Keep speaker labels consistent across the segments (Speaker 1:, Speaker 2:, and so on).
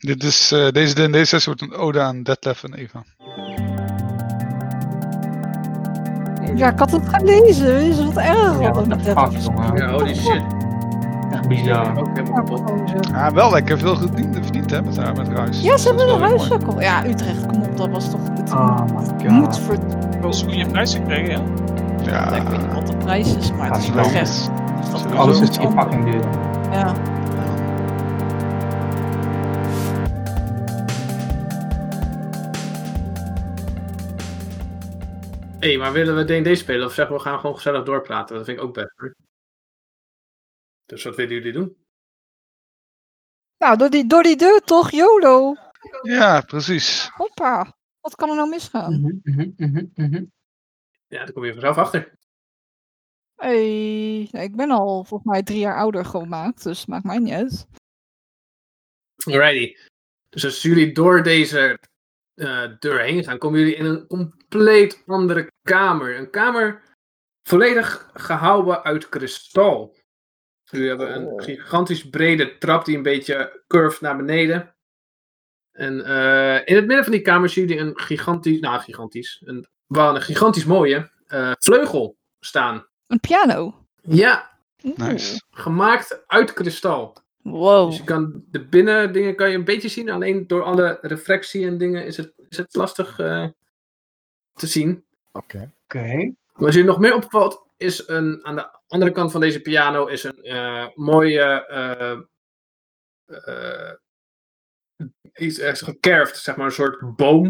Speaker 1: Dit is, eh, deze D&D6 wordt een ode aan Detlef en Eva.
Speaker 2: Ja, ik had het gelezen. Is wat erg.
Speaker 3: Ja,
Speaker 2: wat
Speaker 3: what
Speaker 2: een
Speaker 3: the fuck, jongen.
Speaker 4: Ja, oh, holy shit.
Speaker 3: Echt bizar.
Speaker 4: Ook helemaal kapot.
Speaker 1: Ah, wel lekker veel verdiend, verdiend hè, met haar met ruis.
Speaker 2: Ja, ze hebben een
Speaker 1: ruis.
Speaker 2: huiszak al. Ja, Utrecht, kom op, dat was toch. Het
Speaker 3: Oh my
Speaker 2: moet
Speaker 3: god.
Speaker 2: voor
Speaker 5: Wel een goede prijs gekregen, ja.
Speaker 1: Ja,
Speaker 2: ik weet niet wat de prijs is, maar het is
Speaker 3: Ja,
Speaker 2: wel
Speaker 3: wel.
Speaker 2: best.
Speaker 3: Alles is
Speaker 2: Zo.
Speaker 3: hier fucking duur.
Speaker 2: Ja.
Speaker 4: Hé, hey, maar willen we D&D spelen of zeggen we we gaan gewoon gezellig doorpraten? Dat vind ik ook beter. Dus wat willen jullie doen?
Speaker 2: Nou, door die, door die deur toch, YOLO.
Speaker 1: ja, precies.
Speaker 2: Hoppa. Wat kan er nou misgaan?
Speaker 3: Mhm, mhm, mhm, mhm.
Speaker 4: Ja, daar kom je vanzelf achter.
Speaker 2: Hey, nou, ik ben al volgens mij drie jaar ouder gemaakt, dus maakt mij niet uit.
Speaker 4: Alrighty. Dus als jullie door deze eh, deur heen gaan, komen jullie in een compleet andere kamer. Een kamer volledig gehouwen uit kristal. Jullie hebben een gigantisch brede trap die een beetje curved naar beneden. En eh, in het midden van die kamer zien jullie een gigantisch, nou gigantisch, een, wel een gigantisch mooie eh, vleugel staan.
Speaker 2: Een piano.
Speaker 4: Ja,
Speaker 2: Oeh.
Speaker 1: Nice.
Speaker 4: gemaakt uit kristal. Dus
Speaker 2: Wow.
Speaker 4: je kan de binnendingen kan je een beetje zien. Alleen door alle reflectie en dingen is het, is het lastig eh, te zien.
Speaker 6: Oké.
Speaker 3: Oké.
Speaker 4: Wat je nog meer opvalt, is een, aan de andere kant van deze piano is een eh, mooie. eh eh, iets eh, gekerfd, zeg maar, een soort boom.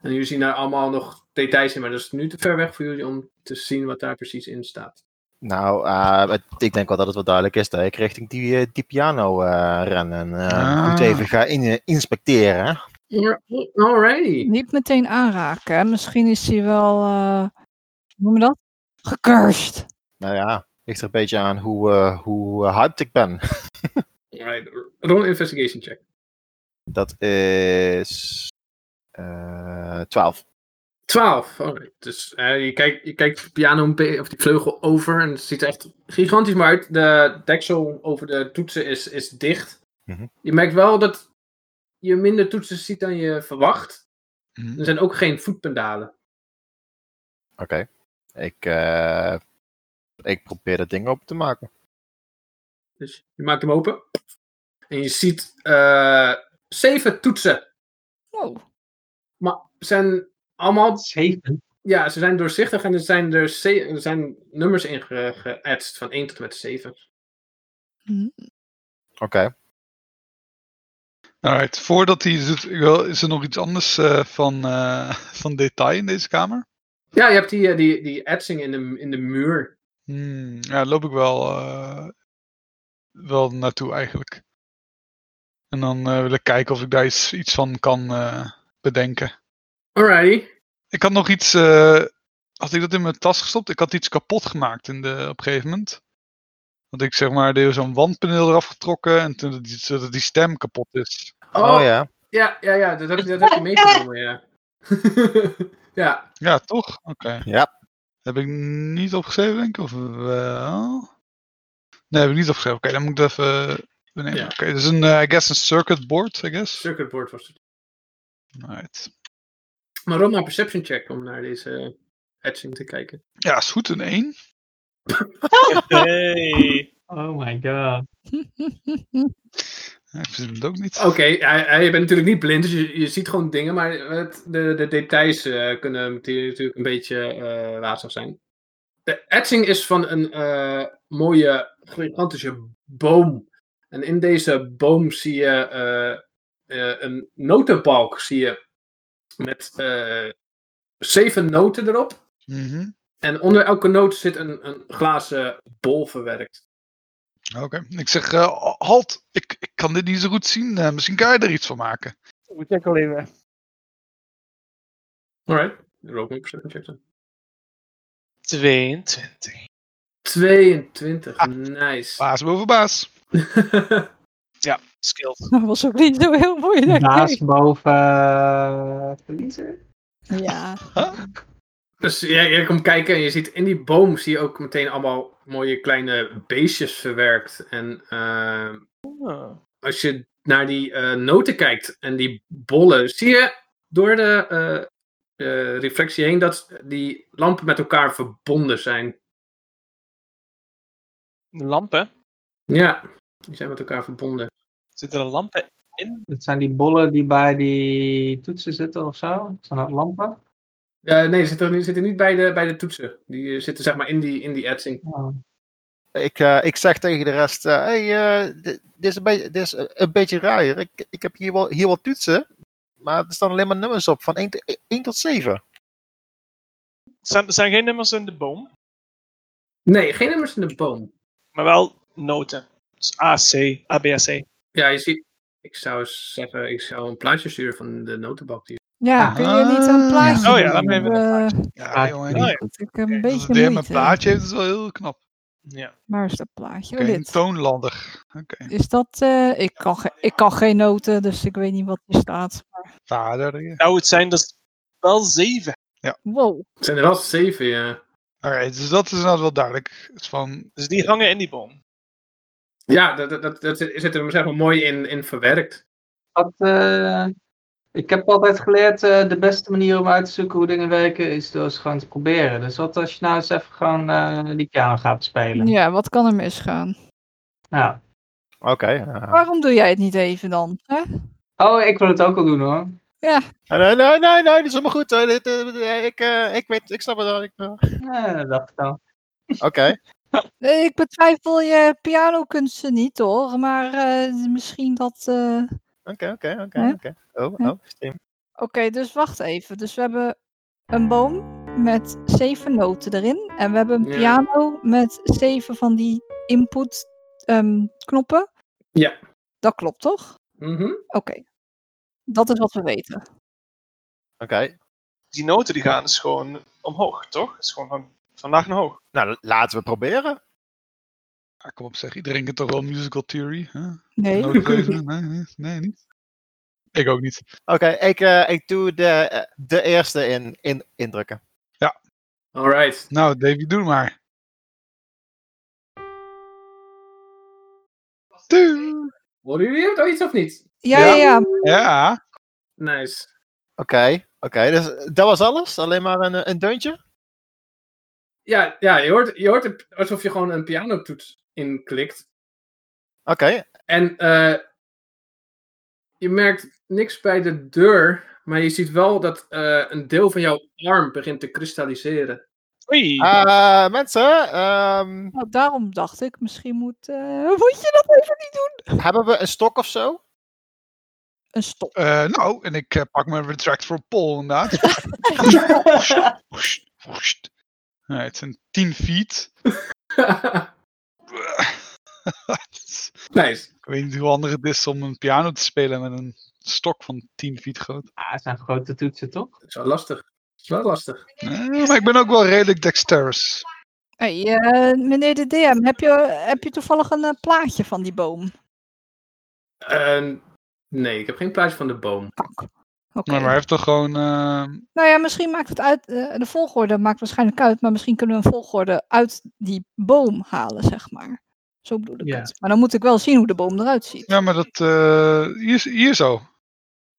Speaker 4: En jullie zien daar allemaal nog details in, maar dat is nu te ver weg voor jullie om te zien wat daar precies in staat.
Speaker 6: Nou, eh, het- ik denk wel dat het wel duidelijk is dat ik richting die, eh, die piano eh, ren en eh, goed
Speaker 1: Ah.
Speaker 6: even ga in- inspecteren. hè.
Speaker 4: Alrighty.
Speaker 2: Niet meteen aanraken, hè. misschien is hij wel. eh, hoe noem je dat? Gecurst.
Speaker 6: Nou ja, ligt er een beetje aan hoe, eh, hoe eh, hyped ik ben.
Speaker 4: Alright, Rol een investigation check.
Speaker 6: Dat is eh 12.
Speaker 4: 12. alright. Dus eh, je, kijkt, je kijkt de piano een be- of die vleugel over en het ziet er echt gigantisch maar uit. De deksel over de toetsen is, is dicht.
Speaker 6: Mhm.
Speaker 4: Je merkt wel dat je minder toetsen ziet dan je verwacht.
Speaker 1: Mhm.
Speaker 4: Er zijn ook geen voetpendalen.
Speaker 6: Oké. Ik, eh, ik probeer dat ding open te maken.
Speaker 4: Dus je maakt hem open. En je ziet eh, zeven toetsen.
Speaker 2: Wow.
Speaker 4: Maar ze zijn allemaal
Speaker 3: Zeven.
Speaker 4: Ja, ze zijn doorzichtig en er zijn, er ze- er zijn nummers in ge- geëtst van 1 tot en met 7.
Speaker 6: Oké.
Speaker 1: Alright, voordat hij het doet, ik wil- is er nog iets anders eh, van, eh, van detail in deze kamer?
Speaker 4: Ja, je hebt die, eh, die, die etsing in de, in de muur.
Speaker 1: Hmm, ja, daar loop ik wel, eh, wel naartoe eigenlijk. En dan eh, wil ik kijken of ik daar iets, iets van kan eh, bedenken.
Speaker 4: Alrighty.
Speaker 1: Ik had nog iets, eh, had ik dat in mijn tas gestopt? Ik had iets kapot gemaakt in de, op een gegeven moment. Had ik zeg maar er zo'n wandpaneel eraf getrokken en toen dat die, zodat die stem kapot is.
Speaker 6: Oh, ja.
Speaker 4: Ja, ja, ja, dat heb, dat heb je meegenomen, ja. ja,
Speaker 1: Ja, toch? Oké.
Speaker 6: Ja.
Speaker 1: Heb ik niet opgeschreven, denk ik, of wel? Nee, heb ik niet opgeschreven. Oké, dan moet ik dat even benemen.
Speaker 4: Ja.
Speaker 1: Oké, dus een, eh, I guess, een circuit board, I guess.
Speaker 4: circuit board was het.
Speaker 1: Alright.
Speaker 4: Maar Roma perception check om naar deze etching te kijken.
Speaker 1: Ja, is goed, een 1.
Speaker 5: Hey.
Speaker 3: Oh my god.
Speaker 1: Ik verzin het ook niet.
Speaker 4: Oké, hij- hij- je bent natuurlijk niet blind, dus je, je ziet gewoon dingen, maar het, de, de details eh, kunnen natuurlijk een beetje eh wazig zijn. De etching is van een eh, mooie, gigantische boom. En in deze boom zie je eh, eh, een notenbalk, zie je, met eh, zeven noten erop.
Speaker 1: Mhm.
Speaker 4: En onder elke noot zit een, een glazen bol verwerkt.
Speaker 1: Oké, ik zeg, eh, halt, ik, ik kan dit niet zo goed zien. eh, misschien kan je er iets van maken.
Speaker 3: Moet ik al even.
Speaker 4: Alright. Roll me a perception check dan.
Speaker 5: 22.
Speaker 4: 22, nice.
Speaker 1: Baas boven baas.
Speaker 5: Ja, skilled.
Speaker 2: Dat was ook niet zo heel mooi. denk ik.
Speaker 3: Naast boven eh, verliezer.
Speaker 2: Ja.
Speaker 4: Dus jij, jij komt kijken en je ziet in die boom zie je ook meteen allemaal mooie kleine beestjes verwerkt. En eh,
Speaker 5: Ah.
Speaker 4: als je naar die eh, noten kijkt en die bollen, zie je door de eh, eh, reflectie heen dat die lampen met elkaar verbonden zijn.
Speaker 5: De lampen?
Speaker 4: Ja, die zijn met elkaar verbonden.
Speaker 5: Zitten er lampen?
Speaker 3: Dat zijn die bollen die bij die toetsen zitten of zo. Zijn dat lampen?
Speaker 4: Eh, nee, ze zitten, niet- zitten niet bij de, bij de toetsen. Die eh, zitten zeg maar in die, in die etsing.
Speaker 2: Oh.
Speaker 3: Ja.
Speaker 6: Ik, eh, ik zeg tegen de rest, eh, hey, eh, di- dit is een, beetje- dit is een- een beetje raar. Ik, ik heb hier wel, hier wel toetsen, maar er staan alleen maar nummers op, van 1, tot 7.
Speaker 5: Zijn, zijn geen nummers in de boom,
Speaker 4: Nee, geen nummers in de boom.
Speaker 5: maar wel noten. Dus AC, ABAC.
Speaker 4: Ja, je ziet. Ik zou zeggen, ik zou een plaatje sturen van de notenbalk. Die...
Speaker 2: Ja, kun je niet een
Speaker 1: Ah.
Speaker 2: plaatje
Speaker 5: Oh ja, dan
Speaker 2: doen?
Speaker 5: ben je met een
Speaker 2: Eh,
Speaker 1: Ja, jongen.
Speaker 5: Oh, ja.
Speaker 2: dat ik een
Speaker 5: Oké,
Speaker 1: Als
Speaker 2: beetje
Speaker 1: het DM een
Speaker 2: moeite heb.
Speaker 1: plaatje heeft, is wel heel knap.
Speaker 5: Ja.
Speaker 2: Waar is dat plaatje?
Speaker 1: Oké,
Speaker 2: Oh,
Speaker 1: een
Speaker 2: dit.
Speaker 1: toonlander. Oké.
Speaker 2: Is dat... eh, ik, kan ge- ik kan geen noten, dus ik weet niet wat er staat.
Speaker 1: Vader. ja.
Speaker 5: Nou, het zijn dus wel zeven.
Speaker 2: Wow.
Speaker 4: Het zijn er wel zeven, ja.
Speaker 1: Oké, dus dat is inderdaad wel duidelijk. Het is van,
Speaker 5: Dus die hangen in die boom.
Speaker 4: Ja, dat, dat, dat, dat zit er zeg maar mooi in, in verwerkt.
Speaker 3: Wat, eh, ik heb altijd geleerd, eh, de beste manier om uit te zoeken hoe dingen werken is door ze gewoon te proberen. Dus wat als je nou eens even gewoon eh, die piano gaat spelen?
Speaker 2: Ja, wat kan er misgaan?
Speaker 3: Nou.
Speaker 6: Oké, eh.
Speaker 2: Waarom doe jij het niet even dan? Hè?
Speaker 3: Oh, ik wil het ook al doen hoor.
Speaker 6: Eh, nee, nee, nee, nee, dat is helemaal goed. eh, dit, eh, eh, ik, eh, ik weet, ik snap het wel. ik, eh,
Speaker 3: Ja, dat dacht ik al.
Speaker 6: Oké,
Speaker 2: Eh, Ik betwijfel je pianokunsten niet hoor, maar eh, misschien dat... eh,
Speaker 6: oké, oké,
Speaker 2: Ja.
Speaker 6: oké, oké. Oh,
Speaker 2: Ja.
Speaker 6: oh, stem.
Speaker 2: Oké, dus wacht even. Dus we hebben een boom met zeven noten erin. En we hebben een
Speaker 4: Ja.
Speaker 2: piano met zeven van die input ehm, knoppen.
Speaker 4: Ja.
Speaker 2: Dat klopt toch?
Speaker 4: Mhm.
Speaker 2: Oké. Dat is wat we weten.
Speaker 6: Oké,
Speaker 5: Die noten die gaan dus gewoon omhoog, toch? Het is gewoon van, van laag naar hoog.
Speaker 6: nou laten we proberen.
Speaker 1: ah, kom op zeg, iedereen kent toch wel musical theory? Hè?
Speaker 2: Nee.
Speaker 1: Noodkeuze? Nee, nee, nee, niet. Ik ook niet.
Speaker 6: Oké, ik, eh, ik doe de, eh, de eerste in, in, indrukken.
Speaker 4: Alright.
Speaker 1: Nou, Davy, doe maar. Doe.
Speaker 4: Horen jullie het ooit of niet?
Speaker 2: Ja, ja, ja.
Speaker 1: Ja,
Speaker 4: Nice.
Speaker 6: Oké, oké, dus dat was alles? Alleen maar een, een deuntje?
Speaker 4: Ja, ja je, hoort, je hoort het alsof je gewoon een pianotoets inklikt.
Speaker 6: Oké,
Speaker 4: En eh, je merkt niks bij de deur, maar je ziet wel dat eh, een deel van jouw arm begint te kristalliseren.
Speaker 5: Oei!
Speaker 6: eh, mensen, ehm,
Speaker 2: Nou, daarom dacht ik, misschien moet, eh, moet je dat even niet doen.
Speaker 6: hebben we een stok of zo?
Speaker 2: Een stok.
Speaker 1: eh, nou, en ik eh, pak mijn retract voor Paul inderdaad. Woest. Nou, het zijn 10 feet.
Speaker 4: nice.
Speaker 1: ik weet niet hoe handig het is om een piano te spelen met een stok van 10 feet groot.
Speaker 3: Ah, het zijn grote toetsen toch?
Speaker 4: Dat is wel lastig. Dat is wel lastig.
Speaker 1: Eh, maar ik ben ook wel redelijk dexterous.
Speaker 2: Hey, eh, meneer de DM, heb je, heb je toevallig een eh, plaatje van die boom?
Speaker 4: Eh, nee, ik heb geen plaatje van de boom.
Speaker 2: Kak. Oké.
Speaker 1: Maar hij heeft toch gewoon... eh,
Speaker 2: Nou ja, misschien maakt het uit. eh, de volgorde maakt waarschijnlijk uit, maar misschien kunnen we een volgorde uit die boom halen, zeg maar. Zo bedoel ik
Speaker 3: Ja.
Speaker 2: het. Maar dan moet ik wel zien hoe de boom eruit ziet.
Speaker 1: ja, maar dat... eh, hier, hier zo.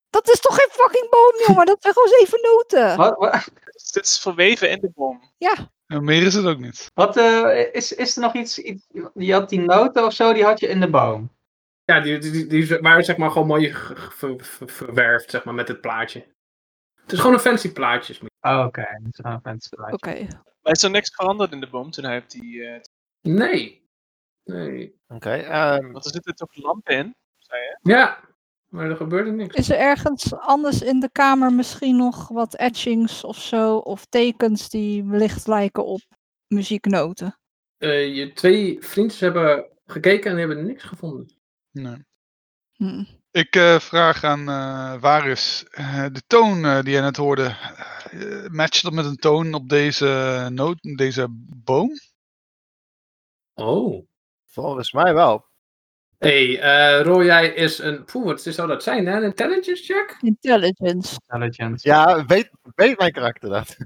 Speaker 2: Dat is toch geen fucking boom, jongen? Dat zijn gewoon zeven noten.
Speaker 3: Wat, wat,
Speaker 5: Dus dit is verweven in de boom.
Speaker 2: Ja,
Speaker 1: En meer is het ook niet.
Speaker 3: wat, eh, is, is er nog iets, iets? Je had die noten of zo, die had je in de boom.
Speaker 4: Ja, die, die, die, die waren zeg maar gewoon mooi ge- ge- ver- ver- verwerft zeg maar, met het plaatje. Het is gewoon een fancy plaatje. is meer.
Speaker 3: Oh, Oké, dat is een venster.
Speaker 2: oké.
Speaker 5: Maar is er niks veranderd in de boom toen hij op die... eh,
Speaker 4: Nee. Nee.
Speaker 6: Oké, ehm,
Speaker 5: want er zitten toch lampen in?
Speaker 4: Ja, maar er gebeurde niks.
Speaker 2: Is er ergens anders in de kamer misschien nog wat etchings of zo? Of tekens die licht lijken op muzieknoten?
Speaker 4: Eh, je twee vriendjes hebben gekeken en hebben niks gevonden.
Speaker 1: Nee.
Speaker 2: Hm.
Speaker 1: Ik eh, vraag aan eh Varus. eh, de toon eh, die jij net hoorde, eh, matcht dat met een toon op deze noot, deze boom?
Speaker 4: Oh.
Speaker 6: volgens mij wel.
Speaker 4: hey, eh Roy, jij is een... Poeh, wat zou dat zijn, hè? Een intelligence check?
Speaker 2: Intelligence.
Speaker 3: Intelligence.
Speaker 6: Ja, weet, weet mijn karakter dat?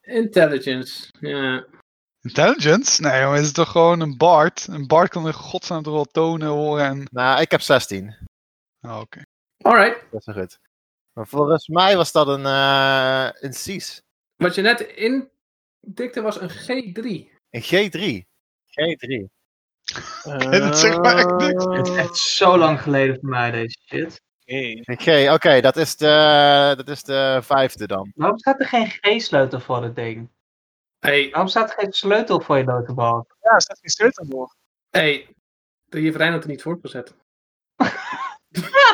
Speaker 4: Intelligence, ja.
Speaker 1: Intelligence? Nee, jongen, is het toch gewoon een bard? Een bard kan in godsnaam toch wel tonen, horen en...
Speaker 6: Nou, ik heb 16.
Speaker 1: Oh, oké.
Speaker 4: Alright.
Speaker 6: Dat is goed. Maar volgens mij was dat een, eh een CIS.
Speaker 4: Wat je net indikte was een G3.
Speaker 6: Een G3. G3.
Speaker 1: dat zegt mij echt niks.
Speaker 5: Eh,
Speaker 3: Het is echt zo lang geleden voor mij, deze shit.
Speaker 5: oké.
Speaker 6: Een G, oké, dat, is de- dat is de vijfde dan.
Speaker 3: Waarom staat er geen G-sleutel voor dat ding?
Speaker 4: Hey,
Speaker 3: Waarom staat er geen sleutel voor je lotenbal?
Speaker 5: Ja, er staat geen sleutel voor.
Speaker 4: hey. De Jevrijn had er niet voor gezet.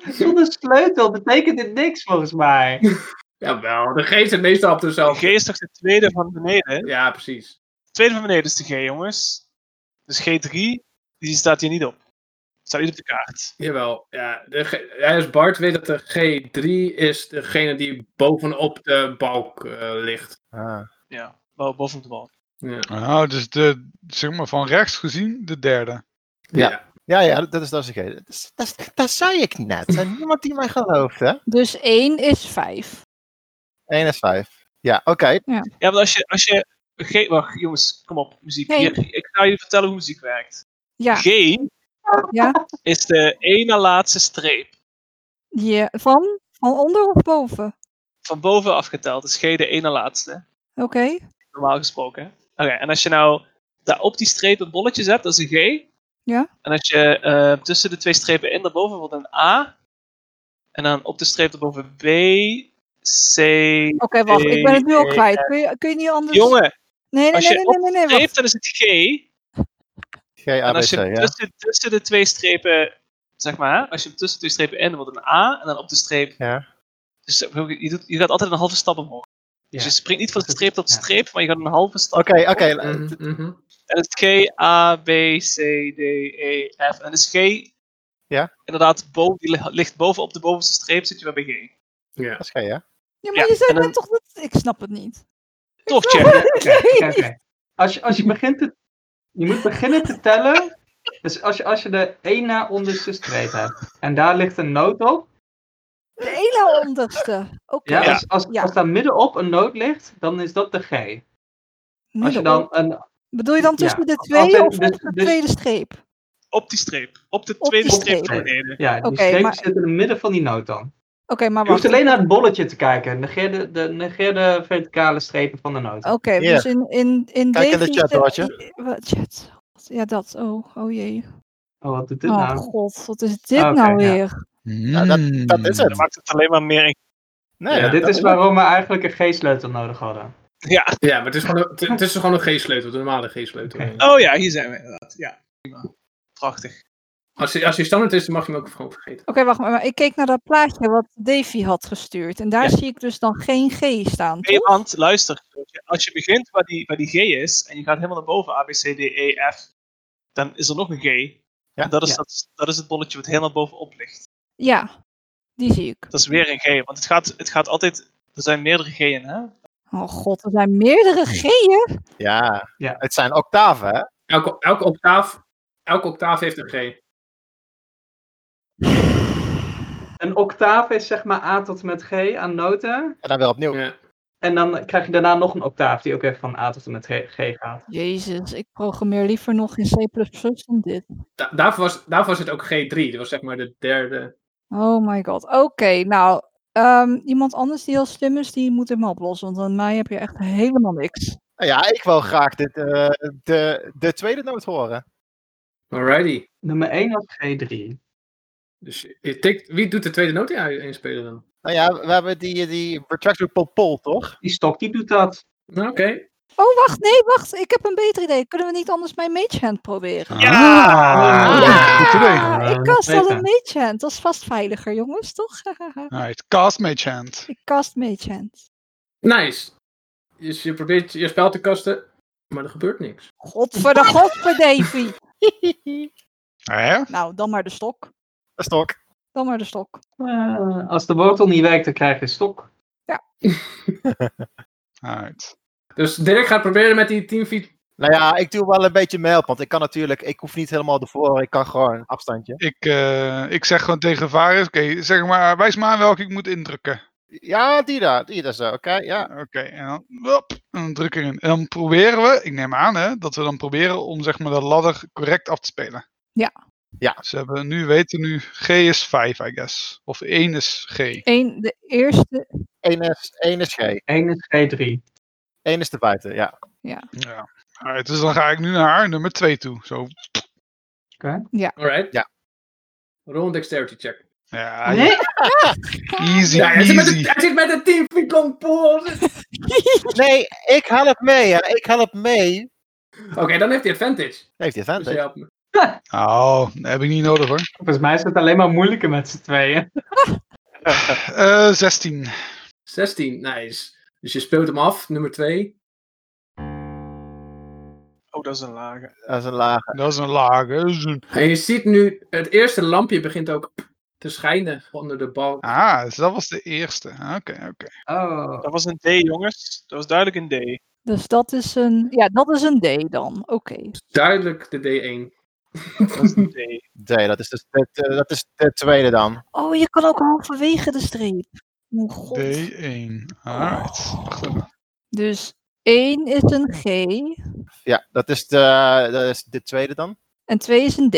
Speaker 3: Zonder sleutel betekent dit niks volgens mij.
Speaker 4: Jawel, de G zit meestal op
Speaker 5: De
Speaker 4: dezelfde.
Speaker 5: G is toch de tweede van beneden? hè?
Speaker 4: Ja, precies.
Speaker 5: De tweede van beneden is de G, jongens. Dus G3, die staat hier niet op. Staat niet op de kaart.
Speaker 4: Jawel, ja. De G- ja, dus Bart weet dat de G3 is degene die bovenop de balk eh, ligt.
Speaker 6: Ah.
Speaker 5: Ja, wel bovenop de bal.
Speaker 4: Ja.
Speaker 1: Nou, dus de, zeg maar van rechts gezien, de derde.
Speaker 6: Ja. Ja, ja, dat is, dat is een G. Dat, is, dat, is- dat zei ik net. Er is niemand die mij gelooft, hè?
Speaker 2: Dus 1 is 5.
Speaker 6: 1 is 5. Ja, oké.
Speaker 5: Ja, maar als je... Als je G, wacht, jongens, kom op, muziek.
Speaker 2: G.
Speaker 5: Hier, ik ga jullie vertellen hoe muziek werkt.
Speaker 2: Ja,
Speaker 5: G
Speaker 2: ja.
Speaker 5: is de ene laatste streep.
Speaker 2: Je, eh, van? Van onder of boven?
Speaker 5: Van boven afgeteld is G de ene laatste.
Speaker 2: Oké.
Speaker 5: Normaal gesproken. hè? Oké, en als je nou daar op die strepen bolletjes hebt, dat is een G.
Speaker 2: Ja.
Speaker 5: En als je eh, tussen de twee strepen in daarboven wordt een A. En dan op de streep daarboven B, C.
Speaker 2: Oké, wacht. Ik ben het nu al
Speaker 5: Eh,
Speaker 2: kwijt. Kun je, kun je niet anders...
Speaker 5: Jongen,
Speaker 2: nee, nee,
Speaker 5: als
Speaker 2: nee,
Speaker 5: je
Speaker 2: nee, nee, nee, nee, wacht.
Speaker 5: streep, dan is het G.
Speaker 6: G,
Speaker 5: en
Speaker 6: A, B,
Speaker 5: als
Speaker 6: C,
Speaker 5: je hem
Speaker 6: ja.
Speaker 5: tussen, tussen de twee strepen, zeg maar, hè, als je hem tussen de twee strepen in wordt een A. En dan op de streep.
Speaker 6: Ja.
Speaker 5: Dus je, doet, je gaat altijd een halve stap omhoog. Dus je springt niet van de streep tot de
Speaker 3: Ja.
Speaker 5: streep, maar je gaat een halve stap.
Speaker 6: Oké, oké.
Speaker 5: Eh.
Speaker 4: Mhm, mhm.
Speaker 5: En het is G, A, B, C, D, E, F. En het is G.
Speaker 6: Ja.
Speaker 5: Inderdaad, boven, die li- ligt boven op de bovenste streep, zit je bij G.
Speaker 4: Ja.
Speaker 6: Dat is G, ja.
Speaker 2: Ja, maar
Speaker 5: Ja,
Speaker 2: je zei
Speaker 5: en dan-
Speaker 2: net toch dat... Ik snap het niet.
Speaker 5: Toch, check.
Speaker 3: Oké, oké, oké. Als je, als je begint te... Je moet beginnen te tellen. Dus als je, als je de 1 na onderste streep hebt. En daar ligt een noot op.
Speaker 2: De ene onderste. Oké.
Speaker 3: Ja, Als, als,
Speaker 2: Ja.
Speaker 3: als daar middenop een noot ligt, dan is dat de G.
Speaker 2: nu
Speaker 3: Als je dan een...
Speaker 2: Bedoel je dan
Speaker 3: Ja,
Speaker 2: tussen de
Speaker 3: als-
Speaker 2: twee
Speaker 3: als-
Speaker 2: of
Speaker 3: dus-
Speaker 2: op de
Speaker 3: dus-
Speaker 2: tweede streep?
Speaker 5: Op die streep. Op de
Speaker 2: die
Speaker 5: tweede streep
Speaker 2: streep.
Speaker 5: naar beneden.
Speaker 3: Ja, die
Speaker 2: Oké,
Speaker 3: streep
Speaker 2: maar-
Speaker 3: zit in het midden van die noot dan.
Speaker 2: Oké, maar
Speaker 3: Je hoeft
Speaker 2: wacht.
Speaker 3: alleen naar het bolletje te kijken. Negeer de, de, negeer de verticale strepen van de noot.
Speaker 2: Oké,
Speaker 6: Ja.
Speaker 2: dus in, in, in
Speaker 6: Kijk in de
Speaker 2: Davy's
Speaker 6: chat, Roger.
Speaker 2: i- i- wat- Chat. Ja, dat. Oh, oh jee.
Speaker 3: Oh, wat doet dit
Speaker 2: Oh
Speaker 3: nou?
Speaker 2: god, wat is dit
Speaker 3: Oké,
Speaker 2: nou
Speaker 3: ja.
Speaker 2: weer?
Speaker 6: dat- dat is
Speaker 1: Hmm.
Speaker 6: het.
Speaker 5: Dat maakt het alleen maar meer.
Speaker 6: Nee,
Speaker 3: ja, dit
Speaker 6: dat-
Speaker 3: is waarom we eigenlijk een G-sleutel nodig hadden.
Speaker 5: Ja.
Speaker 4: Ja, maar het is gewoon een, het is gewoon een G-sleutel, de normale G-sleutel.
Speaker 3: Oké.
Speaker 5: Oh ja, hier zijn we inderdaad. Ja. Prima. Prachtig.
Speaker 4: Als hij als hij standaard is, dan mag je hem ook gewoon vergeten.
Speaker 2: Oké, wacht maar. maar Ik keek naar dat plaatje wat Davy had gestuurd. En daar
Speaker 5: Ja.
Speaker 2: zie ik dus dan geen G staan.
Speaker 5: Nee,
Speaker 2: toch?
Speaker 5: want luister. Als je begint waar die, waar die G is en je gaat helemaal naar boven, A, B, C, D, E, F, dan is er nog een G.
Speaker 6: Ja,
Speaker 5: en dat is,
Speaker 3: ja.
Speaker 5: dat, dat is het bolletje wat helemaal bovenop ligt.
Speaker 2: Ja, die zie ik.
Speaker 5: Dat is weer een G, want het gaat, het gaat altijd. Er zijn meerdere G'en, hè?
Speaker 2: Oh god, er zijn meerdere G'en.
Speaker 6: Ja.
Speaker 3: Ja.
Speaker 6: het zijn octaven, hè?
Speaker 4: Elke, elke, octaaf, elke octaaf heeft een G.
Speaker 3: Een octaaf is zeg maar A tot en met G aan noten.
Speaker 6: En dan weer opnieuw.
Speaker 4: Ja.
Speaker 3: En dan krijg je daarna nog een octaaf die ook even van A tot en met G, G gaat.
Speaker 2: Jezus, ik programmeer liever nog in C++ dan dit.
Speaker 4: Da- daarvoor, was, daarvoor was het ook G3, dat was zeg maar de derde.
Speaker 2: Oh my god. Oké, nou. ehm, iemand anders die heel slim is, die moet hem oplossen. Want aan mij heb je echt helemaal niks.
Speaker 6: Nou ja, ik wil graag dit, eh, de, de tweede noot horen.
Speaker 4: Alrighty.
Speaker 3: Nummer 1 was G3.
Speaker 4: Dus je tikt, wie doet de tweede noot in- inspelen dan?
Speaker 6: Nou ja, we hebben die, die retractable pol, toch?
Speaker 3: Die stok die doet dat.
Speaker 4: Nou, Oké.
Speaker 2: Oh, wacht, nee, wacht. Ik heb een beter idee. Kunnen we niet anders mijn Mage Hand proberen?
Speaker 1: Ah, goed idee.
Speaker 2: Ah,
Speaker 3: Ja,
Speaker 2: ik
Speaker 3: dat
Speaker 2: cast
Speaker 3: weet
Speaker 2: al
Speaker 3: ik.
Speaker 2: een Mage Hand. Dat is vast veiliger, jongens, toch?
Speaker 1: Alright, cast mage hand.
Speaker 2: ik cast Mage Hand.
Speaker 4: Nice. Dus je probeert je spel te kasten, maar er gebeurt niks.
Speaker 2: Godver de godver, Davy.
Speaker 1: Hè?
Speaker 2: nou, dan maar de stok.
Speaker 6: Dat is toch?
Speaker 2: Dan maar de stok.
Speaker 3: Eh, als de wortel niet werkt, dan krijg je een stok.
Speaker 1: Alright.
Speaker 4: Dus Dirk gaat proberen met die 10 feet.
Speaker 6: Nou ja, ik doe wel een beetje mee op, want ik kan natuurlijk, ik hoef niet helemaal ervoor, ik kan gewoon een afstandje.
Speaker 1: Ik, eh, ik zeg gewoon tegen Varus, oké, zeg maar, wijs maar aan welke ik moet indrukken.
Speaker 6: Ja, die daar. Die daar zo. Oké, ja.
Speaker 1: Oké, en dan, wop, en dan druk ik erin. En dan proberen we, ik neem aan hè, dat we dan proberen om zeg maar de ladder correct af te spelen.
Speaker 2: Ja.
Speaker 6: Ja.
Speaker 1: Ze hebben nu weten nu, G is 5, I guess. Of 1 is G.
Speaker 2: Eén, de eerste,
Speaker 6: 1 is, één is G.
Speaker 3: 1 is G3.
Speaker 6: 1 is de buiten, ja.
Speaker 1: Ja. Alright, dus dan ga ik nu naar haar, nummer 2 toe. Zo.
Speaker 4: Alright.
Speaker 6: Ja.
Speaker 4: Roll een dexterity check.
Speaker 1: Ja,
Speaker 3: Nee?
Speaker 1: easy,
Speaker 4: Ja, hij zit met een,
Speaker 1: easy.
Speaker 4: hij zit met een 10 feet long pole.
Speaker 6: Nee, ik help mee, hè. Ik help mee.
Speaker 4: Oké, dan heeft hij advantage.
Speaker 6: Heeft hij
Speaker 4: Dus je
Speaker 6: advantage?
Speaker 4: helpt me.
Speaker 1: Oh, dat heb ik niet nodig hoor.
Speaker 3: Volgens mij is het alleen maar moeilijker met z'n tweeën.
Speaker 1: Eh 16.
Speaker 4: 16, nice. Dus je speelt hem af, nummer 2.
Speaker 5: Oh, dat is een lage.
Speaker 6: Dat is een lage.
Speaker 1: Dat is een lage. dat is een-
Speaker 4: En je ziet nu, het eerste lampje begint ook te schijnen onder de bal.
Speaker 1: Ah, dus dat was de eerste. Ah, Oké, oké.
Speaker 3: Oh.
Speaker 5: Dat was een D, jongens. Dat was duidelijk een D.
Speaker 2: dus dat is een, ja, dat is een D dan. Oké.
Speaker 4: Dus Duidelijk de D1.
Speaker 5: Dat was een D.
Speaker 6: Nee, dat is, dus de, de- dat is de tweede dan.
Speaker 2: Oh, je kan ook halverwege de streep. Oh god.
Speaker 1: D1. Alright. Wacht even.
Speaker 2: Dus 1 is een G
Speaker 6: Ja, dat is de, dat is de tweede dan.
Speaker 2: en 2 is een D.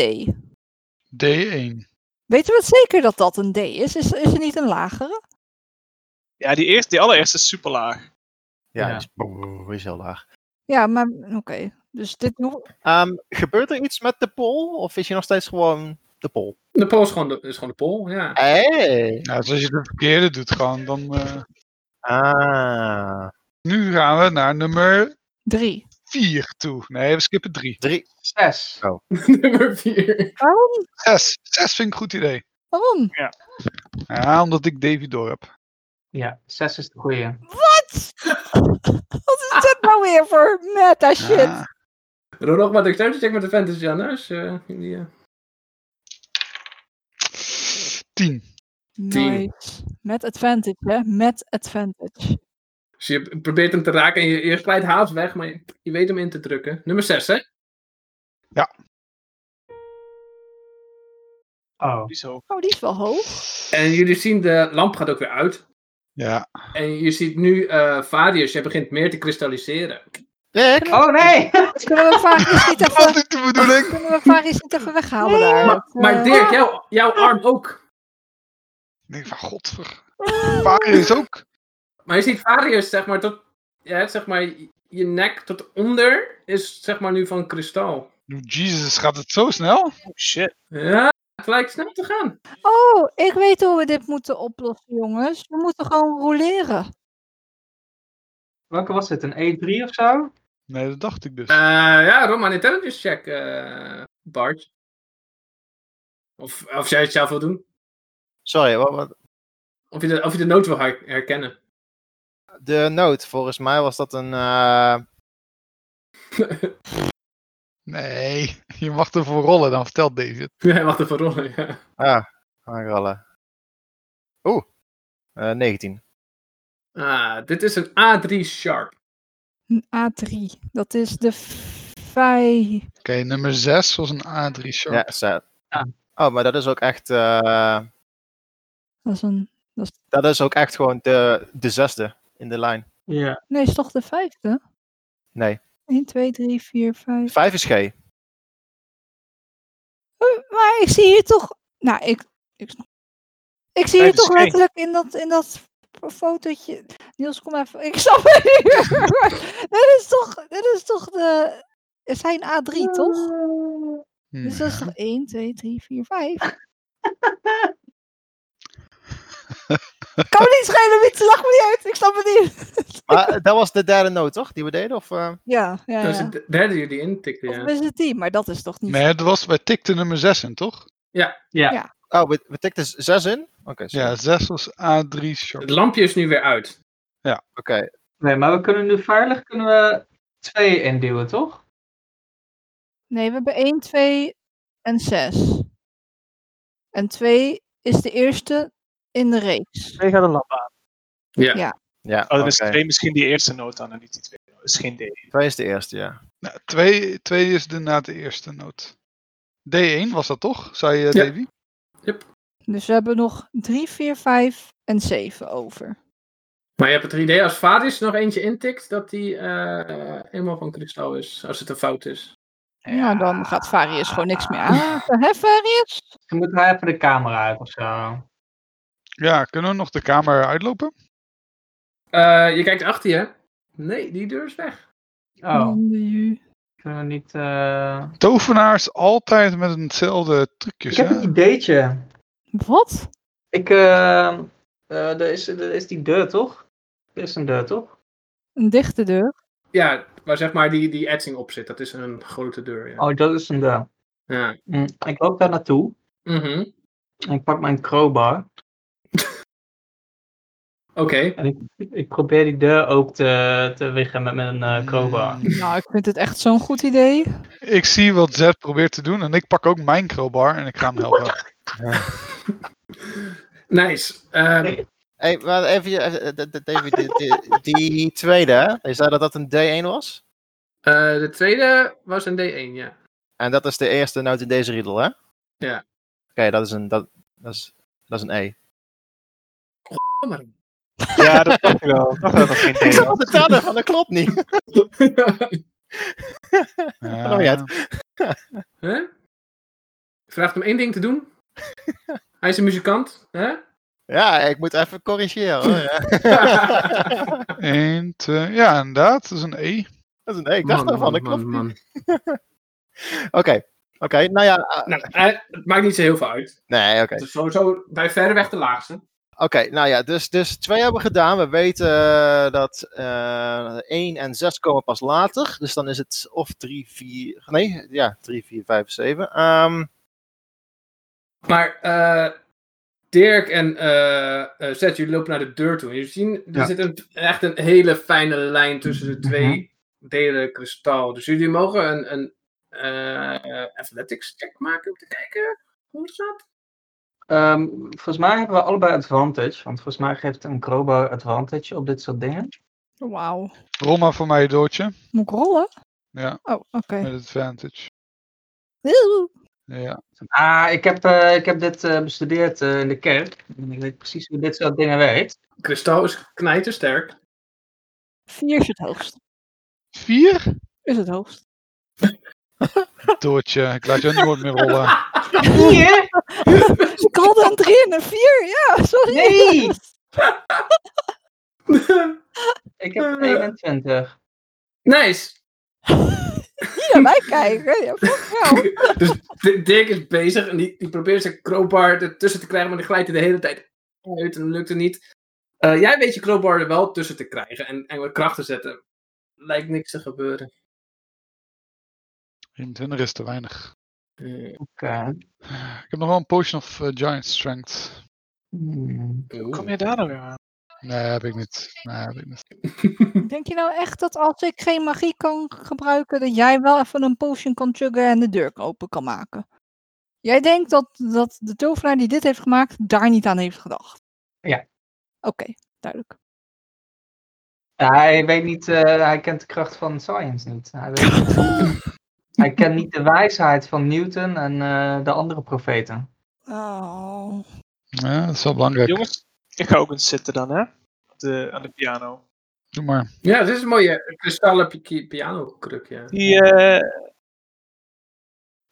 Speaker 1: D1.
Speaker 2: Weten we het zeker dat dat een D is? Is, is er niet een lagere?
Speaker 5: Ja, die, eerste, die allereerste is super laag.
Speaker 4: Ja.
Speaker 6: Ja, die Is, boe, is heel laag.
Speaker 2: Ja, maar oké. Dus dit nog.
Speaker 6: Ehm, gebeurt er iets met de pol? Of is je nog steeds gewoon de pol?
Speaker 4: De pol is gewoon de, is gewoon de pol, ja.
Speaker 1: Ah.
Speaker 6: Hey.
Speaker 1: Nou, dus als je de verkeerde doet gewoon, dan... eh,
Speaker 6: Ah.
Speaker 1: Nu gaan we naar nummer
Speaker 2: 3.
Speaker 1: 4 toe. Nee, we skippen 3.
Speaker 3: 6.
Speaker 4: nummer 4.
Speaker 2: Waarom?
Speaker 1: 6. 6 vind ik een goed idee.
Speaker 2: Waarom?
Speaker 1: Ja, omdat ik Davy door heb.
Speaker 3: Ja, 6 is de goede.
Speaker 2: Wat is dit nou weer voor meta shit?
Speaker 1: Ah,
Speaker 4: Doe nog maar dexterity check met de fantasy anders. eh, die, eh.
Speaker 1: 10.
Speaker 4: tien.
Speaker 2: Nice. Met advantage, hè? Met advantage.
Speaker 4: Dus je probeert hem te raken en je, je glijdt haast weg, maar je, je weet hem in te drukken. Nummer 6, hè?
Speaker 3: Oh.
Speaker 5: Die is hoog.
Speaker 2: Oh, die is wel hoog.
Speaker 4: En jullie zien, de lamp gaat ook weer uit.
Speaker 1: Ja.
Speaker 4: En je ziet nu eh Varius, jij begint meer te kristalliseren.
Speaker 6: Ik?
Speaker 3: Oh nee!
Speaker 2: Kunnen we Faris niet
Speaker 1: Wat
Speaker 2: even,
Speaker 1: is de bedoeling?
Speaker 2: kunnen we Faris niet even weghalen daar?
Speaker 4: Maar,
Speaker 2: Dat,
Speaker 4: maar
Speaker 2: eh,
Speaker 4: Dirk, jouw- jouw arm ook.
Speaker 1: Ik denk van godver. Waar is ook?
Speaker 4: Maar je ziet Varius, zeg maar, tot, ja, zeg maar, je nek tot onder is zeg maar nu van kristal.
Speaker 1: Jesus, gaat het zo snel?
Speaker 5: Oh, shit.
Speaker 4: Ja, het lijkt snel te gaan.
Speaker 2: Oh, ik weet hoe we dit moeten oplossen, jongens. We moeten gewoon roleren.
Speaker 3: Welke was dit? Een E3 of zo?
Speaker 1: Nee, dat dacht ik dus.
Speaker 4: Eh ja, Roman Intelligence check, eh, Bart. Of, of jij het zelf wil doen.
Speaker 6: Sorry, wat, wat-
Speaker 4: Of je de, of je de nood wil her- herkennen.
Speaker 6: de noot. Volgens mij was dat een. eh,
Speaker 1: Nee, je mag ervoor rollen, dan vertelt Davy het.
Speaker 4: Hij mag ervoor rollen, ja.
Speaker 6: ah, aanrollen. Oeh, eh, 19.
Speaker 4: Ah, dit is een A3 Sharp.
Speaker 2: Een A3. Dat is de vij.
Speaker 1: Oké, nummer 6 was een A3 sharp.
Speaker 6: Ja, set.
Speaker 3: Ja.
Speaker 6: Oh, maar dat is ook echt. eh,
Speaker 2: Dat is een. Dat is,
Speaker 6: dat is ook echt gewoon de, de zesde in de lijn.
Speaker 3: Ja.
Speaker 2: nee, is toch de vijfde?
Speaker 6: Nee.
Speaker 2: 1, 2, 3, 4, 5.
Speaker 6: Vijf is G.
Speaker 2: Hm, Maar ik zie hier toch. Nou, ik. Ik, snap- ik zie hier
Speaker 5: Vijf is
Speaker 2: toch
Speaker 5: geen.
Speaker 2: letterlijk in dat, in dat f- fotootje. Niels, kom even. Ik snap het niet. meer. dit is toch. Dit is toch de. Het zijn A3, toch?
Speaker 3: Eh,
Speaker 1: Hmm.
Speaker 2: Dus dat is toch 1, 2, 3, 4, 5. kan me niet schelen, Wiet. Lach me niet uit. Ik snap het niet.
Speaker 6: Maar eh, dat was de derde noot, toch? Die we deden? Of, eh?
Speaker 2: Ja, ja,
Speaker 4: Dat is
Speaker 2: ja.
Speaker 4: de derde die jullie intikken,
Speaker 2: Of dus-
Speaker 4: ja.
Speaker 2: is het die? Maar dat is toch niet...
Speaker 1: Nee, dat was, wij tikten nummer 6 in, toch?
Speaker 6: Oh, we, we tikten z- zes in? Oké, sorry.
Speaker 1: Ja, 6 was A3 sharp.
Speaker 4: Het lampje is nu weer uit.
Speaker 6: Oké.
Speaker 3: Nee, maar we kunnen nu veilig kunnen we 2 induwen, toch?
Speaker 2: Nee, we hebben 1, 2 en 6. En 2 is de eerste in de reeks.
Speaker 5: Twee gaat de lamp aan.
Speaker 4: Ja.
Speaker 2: Ja.
Speaker 6: Ja,
Speaker 5: Oh, dan is
Speaker 6: oké.
Speaker 5: twee misschien die eerste noot aan en niet die tweede. Dat is geen D.
Speaker 6: Twee is de eerste, ja.
Speaker 1: Nou, twee, twee is de, na de eerste noot. D1 was dat toch, zei eh,
Speaker 4: Ja.
Speaker 1: Davy?
Speaker 2: Dus we hebben nog 3, 4, 5 en 7 over.
Speaker 4: Maar je hebt het idee als Vadis nog eentje intikt, dat die eh helemaal van kristal is. Als het een fout is.
Speaker 2: Ja, dan gaat Varius gewoon niks meer aan. Hè, Varius?
Speaker 3: Dan moet hij even de camera uit of zo.
Speaker 1: Ja, kunnen we nog de kamer uitlopen?
Speaker 4: Eh, je kijkt achter je. hè? Nee, die deur is weg.
Speaker 3: Oh,
Speaker 2: Nee.
Speaker 3: kunnen we niet. eh,
Speaker 1: Tovenaars altijd met hetzelfde trucjes,
Speaker 3: Ik heb
Speaker 1: hè?
Speaker 3: een ideetje.
Speaker 2: Wat?
Speaker 3: Ik, eh, eh, er, is, er is die deur toch? Er is een deur toch?
Speaker 2: Een dichte deur.
Speaker 4: Ja, waar zeg maar die, die etsing op zit. Dat is een grote deur. Ja.
Speaker 3: Oh, dat is een deur.
Speaker 4: ja.
Speaker 3: Hm, Ik loop daar naartoe
Speaker 4: Mhm.
Speaker 3: en ik pak mijn crowbar
Speaker 4: Oké.
Speaker 3: en ik, ik probeer die deur open te, te wiggen met mijn eh, crowbar.
Speaker 2: Nou, ik vind het echt zo'n goed idee.
Speaker 1: Ik zie wat Zed probeert te doen en ik pak ook mijn crowbar en ik ga hem helpen.
Speaker 4: Nice. Ehm,
Speaker 6: Hey, maar even, je- eh, eh, eh, David, die, die, die tweede, hè? Je zei dat dat een D1 was?
Speaker 4: eh, de tweede was een D1, ja.
Speaker 6: En dat is de eerste noot in deze riddle, hè?
Speaker 4: Ja.
Speaker 6: Oké, dat is een... Dat, dat, is, dat is een E.
Speaker 4: Kom maar. in.
Speaker 7: Ja, dat dacht ik wel. Ik dacht dat dat geen
Speaker 6: Ik
Speaker 7: idee
Speaker 6: zat
Speaker 7: was.
Speaker 6: al te tellen van, dat klopt niet.
Speaker 1: Ja.
Speaker 6: nou ja.
Speaker 4: Hè? Je vraagt hem één ding te doen. Hij is een muzikant. Hè?
Speaker 6: Ja, ik moet even corrigeren. Hoor. ja.
Speaker 1: Eén, twee, ja, inderdaad, dat is een E.
Speaker 6: Dat is een E, ik dacht
Speaker 4: Man,
Speaker 6: daarvan,
Speaker 4: man,
Speaker 6: dat klopt
Speaker 4: man,
Speaker 6: niet.
Speaker 4: man.
Speaker 6: Oké, oké, nou ja, eh,
Speaker 4: Nou, eh, het maakt niet zo heel veel uit.
Speaker 6: nee, oké.
Speaker 4: Het is sowieso bij verreweg de laagste.
Speaker 6: Oké, nou ja, dus, dus twee hebben we gedaan. We weten eh, dat eh 1 en 6 komen pas later. Dus dan is het of 3, 4. Nee, ja, 3, 4, 5, 7. Ehm
Speaker 4: Maar eh, Dirk en eh eh, Zet, jullie lopen naar de deur toe. En jullie zien, er
Speaker 7: Ja.
Speaker 4: zit een, echt een hele fijne lijn tussen de twee delen kristal. Dus jullie mogen een, een eh, athletics check maken om te kijken hoe het gaat.
Speaker 3: Ehm, volgens mij hebben we allebei advantage, want volgens mij geeft een crowbar advantage op dit soort dingen.
Speaker 2: Wauw.
Speaker 1: Rol maar voor mij, Doortje.
Speaker 2: Moet ik rollen?
Speaker 1: Ja,
Speaker 2: Oh, oké.
Speaker 1: met advantage.
Speaker 2: Eeuw.
Speaker 1: Ja.
Speaker 3: Ah, ik heb, eh, ik heb dit eh, bestudeerd eh, in de kerk. En ik weet precies hoe dit soort dingen werkt.
Speaker 4: Kristal is knijtersterk.
Speaker 2: Vier is het hoogst.
Speaker 1: Vier?
Speaker 2: Is het hoogst.
Speaker 1: Doortje, ik laat jou niet nooit meer rollen.
Speaker 3: Hier?
Speaker 2: Ik had een drie en een vier. Ja, sorry.
Speaker 3: Nee! Ik heb
Speaker 2: Eh.
Speaker 3: 21.
Speaker 4: nice!
Speaker 2: Hier naar mij kijken. Ja, fuck jou.
Speaker 4: dus Di- Dirk is bezig en die, die probeert zijn crowbar ertussen te krijgen, maar die glijdt er de hele tijd uit en dat lukt het niet. Eh, jij weet je crowbar er wel tussen te krijgen en, en met kracht te zetten. Lijkt niks te gebeuren.
Speaker 1: 21 is te weinig.
Speaker 4: Eh,
Speaker 3: Oké.
Speaker 1: Ik heb nog wel een potion of eh, giant strength.
Speaker 3: Hmm.
Speaker 5: Kom je daar nou weer aan?
Speaker 1: Nee, heb ik niet. Nee, heb ik niet.
Speaker 2: Denk je nou echt dat als ik geen magie kan gebruiken, dat jij wel even een potion kan chuggen en de deur open kan maken? Jij denkt dat, dat de tovenaar die dit heeft gemaakt, daar niet aan heeft gedacht?
Speaker 3: Ja.
Speaker 2: Oké, duidelijk.
Speaker 3: Ja, hij weet niet, eh, hij kent de kracht van science niet. Hij, weet niet. hij kent niet de wijsheid van Newton en eh, de andere profeten.
Speaker 2: Oh.
Speaker 1: Ja, dat is wel belangrijk.
Speaker 5: Jongens, ik ga ook eens zitten dan, hè? Op De, aan de piano.
Speaker 1: Doe maar.
Speaker 4: ja, dit is een mooie kristallen pi- ki- pianokruk, ja.
Speaker 5: Die, eh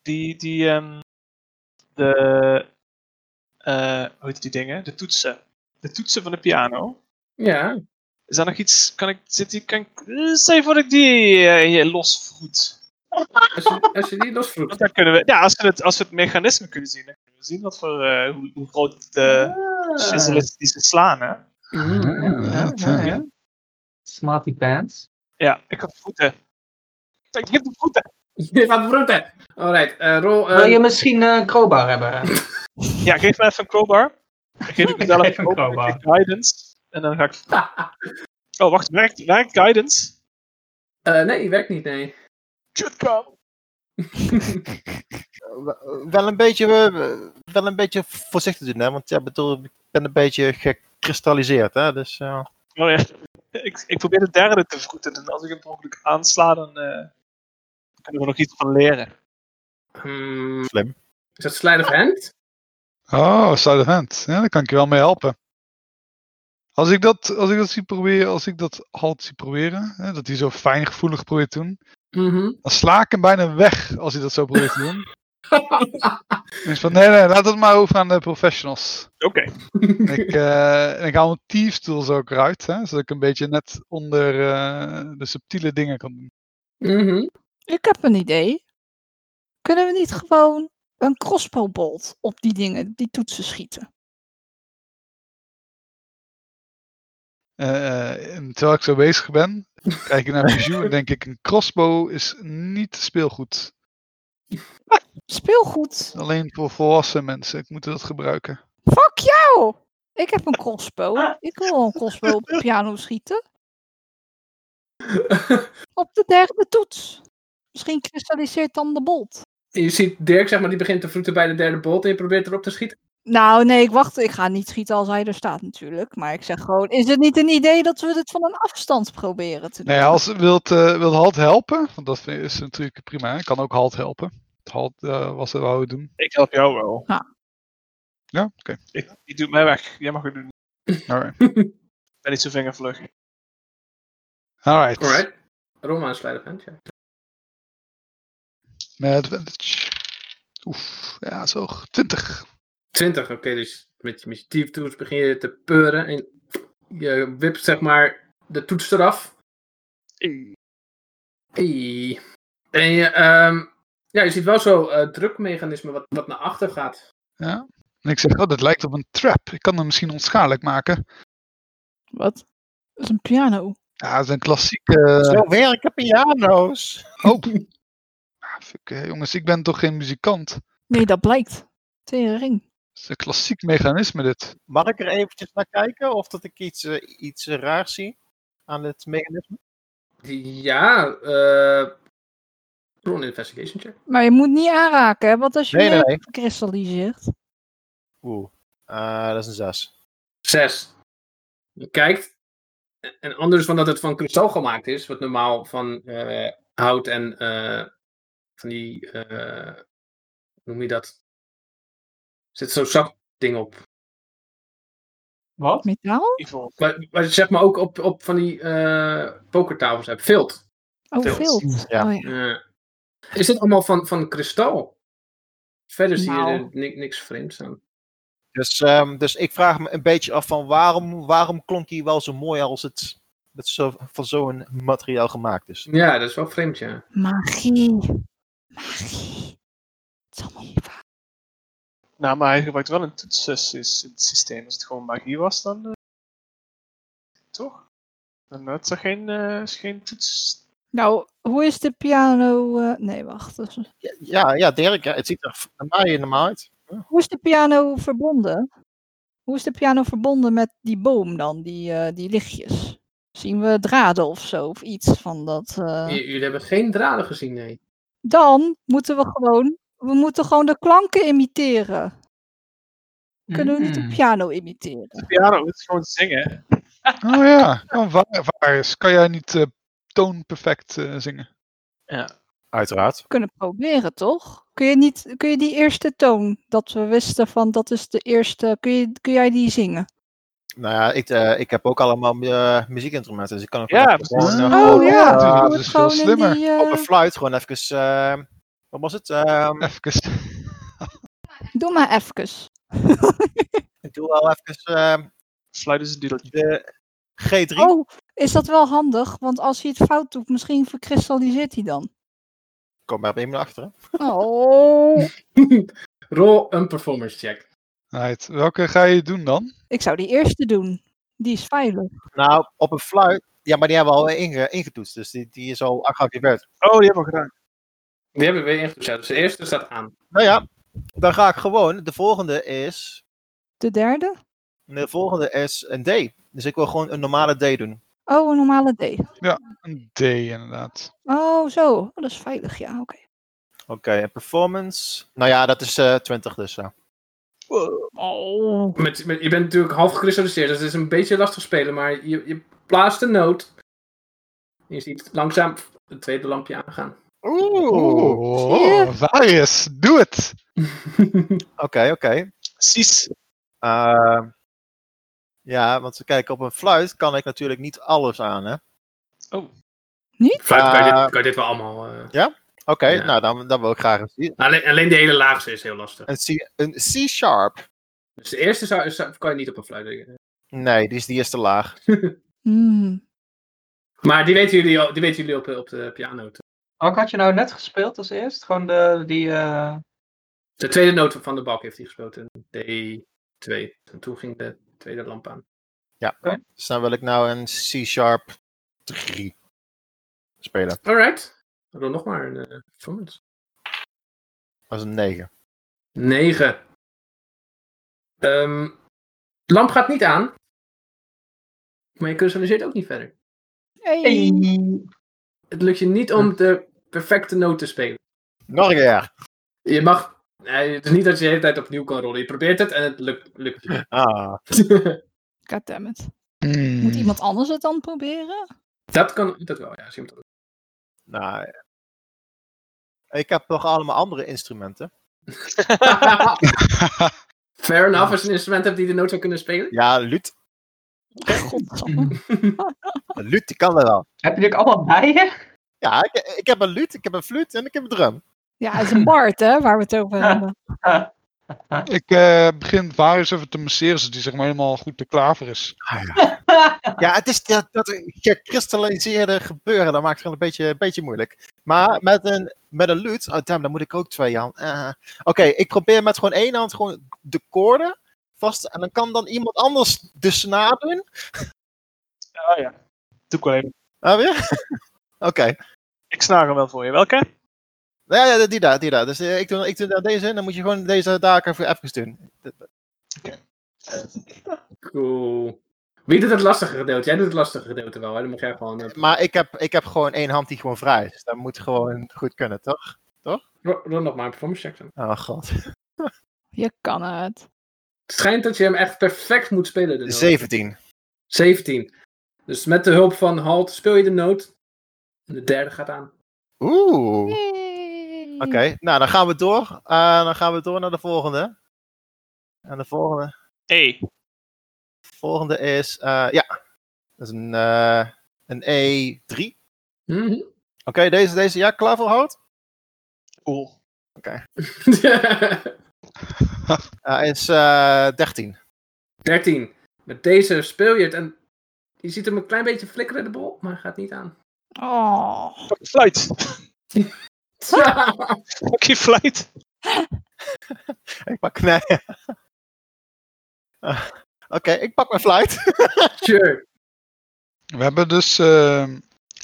Speaker 5: die, die, ehm, de, eh hoe heet die dingen? De toetsen. De toetsen van de piano.
Speaker 4: Ja,
Speaker 5: Is daar nog iets, kan ik, zit die, kan ik, eh, stel je voor dat ik die eh, hier losvroet.
Speaker 4: als je, als je die
Speaker 5: Want
Speaker 4: losvroeg.
Speaker 5: dan kunnen we, ja, als we het, als we het mechanisme kunnen zien, dan kunnen we zien wat voor, eh, hoe, hoe groot de
Speaker 2: Ah.
Speaker 5: sissel
Speaker 3: Eh,
Speaker 5: is die ze slaan, hè. Mhm.
Speaker 4: Mm.
Speaker 1: Ja, Ah. ja, ja.
Speaker 3: Smarty pants.
Speaker 5: Ja, ik heb voeten. Kijk, ik heb de voeten.
Speaker 4: Je gaat broeden! Alright, eh, rol... eh,
Speaker 3: Wil je misschien eh, een crowbar hebben?
Speaker 5: Ja, geef me even een crowbar. Dan geef ik mezelf
Speaker 3: Geef een
Speaker 5: ook
Speaker 3: crowbar.
Speaker 5: een guidance. En dan ga ik... Oh, wacht. Werkt, werkt guidance?
Speaker 4: eh, nee, die werkt niet, nee.
Speaker 5: Jutcom.
Speaker 6: w- wel, een beetje, eh, wel een beetje voorzichtig doen, hè? Want ja, bedoel, ik ben een beetje gekristalliseerd, hè? Dus ja.
Speaker 5: Oh ja. Ik, ik probeer de derde te vroeten. En als ik hem per ongeluk aansla, dan eh, kunnen we nog iets van leren.
Speaker 4: Hmm.
Speaker 6: Slim.
Speaker 4: Is dat slide of hand?
Speaker 1: Oh, side of hand. Ja, daar kan ik je wel mee helpen. Als ik dat, als ik dat zie proberen, als ik dat halt zie proberen, hè, dat hij zo fijngevoelig probeert te doen,
Speaker 4: Mhm.
Speaker 1: dan sla ik hem bijna weg als hij dat zo probeert te doen. Dus van, nee, nee, laat dat maar over aan de professionals.
Speaker 5: Oké.
Speaker 1: Ik, eh, en ik haal mijn tiefstoel zo ook eruit, hè, zodat ik een beetje net onder eh, de subtiele dingen kan doen.
Speaker 4: Mhm.
Speaker 2: Ik heb een idee. Kunnen we niet gewoon een crossbowbolt op die dingen, die toetsen schieten?
Speaker 1: Eh, eh, en terwijl ik zo bezig ben, kijk ik naar Bijou en denk ik, een crossbow is niet speelgoed.
Speaker 2: Speelgoed.
Speaker 1: Alleen voor volwassen mensen, ik moet dat gebruiken.
Speaker 2: Fuck jou! Ik heb een crossbow. Ik wil wel een crossbow op de piano schieten. Op de derde toets. Misschien kristalliseert dan de bolt.
Speaker 4: Je ziet Dirk, zeg maar, die begint te vroeten bij de derde bolt en je probeert erop te schieten.
Speaker 2: Nou, nee, ik wacht. Ik ga niet schieten als hij er staat natuurlijk. Maar ik zeg gewoon, is het niet een idee dat we dit van een afstand proberen te doen?
Speaker 1: Nou ja, als wilt, eh, wilt Halt helpen, want dat vind- is natuurlijk prima, hè, kan ook Halt helpen. Halt eh, was er wou doen.
Speaker 5: Ik help jou wel.
Speaker 1: Ja, oké.
Speaker 5: Ik, die doet mij weg. Jij mag het doen.
Speaker 1: Alright.
Speaker 5: Ik ben niet zo vingervlug.
Speaker 1: Alright.
Speaker 4: Alright. Roma een sleider hand, ja.
Speaker 1: Met advantage. Oef, ja, zo. 20.
Speaker 4: 20, oké, dus met je misdief toets begin je te peuren en je wipt zeg maar de toets eraf. Ei. En je, ehm, ja, je ziet wel zo eh, drukmechanisme wat, wat naar achter gaat.
Speaker 1: En ik zeg, oh, dat lijkt op een trap. Ik kan hem misschien onschadelijk maken.
Speaker 2: Wat? Dat is een piano.
Speaker 1: Ja, dat is een klassieke...
Speaker 6: Zo werken piano's.
Speaker 1: Oh. Ah, fuck, eh, jongens, ik ben toch geen muzikant? Het
Speaker 2: Nee, dat blijkt. Tering.
Speaker 1: is een klassiek mechanisme, dit.
Speaker 6: Mag ik er eventjes naar kijken of dat ik iets, eh, iets eh, raars zie aan het mechanisme?
Speaker 4: Ja, eh. Roll an investigation check.
Speaker 2: Maar je moet niet aanraken, hè? want als je
Speaker 6: Nee, nee,
Speaker 2: nee,
Speaker 6: nee.
Speaker 2: kristalliseert.
Speaker 6: Oeh, eh, dat is een 6.
Speaker 4: Zes. Je kijkt. En anders van dat het van kristal gemaakt is, wat normaal van eh, hout en eh, van die. eh, hoe noem je dat? Er zit zo'n zakding op.
Speaker 7: Wat?
Speaker 2: Metaal?
Speaker 5: Yvonne.
Speaker 4: Waar, waar je zeg maar ook op, op van die eh, pokertafels hebt. Vilt.
Speaker 2: Oh,
Speaker 5: Tilt.
Speaker 2: veel.
Speaker 6: Ja.
Speaker 2: Oh, ja.
Speaker 4: Ja. is dit allemaal van, van kristal? Verder zie je
Speaker 2: Nou.
Speaker 4: er ni- niks vreemds aan.
Speaker 6: Dus, ehm, dus ik vraag me een beetje af van waarom, waarom klonk hij wel zo mooi als het met zo, van zo'n materiaal gemaakt is.
Speaker 4: Ja, dat is wel vreemd, ja.
Speaker 2: Magie. Magie. Het is allemaal niet waar.
Speaker 5: Nou, maar hij gebruikt wel een toetsensysteem. Als het gewoon magie was, dan. eh, toch? Dan had ze geen, eh, is geen toets.
Speaker 2: Nou, hoe is de piano... eh, nee, wacht. dat is-
Speaker 6: Ja, ja, ja Dirk, ja, het ziet er voor mij helemaal uit.
Speaker 2: Hoe is de piano verbonden? Hoe is de piano verbonden met die boom dan, die, eh, die lichtjes? Zien we draden of zo, of iets van dat... eh,
Speaker 4: J- jullie hebben geen draden gezien, nee.
Speaker 2: Dan moeten we gewoon... We moeten gewoon de klanken imiteren. Kunnen we niet
Speaker 3: Hmm.
Speaker 2: de
Speaker 5: Mm.
Speaker 2: piano imiteren?
Speaker 5: De piano het is gewoon zingen.
Speaker 1: Oh ja, nou, waar, waar is. Kan jij niet eh, toonperfect eh, zingen?
Speaker 6: Uiteraard.
Speaker 2: kunnen proberen, toch? Kun je, niet, kun je die eerste toon, dat we wisten van dat is de eerste, kun, je, kun jij die zingen?
Speaker 6: Nou ja, ik, eh, ik heb ook allemaal eh, muziekinstrumenten, dus ik kan ook
Speaker 5: Ja,
Speaker 6: even gewoon, eh,
Speaker 1: Oh,
Speaker 6: gewoon,
Speaker 1: ja,
Speaker 6: eh,
Speaker 1: natuurlijk.
Speaker 2: Doe
Speaker 1: dat
Speaker 2: het
Speaker 1: is veel
Speaker 2: gewoon in
Speaker 1: slimmer.
Speaker 2: die, eh,
Speaker 6: op een fluit gewoon Oh, even, eh, wat was het? Ehm,
Speaker 1: Even.
Speaker 2: doe maar even.
Speaker 6: ik doe wel even eh,
Speaker 5: Fluiten is een dudeltje.
Speaker 6: de G3.
Speaker 2: Oh, is dat wel handig? Want als hij het fout doet, misschien verkristalliseert hij dan.
Speaker 6: Kom maar op één minuut achter. hè.
Speaker 2: Oh.
Speaker 4: Roll een performance check.
Speaker 1: Right. Welke ga je doen dan?
Speaker 2: Ik zou die eerste doen. Die is veilig.
Speaker 6: Nou, op een fluit. Ja, maar die hebben we al inge- ingetoetst, dus die, die is al geactiveerd.
Speaker 5: Oh, die hebben we gedaan.
Speaker 4: Die hebben we weer ingezet. Dus de eerste staat aan.
Speaker 6: Nou ja, dan ga ik gewoon. De volgende is.
Speaker 2: De derde?
Speaker 6: De volgende is een D. Dus ik wil gewoon een normale D doen.
Speaker 2: Oh, een normale D.
Speaker 1: Een D inderdaad.
Speaker 2: Oh, zo. Oh, dat is veilig, ja. Oké.
Speaker 6: Oké, en performance. Nou ja, dat is eh 20 dus. ja.
Speaker 2: Oh.
Speaker 4: Met, met, je bent natuurlijk half gekristalliseerd, dus het is een beetje lastig spelen. Maar je, je plaatst de noot. En je ziet langzaam het tweede lampje aangaan.
Speaker 6: Oeh.
Speaker 2: zie je?
Speaker 1: Varius, Oh, doe het!
Speaker 6: Oké, oké.
Speaker 5: Precies.
Speaker 6: Eh, Ja, want kijk, op een fluit kan ik natuurlijk niet alles aan, hè?
Speaker 5: Oh,
Speaker 4: Fluit kan, je
Speaker 6: Eh,
Speaker 4: dit, kan je dit wel allemaal. eh,
Speaker 6: Oké,
Speaker 4: Ja.
Speaker 6: nou, dan, dan wil ik graag een C-
Speaker 4: Alleen, alleen de hele laagste is heel lastig.
Speaker 6: een C- een C-sharp.
Speaker 4: Dus de eerste zou, zou- kan je niet op een fluit denken.
Speaker 6: Nee, die is, die is te laag.
Speaker 2: Hmm.
Speaker 4: Maar die weten jullie, al- die weten jullie op, op de piano. te-
Speaker 3: Welke had je nou net gespeeld als eerst? Gewoon de, die... eh,
Speaker 4: De tweede noot van de balk heeft hij gespoten. D2. En toen ging de tweede lamp aan.
Speaker 6: Dus dan wil ik nou een C-sharp 3 spelen.
Speaker 4: Alright. Dan nog maar een eh, performance.
Speaker 6: Dat is een 9.
Speaker 4: 9. Ehm, de lamp gaat niet aan. Maar je personaliseert ook niet verder.
Speaker 2: Hey.
Speaker 4: Het lukt je niet om de perfecte noot te spelen.
Speaker 6: Nog een keer.
Speaker 4: Je mag. eh, Het is niet dat je de hele tijd opnieuw kan rollen. Je probeert het en het lukt, lukt je.
Speaker 6: Ah,
Speaker 2: Goddammit.
Speaker 1: Hmm.
Speaker 2: Moet iemand anders het dan proberen?
Speaker 4: dat kan. Dat wel, ja. als je hem toch-
Speaker 6: nou. eh, Ik heb nog allemaal andere instrumenten.
Speaker 5: Oh,
Speaker 4: Fair enough, als je een instrument hebt die de noot zou kunnen spelen.
Speaker 6: Ja, Lut.
Speaker 2: Godsamme.
Speaker 6: Een Lut, die kan dat wel.
Speaker 3: Heb je dit ook allemaal bij je?
Speaker 6: Ja, ik, ik heb een Lut, ik heb een fluit en ik heb een drum.
Speaker 2: Ja, het is een bard, hè, waar we het over hebben.
Speaker 1: Ik eh, begin Varius even te masseren, zodat hij zeg maar helemaal goed te klaver is.
Speaker 6: Ja, het is dat, dat gekristalliseerde gebeuren. Dat maakt het gewoon een beetje, een beetje moeilijk. Maar met een, met een lute. Oh, damn, dan moet ik ook twee handen. eh. Oké, ik probeer met gewoon één hand gewoon de koorden vast. En dan kan dan iemand anders dus de snaar doen.
Speaker 5: ah ja. Doe ik wel even.
Speaker 6: Ah, weer? Oké.
Speaker 5: Ik snaar hem wel voor je. Welke?
Speaker 6: Ja, ja, die daar, die daar. Dus eh, ik doe, ik doe daar deze in. Dan moet je gewoon deze daar even, even doen.
Speaker 4: Cool. Wie doet het lastige gedeelte? Jij doet het lastige gedeelte wel, hè? Dan mag jij gewoon. eh,
Speaker 6: Maar ik heb, ik heb gewoon één hand die gewoon vrij is. Dat moet gewoon goed kunnen, toch?
Speaker 4: ro- Rol nog maar een performance check dan.
Speaker 6: Oh, god.
Speaker 2: Je kan het.
Speaker 4: Het schijnt dat je hem echt perfect moet spelen. De noot.
Speaker 6: 17.
Speaker 4: 17. Dus met de hulp van Halt speel je de noot. En de derde gaat aan.
Speaker 6: Oeh.
Speaker 2: Yay.
Speaker 6: Oké, nou dan gaan we door. Eh, dan gaan we door naar de volgende. En de volgende,
Speaker 5: E.
Speaker 6: volgende is, eh, ja, dat is een, eh, een E3. Oké,
Speaker 4: Mhm.
Speaker 6: deze, deze, ja, klaar voor hout.
Speaker 5: Oel.
Speaker 6: Eh, is eh 13.
Speaker 4: 13. Met deze speel je het en je ziet hem een klein beetje flikkeren de bol, maar hij gaat niet aan.
Speaker 2: Oh.
Speaker 5: Fuck, Fluit. Fuck je fluit.
Speaker 6: Ik pak, nee. Eh, Oké, ik pak mijn fluit.
Speaker 4: sure.
Speaker 1: We hebben dus. eh,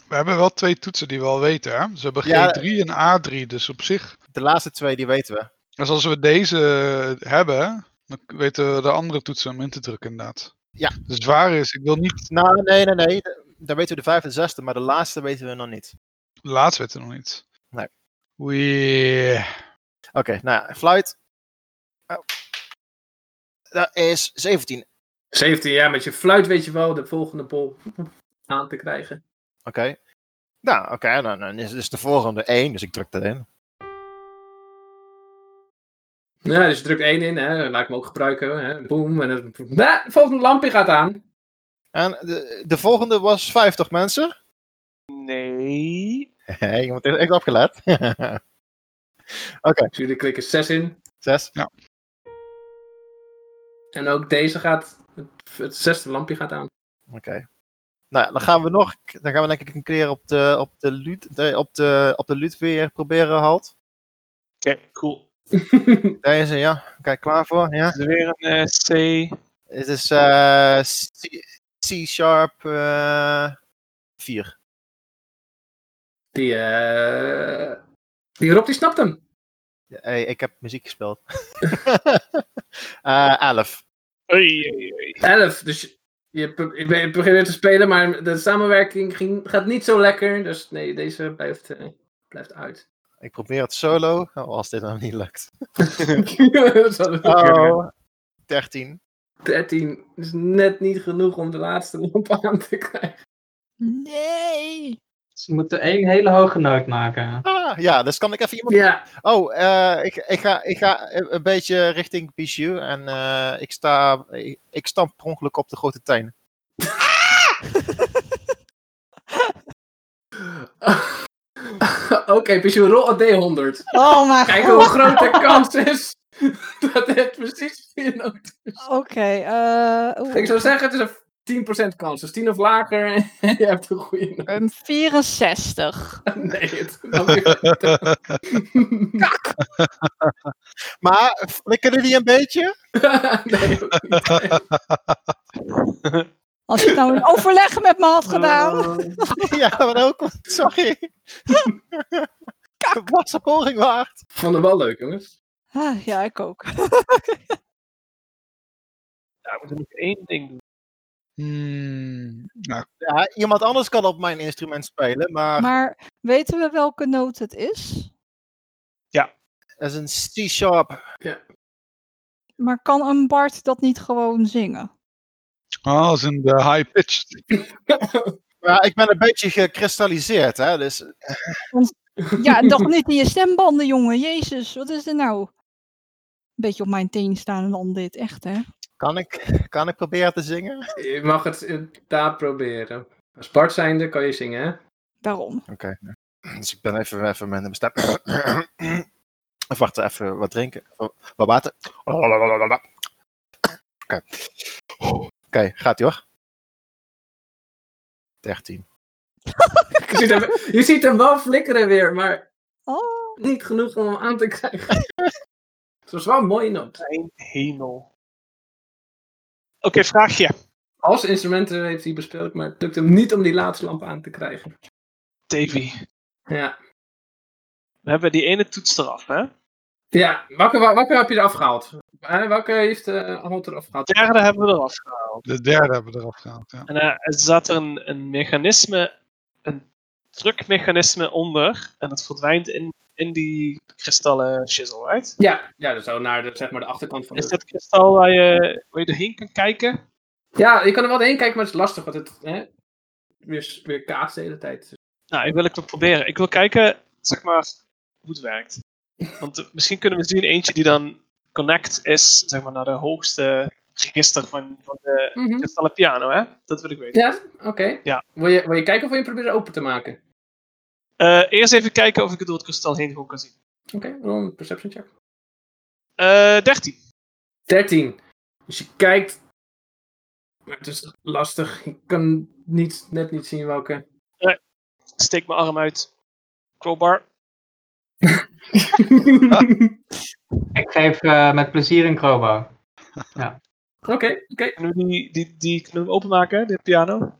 Speaker 1: we hebben wel twee toetsen die we al weten, hè? Ze hebben
Speaker 6: Ja.
Speaker 1: G3 en A3, dus op zich.
Speaker 6: De laatste twee, die weten we.
Speaker 1: Dus als we deze eh, hebben, dan weten we de andere toetsen om in te drukken, inderdaad.
Speaker 6: Ja.
Speaker 1: Dus Varius, ik wil niet.
Speaker 6: Nou, nee, nee, nee. Dan weten we de vijfde en zesde, maar de laatste weten we nog niet.
Speaker 1: Laatst weten we nog niet.
Speaker 6: Nee.
Speaker 1: Oei.
Speaker 6: Oké, nou ja, fluit. Oh. Dat is 17.
Speaker 4: 17, ja, met je fluit weet je wel de volgende bol aan te krijgen.
Speaker 6: Oké. Nou, oké, dan, dan is dus de volgende 1, dus ik druk dat in.
Speaker 4: Ja, dus je drukt één in, hè. laat ik hem ook gebruiken. Hè. Boom, en dan... Nou, de volgende lampje gaat aan.
Speaker 6: En de, de volgende was 50 mensen.
Speaker 5: Nee.
Speaker 6: Hey, je moet echt echt opgelet.
Speaker 4: Dus jullie klikken 6 in.
Speaker 6: 6.
Speaker 4: En ook deze gaat, het- het zesde lampje gaat aan.
Speaker 6: Oké. Nou, ja, dan gaan we nog, dan gaan we denk ik een keer op de, op de, luut, de- op de, op de luut weer proberen, halt.
Speaker 5: Oké, cool.
Speaker 6: Deze, ja. Oké, klaar voor, ja.
Speaker 5: Is er weer een eh, C.
Speaker 6: Het is eh, C, eh, C-sharp 4.
Speaker 4: Die, eh die Rob, die snapt hem.
Speaker 6: Hey, ik heb muziek gespeeld. Eh 11.
Speaker 5: Oei, oei, oei.
Speaker 4: 11. Dus je, je, be- je begint weer te spelen, maar de samenwerking ging, gaat niet zo lekker. Dus nee, deze blijft, eh, blijft uit.
Speaker 6: Ik probeer het solo, oh, als dit nou niet lukt.
Speaker 4: Zo,
Speaker 6: Oh, 13.
Speaker 4: 13 is net niet genoeg om de laatste lamp aan te krijgen.
Speaker 2: Nee.
Speaker 3: Ze moeten één hele hoge noot maken.
Speaker 6: Ah, ja, dus kan ik even iemand...
Speaker 4: Ja,
Speaker 6: Oh, eh, ik, ik, ga, ik ga een een beetje richting Bijou en eh, ik, sta, ik, ik stamp per ongeluk op de grote tuin.
Speaker 4: Oké, Pichu, rol een D100.
Speaker 2: Oh mijn
Speaker 4: Kijken
Speaker 2: god.
Speaker 4: hoe groot de kans is dat het precies vier noten
Speaker 2: Oké. eh, oeh,
Speaker 4: Ik zou zeggen, het is een 10% kans. Dus 10 of lager en je hebt een goede noot.
Speaker 2: een 64.
Speaker 4: Nee, het dan weer-
Speaker 6: Maar flikkerde die een beetje?
Speaker 4: nee, ook niet.
Speaker 2: Als je het nou in overleg met me had gedaan.
Speaker 4: Eh,
Speaker 6: ja, maar ook, sorry. Het was een poging waard.
Speaker 4: Vond het wel leuk, jongens.
Speaker 2: Ah, ja, ik ook.
Speaker 5: Ja, Nou, we moeten nog één ding doen.
Speaker 1: Hmm, nou,
Speaker 6: Ja, iemand anders kan op mijn instrument spelen, maar
Speaker 2: Maar weten we welke noot het is?
Speaker 6: dat is een C-sharp.
Speaker 2: Maar kan een Bart dat niet gewoon zingen?
Speaker 1: ah, als in de high pitch.
Speaker 6: Ja, ik ben een beetje gekristalliseerd, hè, dus
Speaker 2: Ja, toch niet in je stembanden, jongen. Jezus, wat is er nou? Een beetje op mijn teen staan en dan dit, echt hè?
Speaker 6: kan ik, kan ik proberen te zingen?
Speaker 4: Je mag het inderdaad proberen. Als Bart zijnde kan je zingen, hè?
Speaker 2: Daarom.
Speaker 6: Oké. Dus ik ben even, even mijn stem... Even wachten, even wat drinken. Wat water. Oké. Oké, gaat ie hoor. 13.
Speaker 4: Je ziet, hem, je ziet hem wel flikkeren weer, maar
Speaker 2: Oh,
Speaker 4: niet genoeg om hem aan te krijgen. Het was wel een mooie noot.
Speaker 5: Mijn hemel. Oké, vraagje.
Speaker 4: Als instrumenten heeft hij bespeeld, maar het lukt hem niet om die laatste lamp aan te krijgen.
Speaker 5: Davy.
Speaker 4: Ja,
Speaker 5: We hebben die ene toets eraf, hè?
Speaker 4: ja. Welke, wa- welke heb je eraf gehaald? Eh, Welke heeft eh Holt eraf gehaald?
Speaker 5: Derde hebben we eraf gehaald.
Speaker 1: De derde hebben we eraf gehaald. Ja.
Speaker 5: En eh, er zat er een, een mechanisme, een drukmechanisme onder. En dat verdwijnt in, in die kristallen shizzle, right?
Speaker 4: Ja, ja dus zo naar de, zeg maar de achterkant van de...
Speaker 5: Is dat kristal waar je, waar je doorheen kan kijken?
Speaker 4: Ja, je kan er wel heen kijken, maar het is lastig, want het hè, weer, weer kaatst de hele tijd.
Speaker 5: Nou, ik wil het wel proberen. Ik wil kijken, zeg maar, hoe het werkt. Want eh, misschien kunnen we zien eentje die dan connect is, zeg maar, naar de hoogste register van, van de kristallen piano, hè? Dat wil ik weten.
Speaker 4: Ja, oké.
Speaker 5: Ja.
Speaker 4: Wil, je, wil je kijken of wil je proberen open te maken?
Speaker 5: Eh, eerst even kijken of ik het door het kristal heen gewoon kan zien.
Speaker 4: Oké, rol een perception check.
Speaker 5: Eh 13.
Speaker 4: 13. Dus je kijkt. Maar het is lastig. Je kan niet, net niet zien welke.
Speaker 5: Ik steek mijn arm uit. Crowbar.
Speaker 3: Ik geef eh, met plezier een crowbar.
Speaker 4: Oké, oké.
Speaker 5: Kunnen we die, die, die kunnen we openmaken, de piano?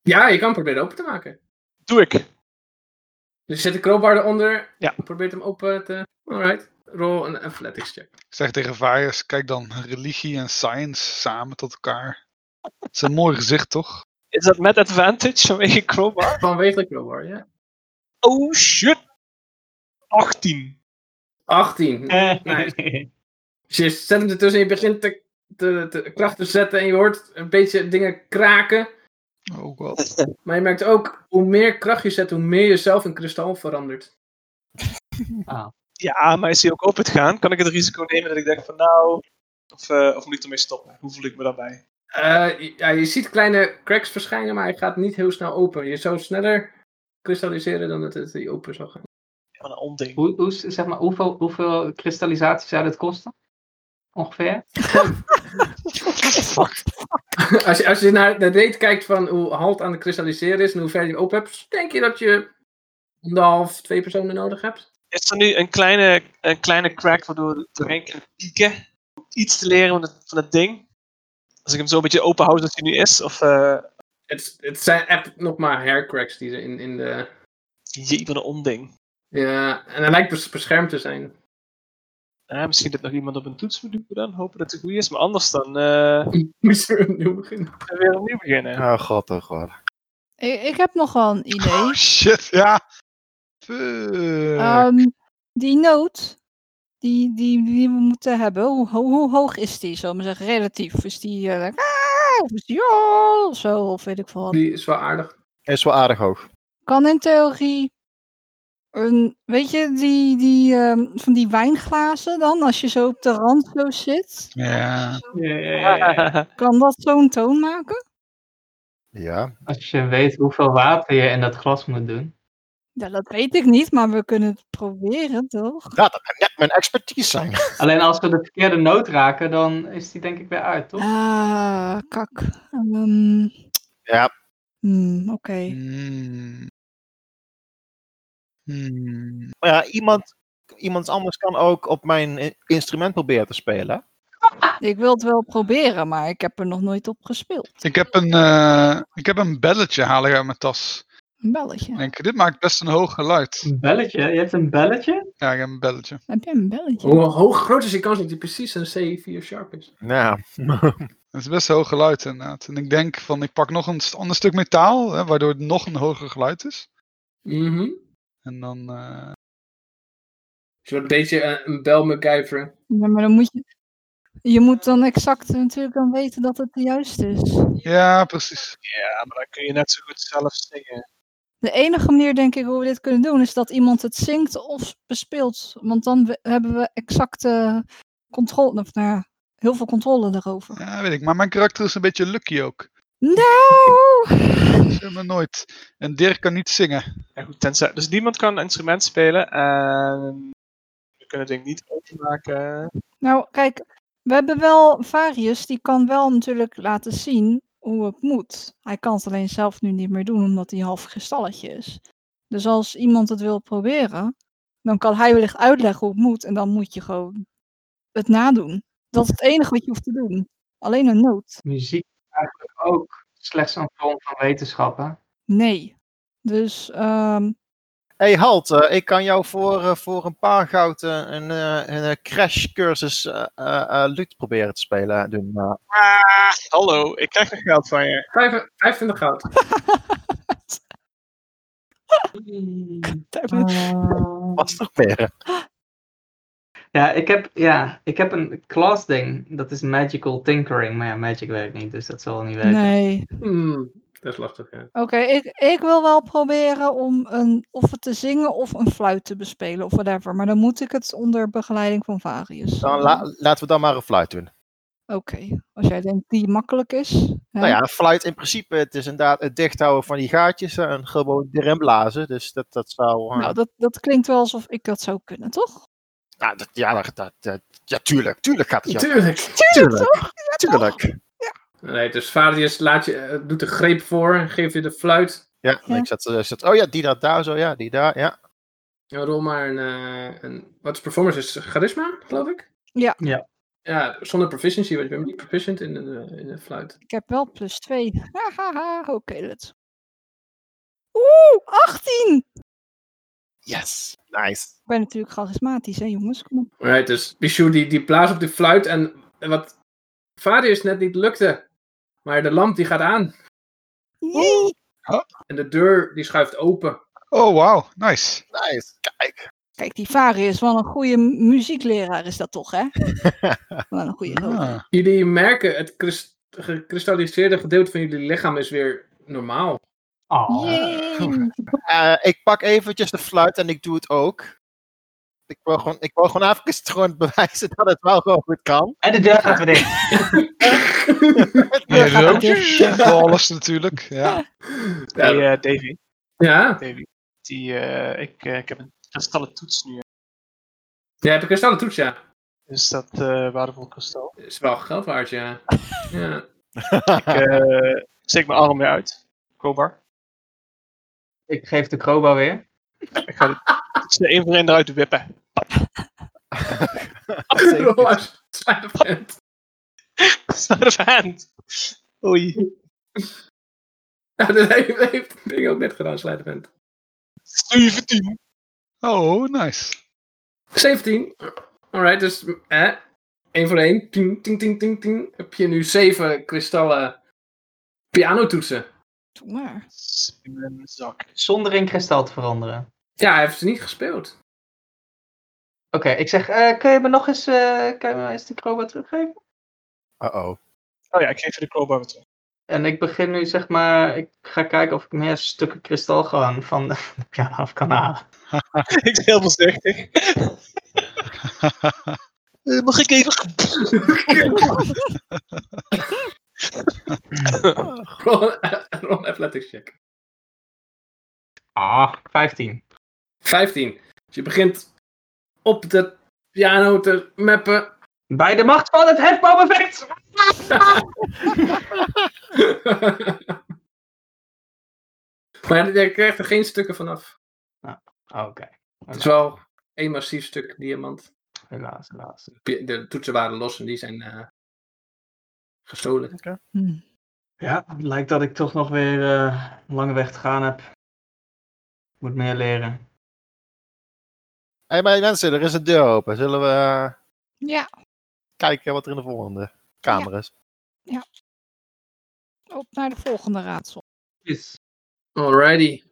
Speaker 4: Ja, je kan proberen open te maken.
Speaker 5: Doe ik.
Speaker 4: Dus je zet de crowbar eronder.
Speaker 5: Ja.
Speaker 4: Je probeert hem open te... Alright. Roll een athletics check.
Speaker 1: Ik zeg tegen Varius, kijk dan, religie en science samen tot elkaar. Het is een mooi gezicht, toch?
Speaker 5: Is dat met advantage vanwege crowbar?
Speaker 4: Vanwege de crowbar, ja.
Speaker 5: Oh shit! 18.
Speaker 4: 18.
Speaker 5: Eh.
Speaker 4: Nice. Dus je zet hem ertussen en je begint te, te, te krachten te zetten en je hoort een beetje dingen kraken.
Speaker 1: Oh god.
Speaker 4: Maar je merkt ook, hoe meer kracht je zet, hoe meer je zelf in kristal verandert.
Speaker 5: Ja, maar is hij ook op het gaan? Kan ik het risico nemen dat ik denk van nou. Of, eh, of moet ik ermee stoppen? Hoe voel ik me daarbij?
Speaker 4: Eh, je- ja, je ziet kleine cracks verschijnen, maar hij gaat niet heel snel open. Je zou sneller kristalliseren dan dat het hij open zou gaan.
Speaker 5: Wat een onding.
Speaker 3: Hoe, hoe, zeg maar, hoeveel, hoeveel kristallisatie zou dat kosten? Ongeveer?
Speaker 4: als, je, als je naar de rate kijkt van hoe halt aan het kristalliseren is en hoe ver je open hebt, denk je dat je anderhalf, twee personen nodig hebt?
Speaker 5: Is er nu een kleine, een kleine crack waardoor we doorheen kunnen pieken? Om iets te leren van het, van het ding? Als ik hem zo een beetje open hou zoals hij nu is? Of. eh
Speaker 4: Het, het zijn echt nog maar haircracks die er in, in de...
Speaker 5: jee, wat een onding.
Speaker 4: Ja, en hij lijkt bes- beschermd te zijn.
Speaker 5: Eh, misschien dat nog iemand op een toets moet doen dan. Hopen dat het goed is. Maar anders dan eh,
Speaker 4: Moest er opnieuw beginnen.
Speaker 5: gaan we weer opnieuw beginnen.
Speaker 6: Oh god, oh god.
Speaker 2: ik, ik heb nog wel een idee.
Speaker 1: Oh shit, ja. Fuck.
Speaker 2: Ehm, die noot die, die, die we moeten hebben, hoe, ho- hoe hoog is die? Zo maar zeggen, relatief. Is die. eh, like, ah, of is die. Oh, zo, of weet ik veel wat.
Speaker 4: Die is wel aardig.
Speaker 6: Is wel aardig hoog.
Speaker 2: Oké, kan in theorie. Een, weet je, die, die, ehm, van die wijnglazen dan, als je zo op de rand zo zit,
Speaker 1: Ja.
Speaker 2: kan dat zo'n toon maken?
Speaker 6: Ja.
Speaker 3: Als je weet hoeveel water je in dat glas moet doen.
Speaker 2: Ja, dat weet ik niet, maar we kunnen het proberen, toch?
Speaker 6: ja, dat kan net mijn expertise zijn.
Speaker 3: Alleen als we de verkeerde noot raken, dan is die denk ik weer uit, toch?
Speaker 2: Ah, kak. Ehm,
Speaker 6: Ja.
Speaker 2: hmm, Oké.
Speaker 1: Hmm. Hmm.
Speaker 6: Maar ja, iemand, iemand anders kan ook op mijn i- instrument proberen te spelen.
Speaker 2: Ik wil het wel proberen, maar ik heb er nog nooit op gespeeld.
Speaker 1: Ik heb een, eh, ik heb een belletje halen uit mijn tas.
Speaker 2: Een belletje.
Speaker 1: Ik Denk, dit maakt best een hoog geluid.
Speaker 3: Een belletje? Je hebt een belletje?
Speaker 1: Ja, ik heb een belletje.
Speaker 2: Heb jij een belletje?
Speaker 4: Hoe hoog groot is die kans dat hij precies een C4 sharp is?
Speaker 6: Ja.
Speaker 1: Het is best een hoog geluid inderdaad. En ik denk van, ik pak nog een st- ander stuk metaal, hè, waardoor het nog een hoger geluid is.
Speaker 4: Mhm.
Speaker 1: En dan, eh,
Speaker 4: Zullen we deze eh, een bel MacGyveren?
Speaker 2: Ja, maar dan moet je... Je moet dan exact natuurlijk dan weten dat het de juiste is.
Speaker 1: ja, precies.
Speaker 5: Ja, maar dan kun je net zo goed zelf zingen.
Speaker 2: De enige manier, denk ik, hoe we dit kunnen doen, is dat iemand het zingt of bespeelt. Want dan we- hebben we exacte controle, of nou ja, heel veel controle daarover.
Speaker 1: Ja, weet ik. Maar mijn karakter is een beetje lucky ook.
Speaker 2: Nou!
Speaker 1: Dat is maar nooit. En Dirk kan niet zingen.
Speaker 5: Ja, goed, tenzij. Dus niemand kan een instrument spelen en we kunnen het ding niet openmaken.
Speaker 2: Nou, kijk, we hebben wel Varius, die kan wel natuurlijk laten zien hoe het moet. Hij kan het alleen zelf nu niet meer doen, omdat hij half gestalletje is. Dus als iemand het wil proberen, dan kan hij wellicht uitleggen hoe het moet. En dan moet je gewoon het nadoen. Dat is het enige wat je hoeft te doen. Alleen een noot.
Speaker 3: Muziek is eigenlijk ook slechts een vorm van wetenschappen.
Speaker 2: Nee. Dus, ehm,
Speaker 6: hey, Halt, eh, ik kan jou voor, eh, voor een paar goud eh, een, eh, een eh, crashcursus eh eh, eh, Luut proberen te spelen. Doen. eh.
Speaker 5: Ah, hallo, ik krijg nog geld van je.
Speaker 4: Vijf- 25 goud.
Speaker 6: wat is nog meer?
Speaker 3: Ja, ik heb, ja, ik heb een class ding. Dat is magical tinkering. Maar ja, magic werkt niet, dus dat zal wel niet werken.
Speaker 2: nee.
Speaker 4: Hmm, dat is lastig, ja.
Speaker 2: Oké, ik, ik wil wel proberen om een, of het te zingen of een fluit te bespelen of whatever. Maar dan moet ik het onder begeleiding van Varius.
Speaker 6: Dan
Speaker 2: doen.
Speaker 6: la- laten we dan maar een fluit doen.
Speaker 2: Oké, als jij denkt die makkelijk is. hè?
Speaker 6: Nou ja, een fluit in principe, het is inderdaad het dicht houden van die gaatjes eh, en gewoon erin blazen. Dus dat, dat zou... eh,
Speaker 2: Nou, dat, dat klinkt wel alsof ik dat zou kunnen, toch?
Speaker 6: nou, dat, ja, dat, dat, dat- ja, tuurlijk. Tuurlijk gaat het. Ja,
Speaker 4: Tuurlijk!
Speaker 6: tuurlijk. Tuurlijk.
Speaker 4: Nee, dus Varius laat je, eh, doet de greep voor en geeft je de fluit.
Speaker 6: Ja, en
Speaker 2: Ja.
Speaker 6: ik zat, eh, zat, oh ja, die daar, daar zo, ja, die daar, ja.
Speaker 4: Ja, rol maar een, eh, een... Wat is performance? Is charisma, geloof ik?
Speaker 2: Ja.
Speaker 3: Ja.
Speaker 4: Ja, zonder proficiency, want je bent niet proficient in de, in de fluit.
Speaker 2: Ik heb wel plus 2. Hahaha, oké, let's. Oeh, 18!
Speaker 6: Yes. Nice.
Speaker 2: Ik ben natuurlijk charismatisch, hè jongens. Kom op.
Speaker 4: Right, dus Bichou die, die blaast op die fluit en wat Varius net niet lukte. Maar de lamp die gaat aan
Speaker 2: Jee!
Speaker 4: en de deur die schuift open.
Speaker 1: Oh, wauw. Nice.
Speaker 6: Nice. Kijk.
Speaker 2: Kijk, die Varius, wat een goede mu- muziekleraar is dat toch, hè? Wat een goede gozer.
Speaker 1: Ah.
Speaker 4: Jullie merken, het krist- gekristalliseerde gedeelte van jullie lichaam is weer normaal.
Speaker 3: Oh.
Speaker 2: Jee!
Speaker 6: Eh, ik pak eventjes de fluit en ik doe het ook. Ik wil gewoon, ik wil gewoon even gewoon bewijzen dat het wel gewoon goed kan.
Speaker 3: En de deur gaat weer dicht.
Speaker 1: Nee, dat is ook alles natuurlijk. Ja.
Speaker 4: Ja,
Speaker 5: Hey, eh, Davy.
Speaker 4: ja.
Speaker 5: Davy. Die, eh, ik, eh, ik heb een kristallen toets nu.
Speaker 4: ja de kristallen toets, ja.
Speaker 5: Dus dat eh, waardevol kristal.
Speaker 4: Is wel geld waard, ja. ja.
Speaker 5: Ik eh, steek mijn arm weer uit. Kobar.
Speaker 3: Ik geef de crowbar weer.
Speaker 5: Ik ga de- ze één voor één eruit wippen.
Speaker 4: Roas, sleight of hand.
Speaker 5: Side of hand. Oei.
Speaker 4: Ja, dat heeft, dat heeft het ding ook net gedaan, sleight of hand.
Speaker 5: 17.
Speaker 1: Oh, nice.
Speaker 4: 17. Alright, dus eh, één voor één. Ting, ting, ting, ting, ting. Heb je nu zeven kristallen pianotoetsen.
Speaker 2: Doe maar.
Speaker 5: In mijn zak.
Speaker 3: Zonder in kristal te veranderen.
Speaker 4: Ja, hij heeft ze niet gespeeld.
Speaker 3: Oké, ik zeg, eh, kun je me nog eens, eh, kun je me eens de crowbar teruggeven?
Speaker 6: Uh-oh.
Speaker 5: Oh ja, ik geef je de crowbar weer terug.
Speaker 3: En ik begin nu zeg maar, ik ga kijken of ik meer stukken kristal gewoon van de piano af kan halen.
Speaker 5: ik ben heel voorzichtig. Eh, Mag ik even...
Speaker 4: Roll, roll athletics check.
Speaker 3: Ah, 15.
Speaker 4: 15. Dus je begint op de piano te mappen.
Speaker 3: Bij de macht van het hefboom-effect!
Speaker 4: maar je krijgt er geen stukken vanaf.
Speaker 3: Oké,
Speaker 4: Het is wel één massief stuk diamant.
Speaker 3: helaas, helaas.
Speaker 4: Pi- De toetsen waren los en die zijn eh, gestolen.
Speaker 2: Hm.
Speaker 3: Ja, het lijkt dat ik toch nog weer eh, een lange weg te gaan heb. Moet meer leren.
Speaker 6: Hé, hey, maar mensen, er is een deur open. Zullen we eh,
Speaker 2: Ja,
Speaker 6: kijken wat er in de volgende kamer is?
Speaker 2: op naar de volgende raadsel.
Speaker 3: Yes.
Speaker 4: Alrighty.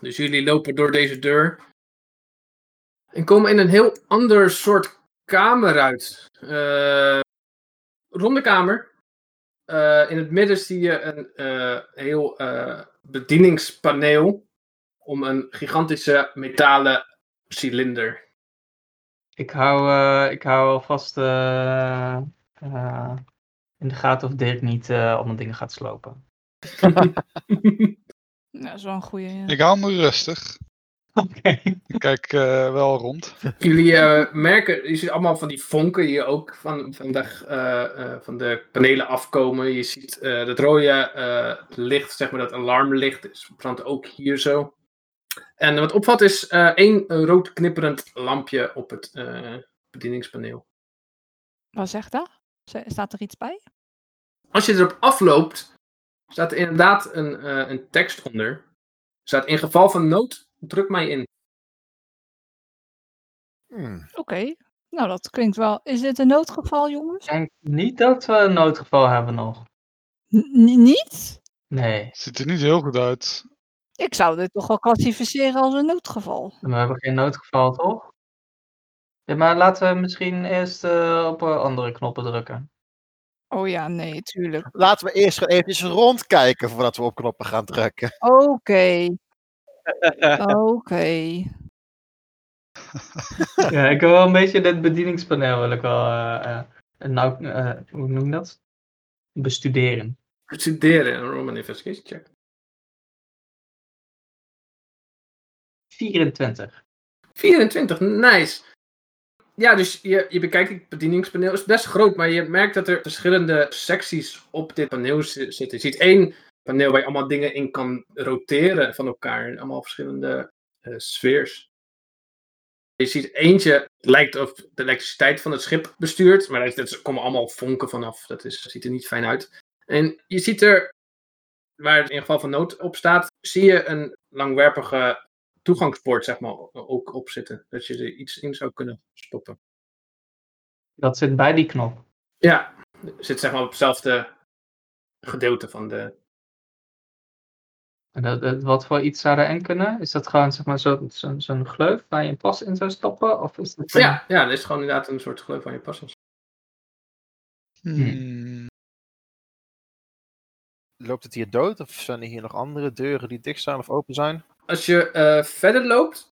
Speaker 4: Dus jullie lopen door deze deur. En komen in een heel ander soort kamer uit. Eh, ronde kamer. Eh, in het midden zie je een eh, heel eh, bedieningspaneel. Om een gigantische metalen cilinder.
Speaker 3: Ik hou, eh, ik hou alvast eh, eh, in de gaten of Dirk niet eh, allemaal dingen gaat slopen.
Speaker 2: Nou, dat is wel een goede.
Speaker 1: Ik hou me rustig.
Speaker 3: Oké.
Speaker 1: Ik kijk eh, wel rond.
Speaker 4: Jullie eh, merken, je ziet allemaal van die vonken die je ook van, van, de, eh, eh, van de panelen afkomen. Je ziet eh dat rode eh, licht, zeg maar dat alarmlicht, is- brandt ook hier zo. En wat opvalt is eh, één rood knipperend lampje op het eh, bedieningspaneel.
Speaker 2: Wat zegt dat? Z- Staat er iets bij?
Speaker 4: Als je erop afloopt, staat er inderdaad een, eh, een tekst onder. Er staat in geval van nood, druk mij in.
Speaker 6: Hmm.
Speaker 2: Oké. Nou, dat klinkt wel. Is dit een noodgeval, jongens?
Speaker 3: Ik denk niet dat we een noodgeval hebben nog.
Speaker 2: N- n- niet?
Speaker 3: Nee,
Speaker 1: Ziet er niet heel goed uit.
Speaker 2: Ik zou dit toch wel klassificeren als een noodgeval.
Speaker 3: we hebben geen noodgeval, toch? Ja, maar laten we misschien eerst eh, op eh, andere knoppen drukken.
Speaker 2: Oh ja, nee, tuurlijk.
Speaker 6: Laten we eerst gewoon eventjes rondkijken voordat we op knoppen gaan drukken.
Speaker 2: Oké,
Speaker 5: Eh,
Speaker 2: oké.
Speaker 3: Ja, ik wil wel een beetje dit bedieningspaneel wil ik wel eh, eh, nou, eh, hoe noem je dat? Bestuderen.
Speaker 4: Studeren, een Roman Investigation Check.
Speaker 3: 24.
Speaker 4: 24, nice. Ja, dus je, je bekijkt het bedieningspaneel. Het is best groot, maar je merkt dat er verschillende secties op dit paneel zi- zitten. Je ziet één paneel waar je allemaal dingen in kan roteren van elkaar. en Allemaal verschillende eh sfeers. Je ziet eentje, het lijkt of de elektriciteit van het schip bestuurt. Maar daar- daar komen allemaal vonken vanaf. Dat is, ziet er niet fijn uit. En je ziet er, waar het in geval van nood op staat, zie je een langwerpige toegangspoort zeg maar o- ook op zitten. Dat je er iets in zou kunnen stoppen.
Speaker 3: Dat zit bij die knop.
Speaker 4: Ja, zit zeg maar op hetzelfde gedeelte van de...
Speaker 3: En dat, dat- wat voor iets zou er in kunnen? Is dat gewoon zeg maar, zo, zo, zo'n gleuf waar je een pas in zou stoppen? Of is dat een-
Speaker 4: Ja, ja, er is gewoon inderdaad een soort gleuf van je passend.
Speaker 1: Hmm.
Speaker 6: Loopt het hier dood of zijn er hier nog andere deuren die dicht zijn of open zijn?
Speaker 4: Als je eh, verder loopt,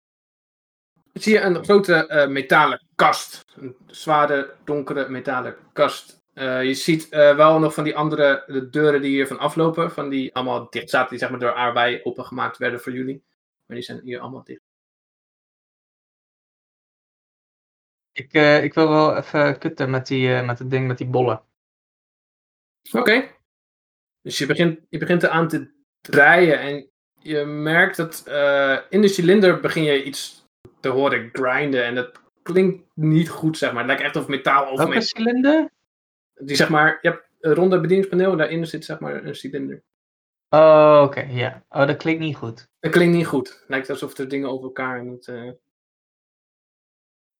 Speaker 4: zie je een grote eh, metalen kast. Een zware, donkere metalen kast. Eh, je ziet eh, wel nog van die andere de deuren die hier van aflopen. Van die allemaal dicht zaten, die zeg maar door aardbei opengemaakt werden voor jullie. Maar die zijn hier allemaal dicht.
Speaker 3: Ik, eh, ik wil wel even kutten met, die, eh, met het ding met die bollen.
Speaker 4: Oké. Dus je begint, je begint eraan te draaien en je merkt dat eh, in de cilinder begin je iets te horen grinden en dat klinkt niet goed, zeg maar. Het lijkt echt of metaal over
Speaker 3: Welke cilinder?
Speaker 4: Die zeg maar, je hebt een ronde bedieningspaneel en daarin zit zeg maar een cilinder.
Speaker 3: Oh, oké, ja. Oh, dat klinkt niet goed.
Speaker 4: Dat klinkt niet goed. Het lijkt alsof er dingen over elkaar aan het eh,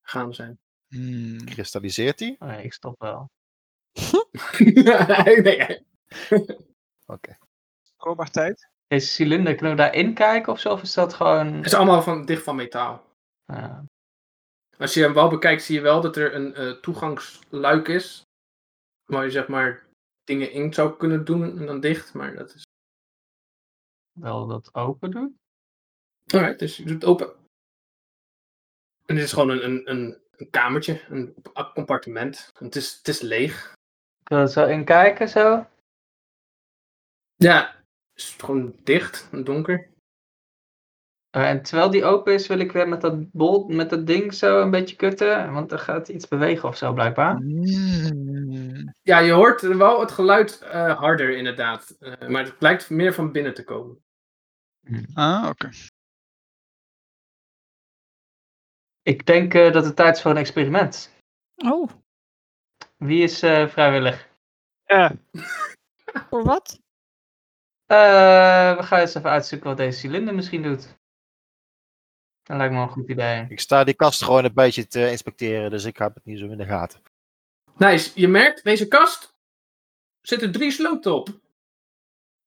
Speaker 4: gaan zijn.
Speaker 1: Hmm.
Speaker 6: Kristalliseert die?
Speaker 3: Oh, nee, ik stop wel.
Speaker 4: nee,
Speaker 6: Oké.
Speaker 5: Kombaar tijd.
Speaker 3: Deze cilinder, kunnen we daarin kijken of zo? Of is dat gewoon...
Speaker 4: het is allemaal van, dicht van metaal.
Speaker 3: eh,
Speaker 4: Als je hem wel bekijkt, zie je wel dat er een eh, toegangsluik is. Waar je zeg maar dingen in zou kunnen doen en dan dicht, maar dat is...
Speaker 3: Wel dat open doen.
Speaker 4: Alright, dus je doet het open. En dit is gewoon een, een, een, een kamertje, een compartiment. En het, is, het is leeg.
Speaker 3: Ik wil er zo in kijken, zo.
Speaker 4: Ja, het is gewoon dicht en donker.
Speaker 3: Eh, En terwijl die open is, wil ik weer met dat, bol, met dat ding zo een beetje kutten. Want er gaat iets bewegen of zo, blijkbaar.
Speaker 1: Mm.
Speaker 4: Ja, je hoort wel het geluid eh, harder inderdaad. Eh, maar het blijkt meer van binnen te komen.
Speaker 1: Ah, oké.
Speaker 3: Ik denk eh, dat het tijd is voor een experiment.
Speaker 2: Oh,
Speaker 3: Wie is eh, vrijwillig?
Speaker 5: Ja,
Speaker 2: voor wat?
Speaker 3: Eh, we gaan eens even uitzoeken wat deze cilinder misschien doet. Dat lijkt me wel een goed idee.
Speaker 6: Ik sta die kast gewoon een beetje te inspecteren, dus ik heb het niet zo in de gaten.
Speaker 4: Nice, je merkt, deze kast zitten drie sloten op.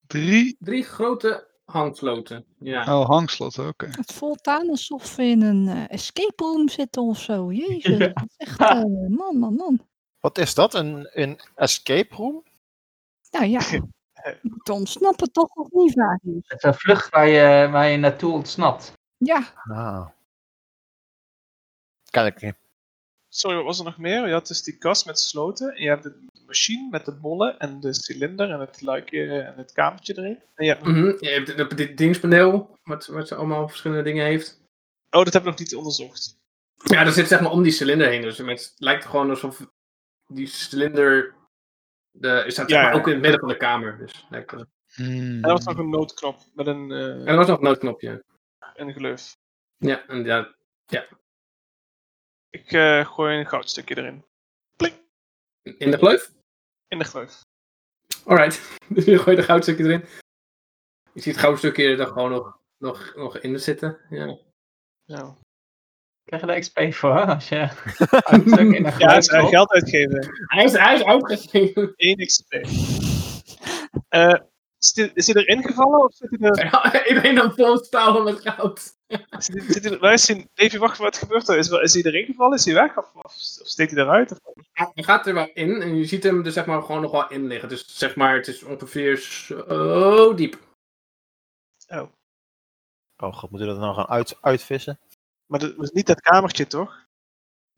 Speaker 1: Drie.
Speaker 4: Drie grote hangsloten. Ja.
Speaker 1: Oh, hangslot, oké.
Speaker 2: Het voelt aan alsof we in een eh, escape room zitten of zo. Jezus, dat is echt... eh, man, man, man.
Speaker 6: Wat is dat? Een, een escape room?
Speaker 2: Nou ja, je moet ontsnappen toch of niet, Varius?
Speaker 3: Het is een vlucht waar je, waar je naartoe ontsnapt.
Speaker 2: Ja,
Speaker 6: Ah. Kan ik niet.
Speaker 5: sorry, wat was er nog meer? Je had dus die kast met sloten. En je hebt de machine met de bollen en de cilinder en het luikje en het kamertje erin. En je hebt...
Speaker 4: Mhm, Je hebt dit, dit dienstpaneel, wat, wat ze allemaal verschillende dingen heeft.
Speaker 5: Oh, dat heb ik nog niet onderzocht.
Speaker 4: Ja, dat zit zeg maar om die cilinder heen. Dus het lijkt gewoon alsof die cilinder. De, is dat
Speaker 5: Ja,
Speaker 4: zeg maar
Speaker 5: ja.
Speaker 4: ook in het midden van de kamer. Dus lijkt wel.
Speaker 1: Hmm.
Speaker 5: En er was nog een noodknop met een,
Speaker 4: En
Speaker 5: eh
Speaker 4: er was nog een noodknopje.
Speaker 5: een gleuf.
Speaker 4: Ja, en ja,
Speaker 5: Ik eh, gooi een goudstukje erin.
Speaker 4: in de gleuf.
Speaker 5: In de gleuf.
Speaker 4: Alright. Dus je gooit een goudstukje erin. Je ziet het goudstukje er dan gewoon nog, nog, nog in zitten. Ja.
Speaker 5: Ja,
Speaker 3: Krijg je daar XP voor? Als je uitstuk in een
Speaker 5: ja
Speaker 3: glas
Speaker 5: het is, eh,
Speaker 3: stopt?
Speaker 5: geld uitgeven.
Speaker 4: Hij is, hij is uitgegeven.
Speaker 5: 1 XP. Eh, is, die, is die erin gevallen of zit hij er...
Speaker 4: Iedereen dan vol stalen met goud.
Speaker 5: Zit hij- Zit hij er waar is hij, Davy, wacht, wat gebeurt er? Is, wel- is hij erin gevallen? Is hij weg? Of, of, of steekt hij eruit? Of,
Speaker 4: Hij gaat er wel in en je ziet hem er zeg maar gewoon nog wel in liggen. Dus zeg maar, het is ongeveer zo diep.
Speaker 6: Oh god, moeten we dat nou gaan uit, uitvissen?
Speaker 5: maar dat was niet dat kamertje, toch?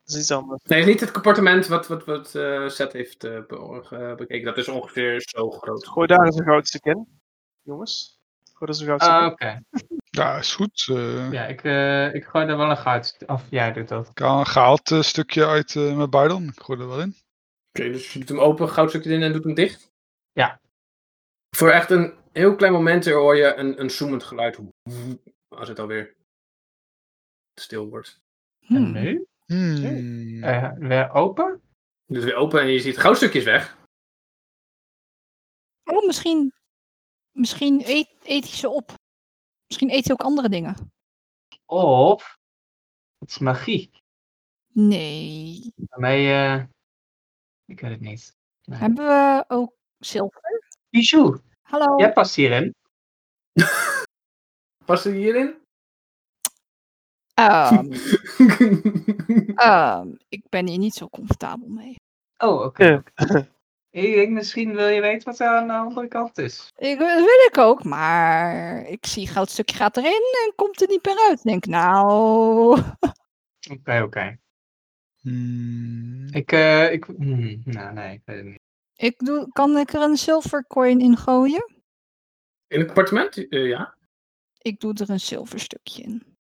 Speaker 5: Dat is iets anders.
Speaker 4: Nee, het is niet het compartiment wat, wat, wat eh Seth heeft eh, be- eh, bekeken. Dat is ongeveer zo groot.
Speaker 5: Gooi daar eens een goudstuk in. Jongens. Gooi daar eens een goudstuk
Speaker 3: Ah,
Speaker 5: in.
Speaker 7: Eh,
Speaker 3: Oké,
Speaker 1: Ja, is goed. eh,
Speaker 3: ja, ik, eh, ik gooi er wel een goud. Of jij doet dat.
Speaker 1: Ik haal een gehaald eh, stukje uit eh, mijn bui dan. Ik gooi er wel in.
Speaker 4: Oké, dus je doet hem open, goudstukje erin en doet hem dicht?
Speaker 3: Ja.
Speaker 4: Voor echt een heel klein moment hoor je een, een zoemend geluid. Als het alweer stil wordt.
Speaker 3: En
Speaker 2: hmm.
Speaker 3: nu?
Speaker 1: Hmm.
Speaker 3: Eh, weer open?
Speaker 4: Je doet weer open en je ziet goudstukjes weg.
Speaker 2: Oh, misschien, misschien eet, eet hij ze op. Misschien eet hij ook andere dingen.
Speaker 3: Of het is magie.
Speaker 2: Nee.
Speaker 3: Waarmee, eh, ik weet het niet.
Speaker 2: Hebben we ook zilver?
Speaker 3: Bijou,
Speaker 2: Hallo?
Speaker 3: jij past hierin.
Speaker 4: Past het hierin?
Speaker 2: Ehm, ehm, ik ben hier niet zo comfortabel mee.
Speaker 3: Oh, oké.
Speaker 5: Ja.
Speaker 3: Ik denk, misschien wil je weten wat er aan de andere kant is.
Speaker 2: Ik, dat wil ik ook, maar ik zie goudstukje gaat erin en komt er niet meer uit. Ik Denk nou,
Speaker 3: Oké, oké.
Speaker 1: Hmm.
Speaker 3: Ik, eh, ik, hmm, nou nee, ik weet het niet.
Speaker 2: ik doe, kan ik er een zilvercoin in gooien?
Speaker 4: In het appartement? Eh, ja.
Speaker 2: Ik doe er een zilverstukje in.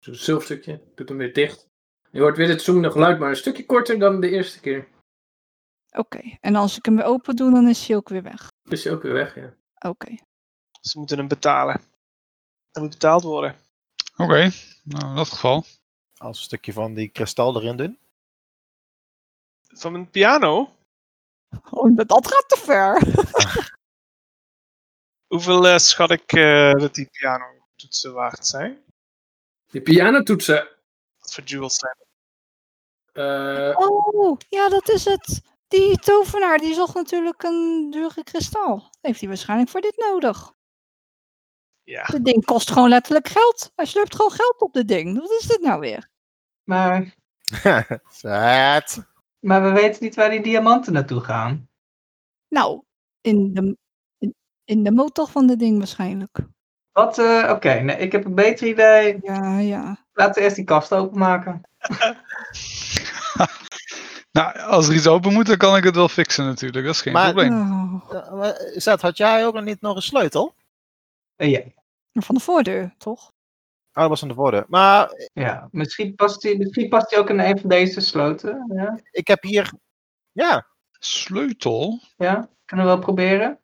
Speaker 4: Zo'n zilverstukje. Doet hem weer dicht. Je hoort weer het zoemende geluid, maar een stukje korter dan de eerste keer.
Speaker 2: Oké, en als ik hem weer open doe, dan is hij ook weer weg.
Speaker 4: Is hij ook weer weg, ja.
Speaker 2: Oké.
Speaker 5: Ze moeten hem betalen. Hij moet betaald worden.
Speaker 1: Oké, nou in dat geval.
Speaker 6: Als een stukje van die kristal erin doen.
Speaker 5: Van mijn piano?
Speaker 2: Oh, dat, dat gaat te ver.
Speaker 5: Hoeveel eh, schat ik eh, dat die piano toetsen waard zijn?
Speaker 4: Die pianotoetsen.
Speaker 5: Wat voor jewels zijn er?
Speaker 4: eh
Speaker 2: Oh, ja, dat is het. Die tovenaar, die zocht natuurlijk een dure kristal. Heeft hij waarschijnlijk voor dit nodig.
Speaker 5: Ja.
Speaker 2: Dit ding kost gewoon letterlijk geld. Hij slurpt gewoon geld op dit ding. Wat is dit nou weer?
Speaker 3: Maar,
Speaker 6: Zet.
Speaker 3: maar we weten niet waar die diamanten naartoe gaan.
Speaker 2: Nou, in de, in, in de motor van de ding waarschijnlijk.
Speaker 3: Wat, eh, oké, nee, ik heb een beter idee.
Speaker 2: Ja, ja.
Speaker 3: Laten we eerst die kast openmaken.
Speaker 1: Nou, als er iets open moet, dan kan ik het wel fixen natuurlijk. Dat is geen
Speaker 6: Maar-
Speaker 1: probleem.
Speaker 2: Oh,
Speaker 6: Eh, maar, eh, Zet, had jij ook nog niet nog een sleutel?
Speaker 3: Eh, ja,
Speaker 2: van de voordeur, toch?
Speaker 6: Oh, dat was aan de woorden. Maar
Speaker 3: ja. Misschien, past die, misschien past die ook in een van deze sloten. Ja,
Speaker 6: ik heb hier... Ja,
Speaker 1: Sleutel?
Speaker 3: ja. kunnen we wel proberen.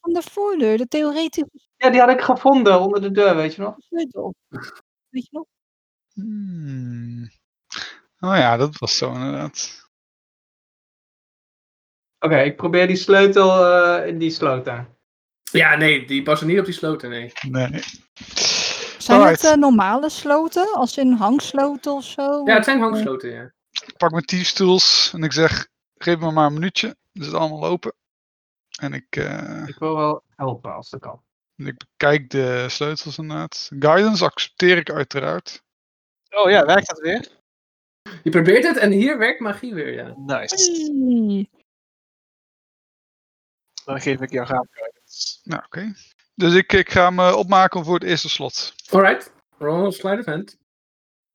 Speaker 2: Van de voordeur, de theoretische
Speaker 3: Ja, die had ik gevonden onder de deur, weet je nog?
Speaker 2: sleutel. Weet je nog?
Speaker 1: Hmm. Oh ja, dat was zo inderdaad.
Speaker 3: Oké, ik probeer die sleutel eh, in die sloot daar.
Speaker 4: Ja, nee, die passen niet op die sloten, nee.
Speaker 1: Nee.
Speaker 2: Zijn
Speaker 1: Alright,
Speaker 2: het eh, normale sloten? Als in hangsloten of zo?
Speaker 4: Ja, het zijn hangsloten, ja.
Speaker 1: ik pak mijn teamstools en ik zeg, geef me maar een minuutje. Dus het allemaal open. En ik, eh,
Speaker 3: Ik wil wel helpen als dat kan.
Speaker 1: ik bekijk de sleutels inderdaad. Guidance accepteer ik uiteraard.
Speaker 7: Oh ja, werkt dat weer?
Speaker 4: Je probeert het en hier werkt magie weer, ja.
Speaker 7: Nice.
Speaker 2: Oei.
Speaker 7: Dan geef ik jou graag guidance.
Speaker 1: Nou, oké. Dus ik, ik ga me opmaken voor het eerste slot.
Speaker 4: Alright, roll een slide of hand.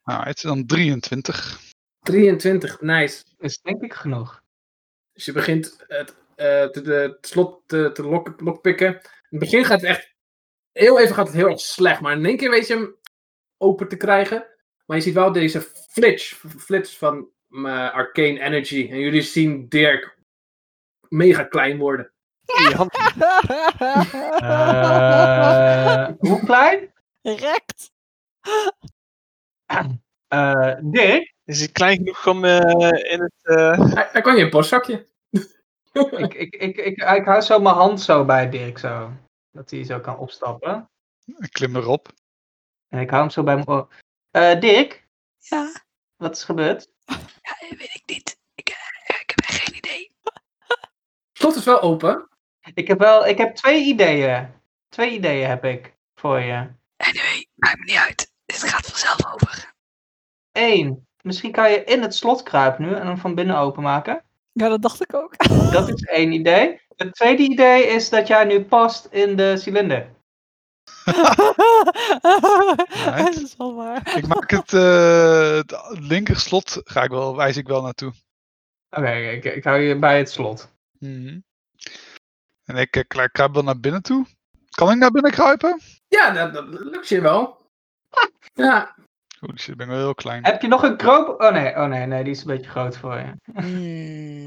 Speaker 1: Nou, het is dan 23.
Speaker 4: 23, nice.
Speaker 3: Is denk ik genoeg.
Speaker 4: Dus je begint het, eh, te- de- het slot te, te lok, lokpikken. In het begin gaat het echt... Heel even gaat het heel erg slecht, maar in één keer weet je hem open te krijgen. Maar je ziet wel deze flits, flits van eh, Arcane Energy. En jullie zien Dirk mega klein worden.
Speaker 7: Die hand
Speaker 3: Eh, hoe klein?
Speaker 2: Rekt.
Speaker 3: Eh, Dirk,
Speaker 7: is hij klein genoeg om eh, in het. eh,
Speaker 4: Hij, hij kan je een borstzakje.
Speaker 3: ik, ik, ik, ik, ik hou zo mijn hand zo bij Dirk zo. Dat hij zo kan opstappen.
Speaker 1: Ik klim erop.
Speaker 3: En ik hou hem zo bij mijn oor. Eh, Dirk,
Speaker 2: Ja,
Speaker 3: wat is gebeurd?
Speaker 2: dat weet ik niet. Ik, eh, ik heb echt geen idee.
Speaker 4: slot is wel open.
Speaker 3: Ik heb wel, ik heb twee ideeën. Twee ideeën heb ik voor je.
Speaker 2: Anyway, maakt me niet uit. Dit gaat vanzelf over.
Speaker 3: Eén, misschien kan je in het slot kruipen nu en hem van binnen openmaken.
Speaker 2: Ja, dat dacht ik ook.
Speaker 3: Dat is één idee. Het tweede idee is dat jij nu past in de cilinder.
Speaker 2: dat is wel waar.
Speaker 1: Ik maak het, eh het linker slot, ga ik wel, wijs ik wel naartoe.
Speaker 3: Oké, ik, ik hou je bij het slot.
Speaker 1: Mhm. En ik, eh, kru- kruip wel naar binnen toe. Kan ik naar binnen kruipen?
Speaker 4: Ja, dat, dat lukt je wel. Ja,
Speaker 1: Holy shit, dus ik ben wel heel klein.
Speaker 3: Heb je nog een kroop? Oh nee, oh nee, nee, die is een beetje groot voor je.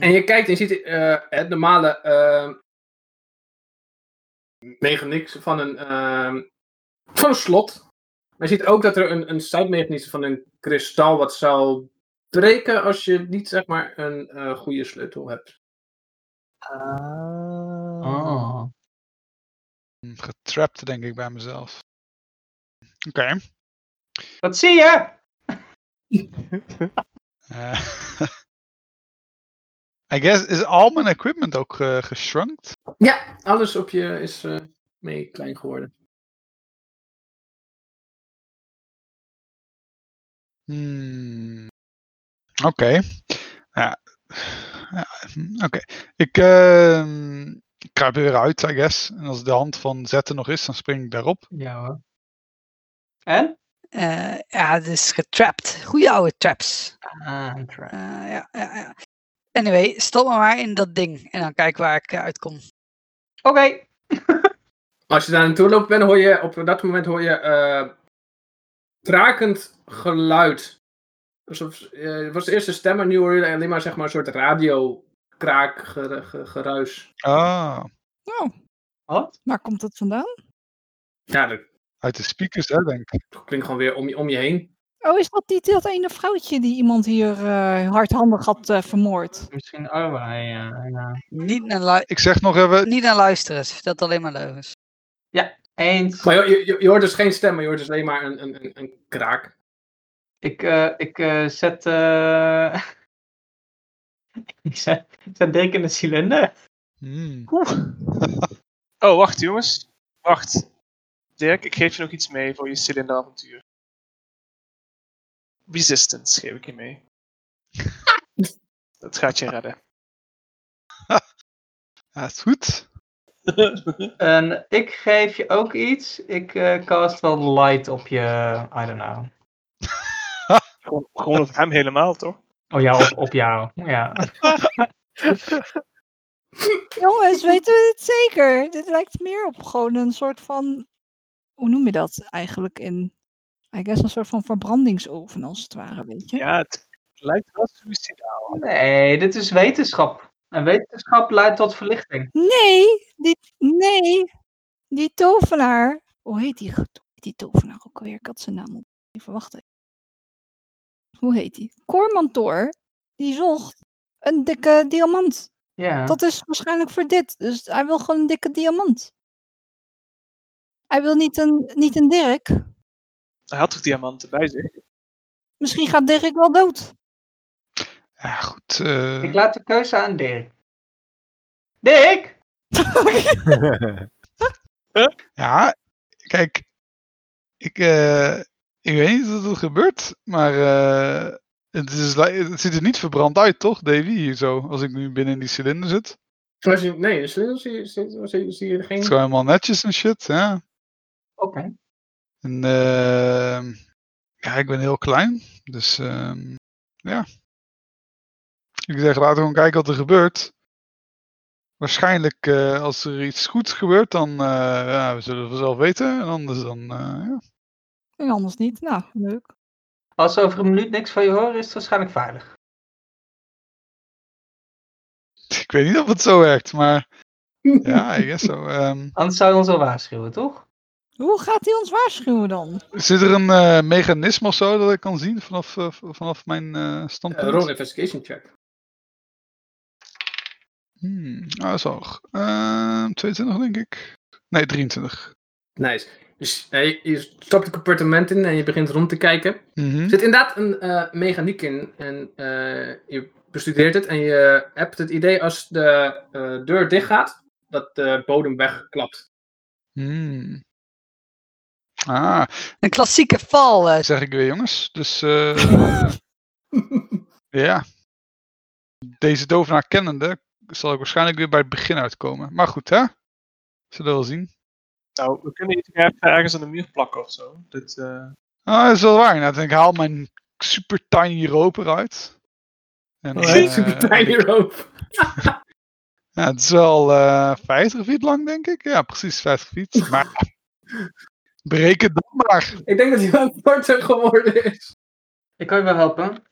Speaker 4: en je kijkt en je ziet eh, het normale eh mechanics van een, ehm, van een slot. Maar je ziet ook dat er een, een side-mechanisme van een kristal wat zou breken als je niet zeg maar een eh, goede sleutel hebt.
Speaker 3: Oh.
Speaker 1: Mm, Getrapt, denk ik, bij mezelf. Oké.
Speaker 3: Wat zie je?
Speaker 1: eh, I guess, is al mijn equipment ook eh, geshrunkt?
Speaker 4: Ja, alles op je is eh, mee klein geworden.
Speaker 1: Hmm. Oké. Ja. Ja, hm, Oké. Ik ehm, ik kruip er weer uit, I guess. En als de hand van zetten nog is, dan spring ik daarop.
Speaker 3: Ja hoor. En?
Speaker 8: Eh, ja, het is getrapt. Goeie oude traps.
Speaker 3: Ah, een trap.
Speaker 8: Eh, ja, ja, ja. Anyway, stop me maar in dat ding. En dan kijk waar ik eh, uitkom.
Speaker 3: Oké.
Speaker 4: Als je daar naartoe loopt bent, hoor je op dat moment hoor je eh trakend geluid. Alsof, eh, het was eerst een stem, maar nu hoor je alleen maar, zeg maar een soort radiokraak ger- ge- geruis.
Speaker 1: Ah,
Speaker 2: Nou,
Speaker 3: Wat?
Speaker 2: waar komt het vandaan?
Speaker 4: Ja, dat
Speaker 1: uit de speakers, hè, denk ik.
Speaker 4: klinkt gewoon weer om je, om je heen.
Speaker 2: Oh, is dat niet dat ene vrouwtje die iemand hier eh, hardhandig had eh, vermoord?
Speaker 3: Misschien Arwa, ja. ja.
Speaker 8: Niet naar, lui-
Speaker 1: Ik zeg nog even.
Speaker 8: niet naar luisteren. Ze vertelt alleen maar leugens.
Speaker 3: Eens.
Speaker 4: Maar je, je, je hoort dus geen stem, maar je hoort dus alleen maar een, een, een, een kraak.
Speaker 3: Ik, eh, ik eh, zet. eh, ik zet, ik zet Dirk in de cilinder.
Speaker 1: Hmm.
Speaker 5: Oh, wacht jongens. Wacht. Dirk, ik geef je nog iets mee voor je cilinderavontuur. Resistance geef ik je mee. Dat gaat je redden.
Speaker 1: Dat is goed.
Speaker 3: En ik geef je ook iets. Ik eh, cast wel light op je. I don't know.
Speaker 5: Gewoon, gewoon op hem helemaal, toch?
Speaker 3: Oh ja, op, op jou. Ja.
Speaker 2: Jongens, weten we dit zeker? Dit lijkt meer op gewoon een soort van. Hoe noem je dat eigenlijk in? I guess een soort van verbrandingsoven als het ware, weet je?
Speaker 5: Ja, het lijkt wel suicidaal.
Speaker 3: Nee, dit is wetenschap. En wetenschap leidt tot verlichting.
Speaker 2: Nee, die, nee, die tovenaar. Hoe heet die, goed- hoe heet die tovenaar ook alweer? Ik had zijn naam op. Even wachten. Hoe heet die? Cormantor, die zocht een dikke diamant.
Speaker 3: Ja.
Speaker 2: Dat is waarschijnlijk voor dit. Dus hij wil gewoon een dikke diamant. Hij wil niet een, niet een Dirk.
Speaker 5: Hij had toch diamanten bij zich?
Speaker 2: Misschien gaat Dirk wel dood.
Speaker 1: Ja, goed. eh,
Speaker 3: Ik laat de keuze aan Dirk. Dirk!
Speaker 1: Ja, kijk, ik, eh, ik weet niet wat er gebeurt, maar eh, het, is, li- het ziet er niet verbrand uit, toch, Davy, hier zo, als ik nu binnen in die cilinder zit. Het
Speaker 4: Als je, nee, dus dan zie je, zie, zie, zie je
Speaker 1: is
Speaker 4: geen...
Speaker 1: gewoon helemaal netjes en shit, ja.
Speaker 3: Oké.
Speaker 1: En eh, ja, ik ben heel klein, dus ehm, ja. Ik zeg, laten we gewoon kijken wat er gebeurt. Waarschijnlijk, eh, als er iets goeds gebeurt, dan eh, ja, we zullen het vanzelf weten. En anders dan, eh, ja.
Speaker 2: En anders niet. Nou, leuk.
Speaker 3: Als ze over een minuut niks van je horen, is het waarschijnlijk veilig.
Speaker 1: Ik weet niet of het zo werkt, maar Ja, ik guess Ehm, zo.
Speaker 3: Anders zou je ons al waarschuwen, toch?
Speaker 2: Hoe gaat hij ons waarschuwen dan?
Speaker 1: zit er een eh, mechanisme of zo dat ik kan zien vanaf, eh, v- vanaf mijn eh
Speaker 4: Eh,
Speaker 1: standpunt?
Speaker 4: roll investigation check.
Speaker 1: Hmm, ah, dat is hoog. Ehm, 22, denk ik. Nee, 23.
Speaker 4: Nice. Dus eh, je- je stapt het appartement in en je begint rond te kijken.
Speaker 1: Mhm.
Speaker 4: Er zit inderdaad een eh, mechaniek in. En eh, je bestudeert het en je hebt het idee als de eh, deur dicht gaat, dat de bodem wegklapt.
Speaker 1: Hmm. Ah,
Speaker 8: Een klassieke val. eh.
Speaker 1: zeg ik weer, jongens. Dus eh, ja. Deze dovenaar kennende zal ik waarschijnlijk weer bij het begin uitkomen. Maar goed, hè? Zullen we wel zien.
Speaker 5: Nou, we kunnen iets even ergens aan de muur plakken of zo. Dit, eh,
Speaker 1: Ah, dat is wel waar. inderdaad. En ik haal mijn super tiny rope eruit. En,
Speaker 4: Oh,
Speaker 1: eh,
Speaker 4: Super tiny rope.
Speaker 1: Ja, het is wel eh 50 feet lang, denk ik. Ja, precies 50 feet. Maar breek het dan maar.
Speaker 4: Ik denk dat hij wel korter geworden is.
Speaker 3: Ik kan je wel helpen.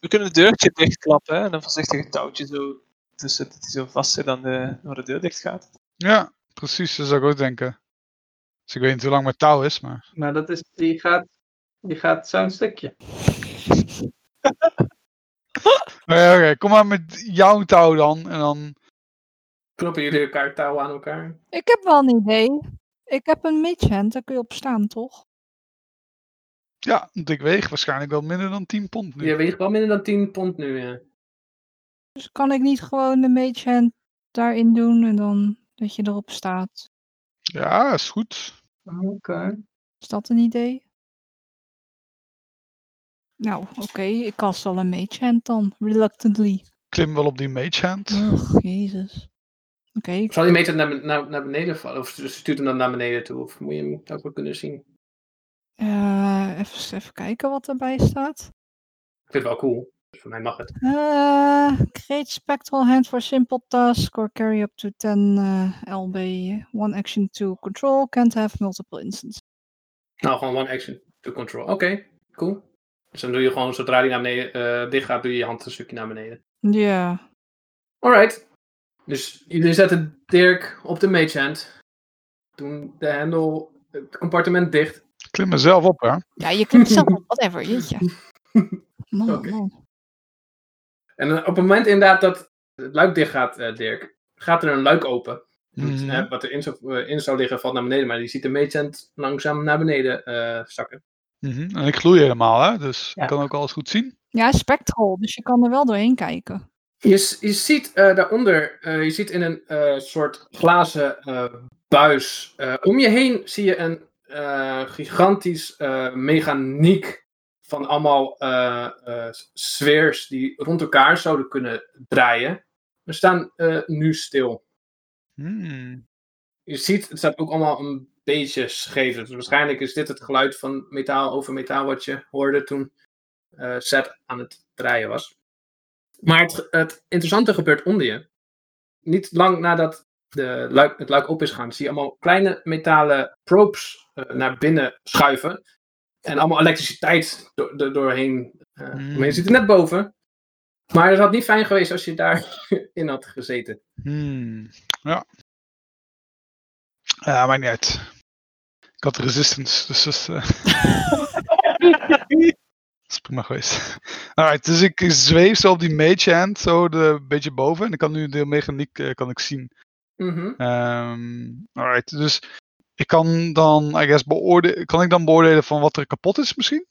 Speaker 5: we kunnen het deurtje dichtklappen hè, en dan voorzichtig het touwtje zo tussen dat hij zo vast zit aan de, waar de deur dicht gaat.
Speaker 1: Ja, precies. Dat zou ik ook denken. Dus ik weet niet hoe lang mijn touw is, maar...
Speaker 3: Maar Nou, dat is, die gaat, die gaat zo'n stukje.
Speaker 1: Oké, Oh, oké, kom maar met jouw touw dan. En dan...
Speaker 4: Kloppen jullie elkaar touw aan elkaar?
Speaker 2: Ik heb wel een idee. Ik heb een midgehand, daar kun je op staan, toch?
Speaker 1: Ja, want ik weeg waarschijnlijk wel minder dan 10 pond nu.
Speaker 4: Je weegt wel minder dan 10 pond nu. Ja.
Speaker 2: Dus kan ik niet gewoon de midgehand daarin doen en dan dat je erop staat?
Speaker 1: Ja, is goed.
Speaker 3: Oké.
Speaker 2: Is dat een idee? Nou, oké, ik kast al een midgehand dan, reluctantly.
Speaker 1: Klim wel op die mage hand.
Speaker 2: Och, jezus. Oké, ik-
Speaker 4: Zal die meter naar, ben- naar, naar beneden vallen? Of stuurt hem dan naar beneden toe? Of moet je hem ook wel kunnen zien?
Speaker 2: eh, even, even kijken wat erbij staat.
Speaker 4: Ik vind het wel cool. Dus voor mij mag het.
Speaker 2: Eh, create spectral hand for simple task or carry up to 10 eh, LB. One action to control, can't have multiple instances.
Speaker 4: Nou, gewoon one action to control. Oké, cool. Dus dan doe je gewoon, zodra die naar beneden eh, dicht gaat, doe je je hand een stukje naar beneden.
Speaker 2: Ja.
Speaker 4: Alright. Dus jullie zetten Dirk op de mage hand. Doen de hendel, het compartiment dicht.
Speaker 1: Klim er zelf op, hè.
Speaker 2: Ja, je kunt zelf wel, whatever, jeetje. Man,
Speaker 4: Oké.
Speaker 2: man.
Speaker 4: En dan op het moment inderdaad dat het luik dicht gaat, eh, Dirk, gaat er een luik open. Dus,
Speaker 1: Mhm.
Speaker 4: eh, wat erin zou, eh, in zou liggen valt naar beneden, maar je ziet de mage hand langzaam naar beneden eh, zakken.
Speaker 1: Mhm. En ik gloei helemaal, hè. Dus ik
Speaker 3: Ja.
Speaker 1: kan ook alles goed zien.
Speaker 2: Ja, spectral, dus je kan er wel doorheen kijken.
Speaker 4: Je, s- je ziet eh, daaronder, eh, je ziet in een eh, soort glazen eh, buis. eh, om je heen zie je een eh, gigantisch eh, mechaniek van allemaal eh eh, sfeers die rond elkaar zouden kunnen draaien. We staan eh, nu stil.
Speaker 1: Hmm.
Speaker 4: Je ziet, het staat ook allemaal een beetje scheef. Dus waarschijnlijk is dit het geluid van metaal over metaal wat je hoorde toen eh Seth aan het draaien was. Maar het, het interessante gebeurt onder je. Niet lang nadat de luik, het luik op is gaan, zie je allemaal kleine metalen probes eh, naar binnen schuiven. En allemaal elektriciteit door, door- doorheen. eh,
Speaker 1: Mm.
Speaker 4: Maar je zit er net boven. Maar het had niet fijn geweest als je daarin had gezeten.
Speaker 1: Hmm. Ja. Ja, maakt niet uit. Ik had resistance, dus dat is... eh, dat is prima geweest. Alright, dus ik zweef zo op die mage hand, zo de, een beetje boven. En ik kan nu de mechaniek eh, kan ik zien.
Speaker 4: Mhm.
Speaker 1: Ehm alright, dus ik kan dan, I guess, beoorde kan ik dan beoordelen van wat er kapot is misschien?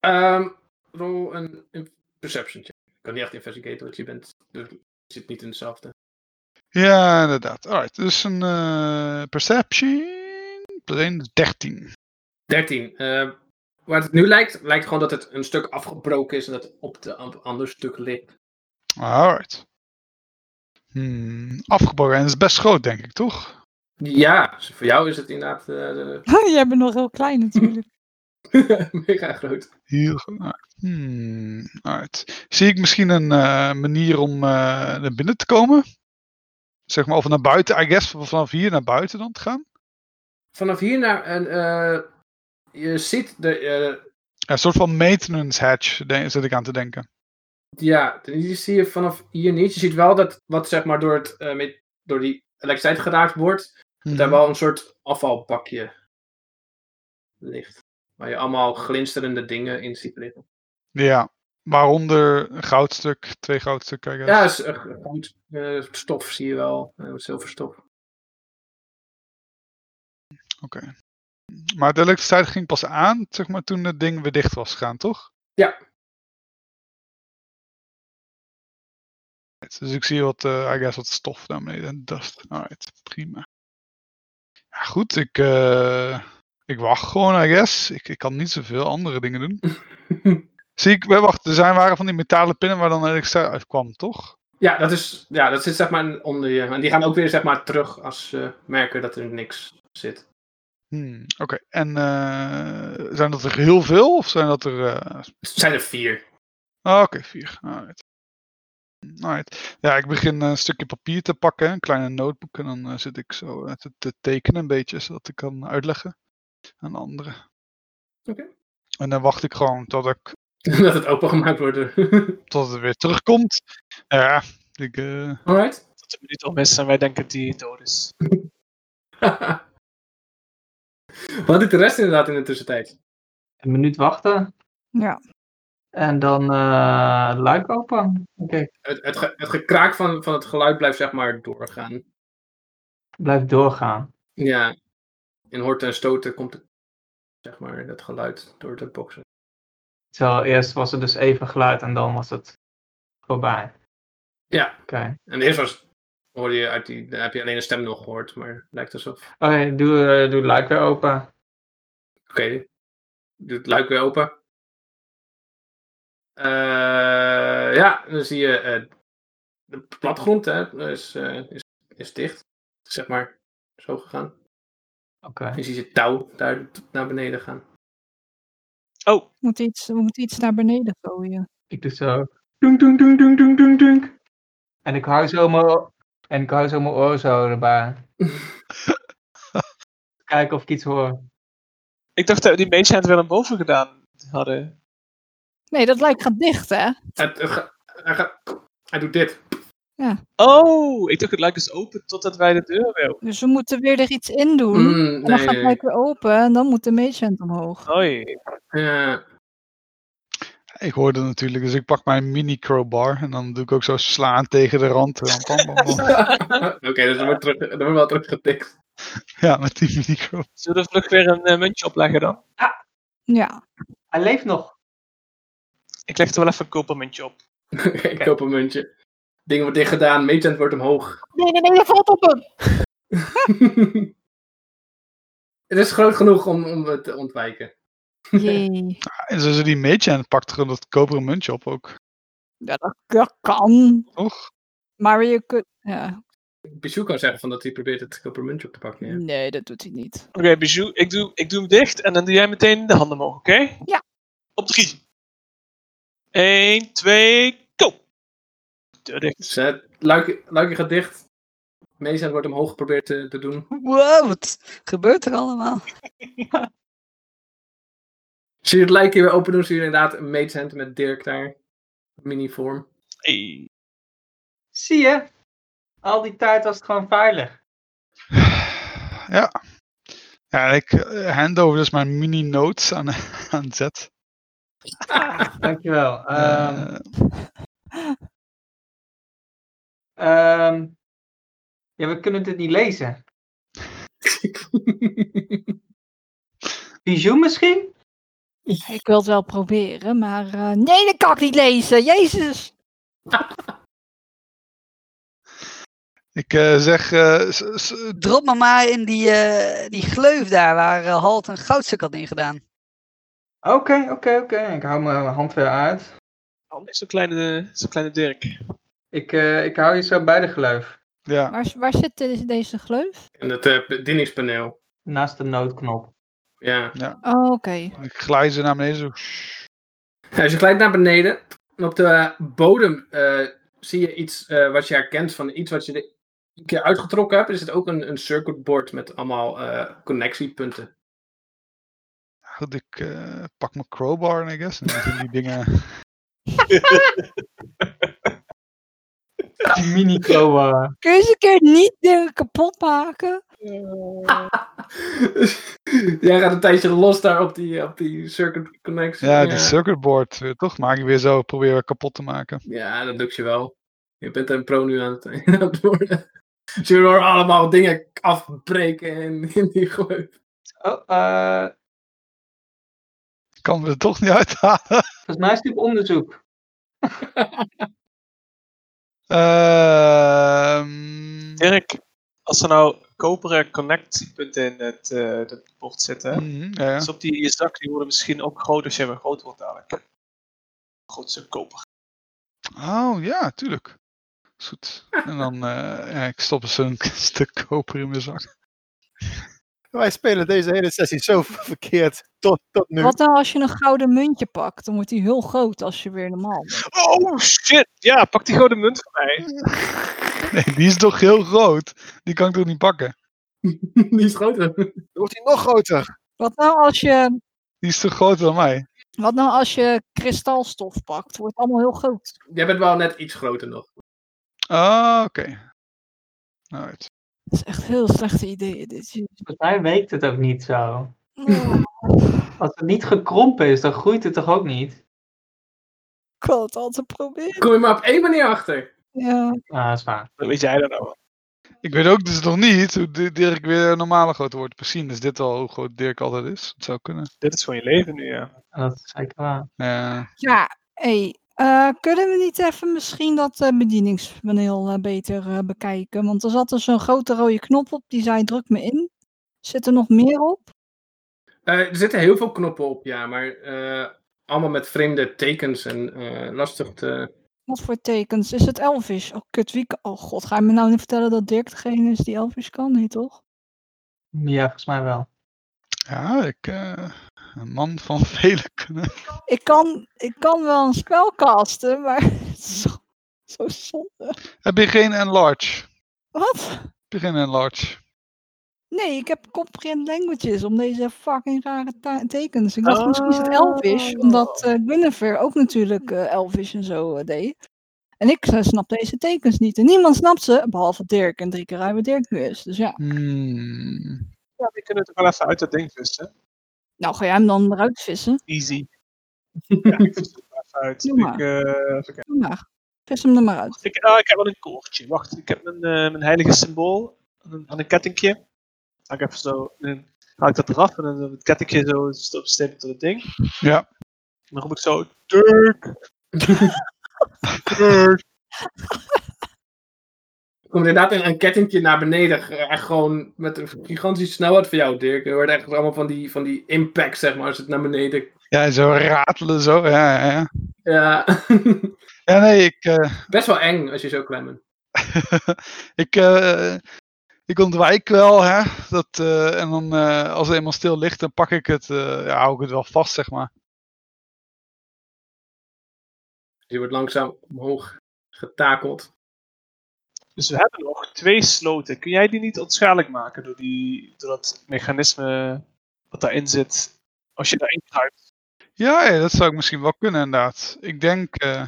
Speaker 4: Ehm rol een, een perception check. Ik kan niet echt investigaten, want je bent, je zit niet in hetzelfde.
Speaker 1: Ja, inderdaad. Alright, dus een eh, perception, plus dus 1, 13.
Speaker 4: 13. Eh wat het nu lijkt, lijkt gewoon dat het een stuk afgebroken is en dat het op de op een ander stuk ligt.
Speaker 1: Alright. Hmm, afgebroken, en dat is best groot denk ik, toch?
Speaker 4: Ja, dus voor jou is het inderdaad eh,
Speaker 2: Jij bent nog heel klein natuurlijk.
Speaker 4: mega groot.
Speaker 1: Heel groot. Alright. Hmm, alright. Zie ik misschien een eh, manier om eh, naar binnen te komen? Zeg maar, of naar buiten, I guess, vanaf hier naar buiten dan te gaan?
Speaker 4: Vanaf hier naar een. eh, je ziet de. eh,
Speaker 1: Ja, een soort van maintenance hatch, denk, zit ik aan te denken.
Speaker 4: Ja, die zie je vanaf hier niet. Je ziet wel dat wat zeg maar door, het, eh, met, door die elektriciteit geraakt wordt, dat daar
Speaker 1: Mhm.
Speaker 4: wel een soort afvalbakje ligt. Waar je allemaal glinsterende dingen in ziet liggen.
Speaker 1: Ja, waaronder een goudstuk, twee goudstukken, I guess.
Speaker 4: Ja, is eh, goed. eh, stof zie je wel. eh, zilverstof.
Speaker 1: Oké. Maar de elektriciteit ging pas aan, zeg maar, toen het ding weer dicht was gegaan, toch?
Speaker 4: Ja.
Speaker 1: Dus ik zie wat, eh, I guess, wat stof naar beneden en dust. Alright, prima. Ja, goed, ik, eh, ik wacht gewoon, I guess. Ik, ik kan niet zoveel andere dingen doen. zie ik, wacht, er zijn waren van die metalen pinnen waar dan elektriciteit uit kwam, toch?
Speaker 4: Ja, dat, is, ja, dat zit zeg maar onder je. En die gaan ook weer zeg maar terug als ze merken dat er niks zit.
Speaker 1: Hmm, Oké, en eh, zijn dat er heel veel of zijn dat er eh,
Speaker 4: Het zijn er vier.
Speaker 1: Ah, Oké, vier. Alright. Alright. Ja, ik begin eh, een stukje papier te pakken, een kleine notebook. En dan eh, zit ik zo eh, te, te tekenen een beetje, zodat ik kan uitleggen aan anderen.
Speaker 4: Oké.
Speaker 1: En dan wacht ik gewoon tot, ik,
Speaker 4: dat het opengemaakt wordt.
Speaker 1: tot het weer terugkomt. Ja, ik... eh,
Speaker 4: Alright.
Speaker 5: Tot de minuut om is en wij denken dat die dood is.
Speaker 4: Wat doet de rest inderdaad in de tussentijd?
Speaker 3: Een minuut wachten
Speaker 2: Ja.
Speaker 3: en dan eh, het luik open. Oké,
Speaker 4: Het, het, ge- het gekraak van, van het geluid blijft zeg maar doorgaan.
Speaker 3: blijf doorgaan.
Speaker 4: Ja. In horten en stoten komt het, zeg maar, dat geluid door de boxen.
Speaker 3: Zo, eerst was het dus even geluid en dan was het voorbij.
Speaker 4: Ja.
Speaker 3: Oké,
Speaker 4: En eerst was, hoorde je uit die, dan heb je alleen een stem nog gehoord, maar het lijkt alsof.
Speaker 3: oké, doe, eh, doe het luik weer open.
Speaker 4: Oké, doe het luik weer open. Eh, ja, dan zie je eh, de platgrond hè, is, eh, is, is dicht. Zeg maar, zo gegaan.
Speaker 3: Oké,
Speaker 4: Je ziet het touw daar naar beneden gaan.
Speaker 5: Oh,
Speaker 2: We moeten iets, we moeten iets naar beneden gooien.
Speaker 3: ik doe zo. Doeng, doeng, doeng, doeng, doeng, doeng, doeng. En ik hou zo mijn, en ik hou zo mijn oor zo erbij. Kijken of ik iets hoor.
Speaker 5: ik dacht dat we die mage hand wel naar boven gedaan hadden.
Speaker 2: Nee, dat lijkt gaat dicht, hè?
Speaker 4: Het, het ga- hij, gaat, hij doet dit.
Speaker 5: Oh, ik dacht het luik is open totdat wij de deur weer
Speaker 2: Dus we moeten weer er iets in doen.
Speaker 4: Mm,
Speaker 2: en dan
Speaker 4: nee,
Speaker 2: gaat
Speaker 4: nee,
Speaker 2: het lijk weer open en dan moet de meetcent omhoog.
Speaker 5: Hoi.
Speaker 4: nee. Ja,
Speaker 1: ik hoorde natuurlijk, dus ik pak mijn mini crowbar. En dan doe ik ook zo slaan tegen de rand. en dan bam, bam, bam.
Speaker 4: Oké, dus er wordt, terug, er wordt wel teruggetikt.
Speaker 1: Ja, met die mini crowbar.
Speaker 5: Zullen we vlug weer een eh, muntje opleggen dan?
Speaker 2: Ja.
Speaker 3: Hij leeft nog.
Speaker 5: Ik leg er wel even een kopermuntje op.
Speaker 4: Ik koop een muntje. Ding wordt dicht gedaan, meetend wordt omhoog.
Speaker 2: Nee, nee, nee, dat valt op hem.
Speaker 4: het is groot genoeg om, om het te ontwijken.
Speaker 2: Jee.
Speaker 1: En zo ze die mage hand pakt er dat koperen muntje op ook,
Speaker 2: Ja, dat, dat kan.
Speaker 1: toch?
Speaker 2: Maar je kunt... Ja.
Speaker 4: Bijou kan zeggen van dat hij probeert het koppermuntje op te pakken. Ja.
Speaker 2: Nee, dat doet hij niet.
Speaker 5: Oké, Bijou, ik doe, ik doe hem dicht en dan doe jij meteen de handen omhoog, oké?
Speaker 2: Ja.
Speaker 5: Op drie. Eén, twee, go! Deur dicht.
Speaker 4: Dus, eh, luikje, luikje gaat dicht. Mesa wordt omhoog geprobeerd te, te doen.
Speaker 8: Wow, wat gebeurt er allemaal?
Speaker 4: Zie je het lijkje weer open doen, zie je inderdaad een meetcent met Dirk daar. Mini-vorm.
Speaker 5: Hey.
Speaker 3: Zie je? Al die tijd was het gewoon veilig.
Speaker 1: Ja. Ja, ik eh, hand over dus mijn mini-notes aan, aan Eh, zet.
Speaker 3: Dankjewel. Ehm ehm, ja, we kunnen dit niet lezen. Bijou misschien?
Speaker 2: Ik wil het wel proberen, maar eh, nee, dat kan ik niet lezen. Jezus.
Speaker 1: ik eh, zeg, eh, s- s-
Speaker 8: Drop me maar in die, eh, die gleuf daar waar eh, Halt een goudstuk had ingedaan.
Speaker 3: Oké, oké, oké. Ik hou mijn hand weer uit.
Speaker 5: Oh, Zo'n kleine, zo'n kleine Dirk.
Speaker 3: Ik, eh, ik hou je zo bij de gleuf.
Speaker 1: ja,
Speaker 2: Waar, waar zit de- deze gleuf?
Speaker 4: En het eh, bedieningspaneel.
Speaker 3: Naast de noodknop.
Speaker 4: Ja.
Speaker 2: Oh, oké.
Speaker 1: ik glij ze naar beneden. Zo.
Speaker 4: Ja, dus je glijdt naar beneden. En op de eh, bodem eh, zie je iets eh, wat je herkent van iets wat je de een keer uitgetrokken hebt. Er zit ook een, een circuitboard met allemaal eh, connectiepunten.
Speaker 1: Goed, ik eh, pak mijn crowbar, I guess. En dan doen die dingen.
Speaker 3: Mini-pro. eh,
Speaker 2: Kun je eens een keer niet dingen kapot maken?
Speaker 4: Jij gaat een tijdje los daar op die, op die circuit connectie.
Speaker 1: Ja, die circuitboard, eh, toch? Maak ik weer zo, probeer weer kapot te maken.
Speaker 4: Ja, dat lukt je wel. Je bent een pro nu aan het, aan het worden. Dus je hoort allemaal dingen afbreken in, in die gleuf.
Speaker 3: Oh, eh,
Speaker 1: Ik kan me er toch niet uithalen.
Speaker 3: volgens mij is dit onderzoek.
Speaker 1: Ehm,
Speaker 5: Dirk, als er nou koperen connectpunten in het, eh dat bord zitten,
Speaker 1: mhm, ja, ja.
Speaker 5: dus op die zak, die worden misschien ook groot als je weer groot wordt dadelijk. Groot stuk koper.
Speaker 1: Oh ja, tuurlijk. Is goed. En dan, eh, ja, ik stop eens een stuk koper in mijn zak.
Speaker 6: Wij spelen deze hele sessie zo verkeerd tot, tot nu.
Speaker 2: Wat nou als je een gouden muntje pakt? Dan wordt die heel groot als je weer normaal bent.
Speaker 5: Oh shit! Ja, pak die gouden munt van mij.
Speaker 1: Nee, die is toch heel groot? Die kan ik toch niet pakken?
Speaker 4: die is groter.
Speaker 6: Dan wordt hij nog groter.
Speaker 2: Wat nou als je,
Speaker 1: Die is toch groter dan mij?
Speaker 2: wat nou als je kristalstof pakt? Wordt allemaal heel groot.
Speaker 4: Jij bent wel net iets groter nog.
Speaker 1: Ah, oké. Nou, Alright.
Speaker 2: Dat is echt heel slechte ideeën. Dit. Oh,
Speaker 3: Volgens mij weekt het ook niet zo. Als het niet gekrompen is, dan groeit het toch ook niet?
Speaker 2: Ik wil het altijd proberen.
Speaker 4: Kom je maar op één manier achter.
Speaker 2: Ja.
Speaker 3: Ah, dat is waar.
Speaker 5: Wat weet jij dan nou?
Speaker 1: Ik weet ook dus nog niet hoe Di- Dirk weer een normale grootte wordt. Misschien is dit al hoe groot Dirk altijd is. Het zou kunnen. Eh,
Speaker 5: Dit is gewoon je leven nu, ja.
Speaker 3: Dat is zeker waar.
Speaker 1: Ja.
Speaker 2: Ja, hey, eh, kunnen we niet even misschien dat eh, bedieningspaneel eh, beter eh, bekijken? Want er zat dus een grote rode knop op die zei druk me in. Zit er nog meer op?
Speaker 4: Eh, er zitten heel veel knoppen op, ja, maar eh, allemaal met vreemde tekens en eh, lastig te.
Speaker 2: Wat voor tekens? Is het Elvis? Oh, kut, wie kan- Oh god, ga je me nou niet vertellen dat Dirk degene is die Elvis kan? Nee, toch?
Speaker 3: Ja, volgens mij wel.
Speaker 1: Ja, ik... eh, een man van vele kunnen.
Speaker 2: Ik kan, ik kan wel een spel casten, maar het is zo, zo zonde.
Speaker 1: Heb je geen enlarge?
Speaker 2: Wat?
Speaker 1: Heb je geen enlarge?
Speaker 2: Nee, ik heb comprehend languages om deze fucking rare ta- tekens. Ik dacht, misschien is het Elvish, omdat eh Guinevere ook natuurlijk eh, Elvish en zo eh, deed. En ik eh, snap deze tekens niet. En niemand snapt ze, behalve Dirk. En drie keer ruimer Dirk nu is. Dus ja,
Speaker 1: Hmm.
Speaker 5: Ja, die kunnen het wel even uit dat ding vissen.
Speaker 2: nou ga jij hem dan eruit vissen.
Speaker 5: Easy. Ja, ik vis het er even uit.
Speaker 2: Doe maar.
Speaker 5: Ik, eh, even kijken.
Speaker 2: Doe maar. Vis hem er maar uit.
Speaker 5: Ik, ah, ik heb wel een koordje. Wacht, ik heb mijn, eh, mijn heilige symbool aan een, aan een kettingje. Haal ik even zo, dan haal ik dat eraf en dan doe ik het kettingje zo opstepen tot het ding.
Speaker 1: Ja.
Speaker 5: En dan roep ik zo, Dirk! Dirk!
Speaker 4: Er komt inderdaad een, een kettingje naar beneden, ge- echt gewoon met een gigantische snelheid voor jou, Dirk. Je hoort echt allemaal van die, van die impact, zeg maar, als het naar beneden.
Speaker 1: Ja, zo ratelen zo. Ja, ja, ja.
Speaker 4: Ja,
Speaker 1: Ja, nee, ik... eh,
Speaker 4: best wel eng als je zo klein bent.
Speaker 1: ik, eh, ik ontwijk wel, hè. Dat, eh, en dan, eh, als het eenmaal stil ligt, dan pak ik het, eh, ja, hou ik het wel vast, zeg maar.
Speaker 4: Die wordt langzaam omhoog getakeld.
Speaker 5: Dus we hebben nog twee sloten. Kun jij die niet onschadelijk maken door, die, door dat mechanisme wat daarin zit? Als je daarin kruipt.
Speaker 1: Ja, ja, dat zou ik misschien wel kunnen, inderdaad. Ik denk, eh,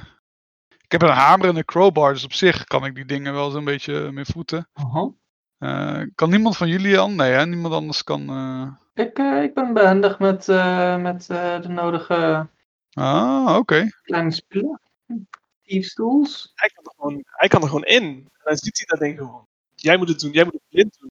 Speaker 1: ik heb een hamer en een crowbar, dus op zich kan ik die dingen wel zo'n beetje meer voeten.
Speaker 3: Aha.
Speaker 1: Eh, kan niemand van jullie aan? Nee, hè? niemand anders kan. eh,
Speaker 3: Ik, eh, ik ben behendig met, eh, met eh, de nodige
Speaker 1: Ah, oké.
Speaker 3: kleine spullen. Thieves tools.
Speaker 5: Hij kan, er gewoon, hij kan er gewoon in. En dan ziet hij dat ding gewoon. Jij moet het doen, jij moet het blind doen.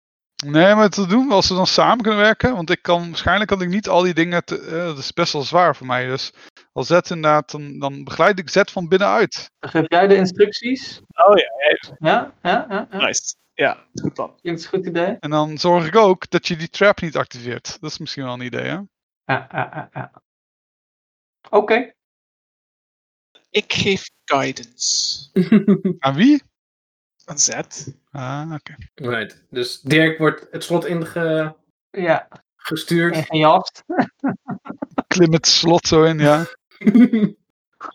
Speaker 1: Nee, maar te doen we als we dan samen kunnen werken. Want ik kan, waarschijnlijk kan ik niet al die dingen. Te, eh, dat is best wel zwaar voor mij. Dus als Zet inderdaad, dan, dan begeleid ik Zet van binnenuit.
Speaker 3: Dan geef jij de instructies.
Speaker 5: Oh ja,
Speaker 3: Ja, ja, ja. ja.
Speaker 5: nice. Ja, goed plan.
Speaker 3: Klinkt een goed idee.
Speaker 1: En dan zorg ik ook dat je die trap niet activeert. Dat is misschien wel een idee, hè?
Speaker 3: Ja, ja, ja, ja. Oké.
Speaker 5: Ik geef guidance.
Speaker 1: Aan wie?
Speaker 5: Een zet.
Speaker 1: Ah, oké.
Speaker 4: Right. Dus Dirk wordt het slot ingestuurd.
Speaker 3: Ja,
Speaker 4: gestuurd.
Speaker 3: ingejast.
Speaker 1: Klim het slot zo in, ja.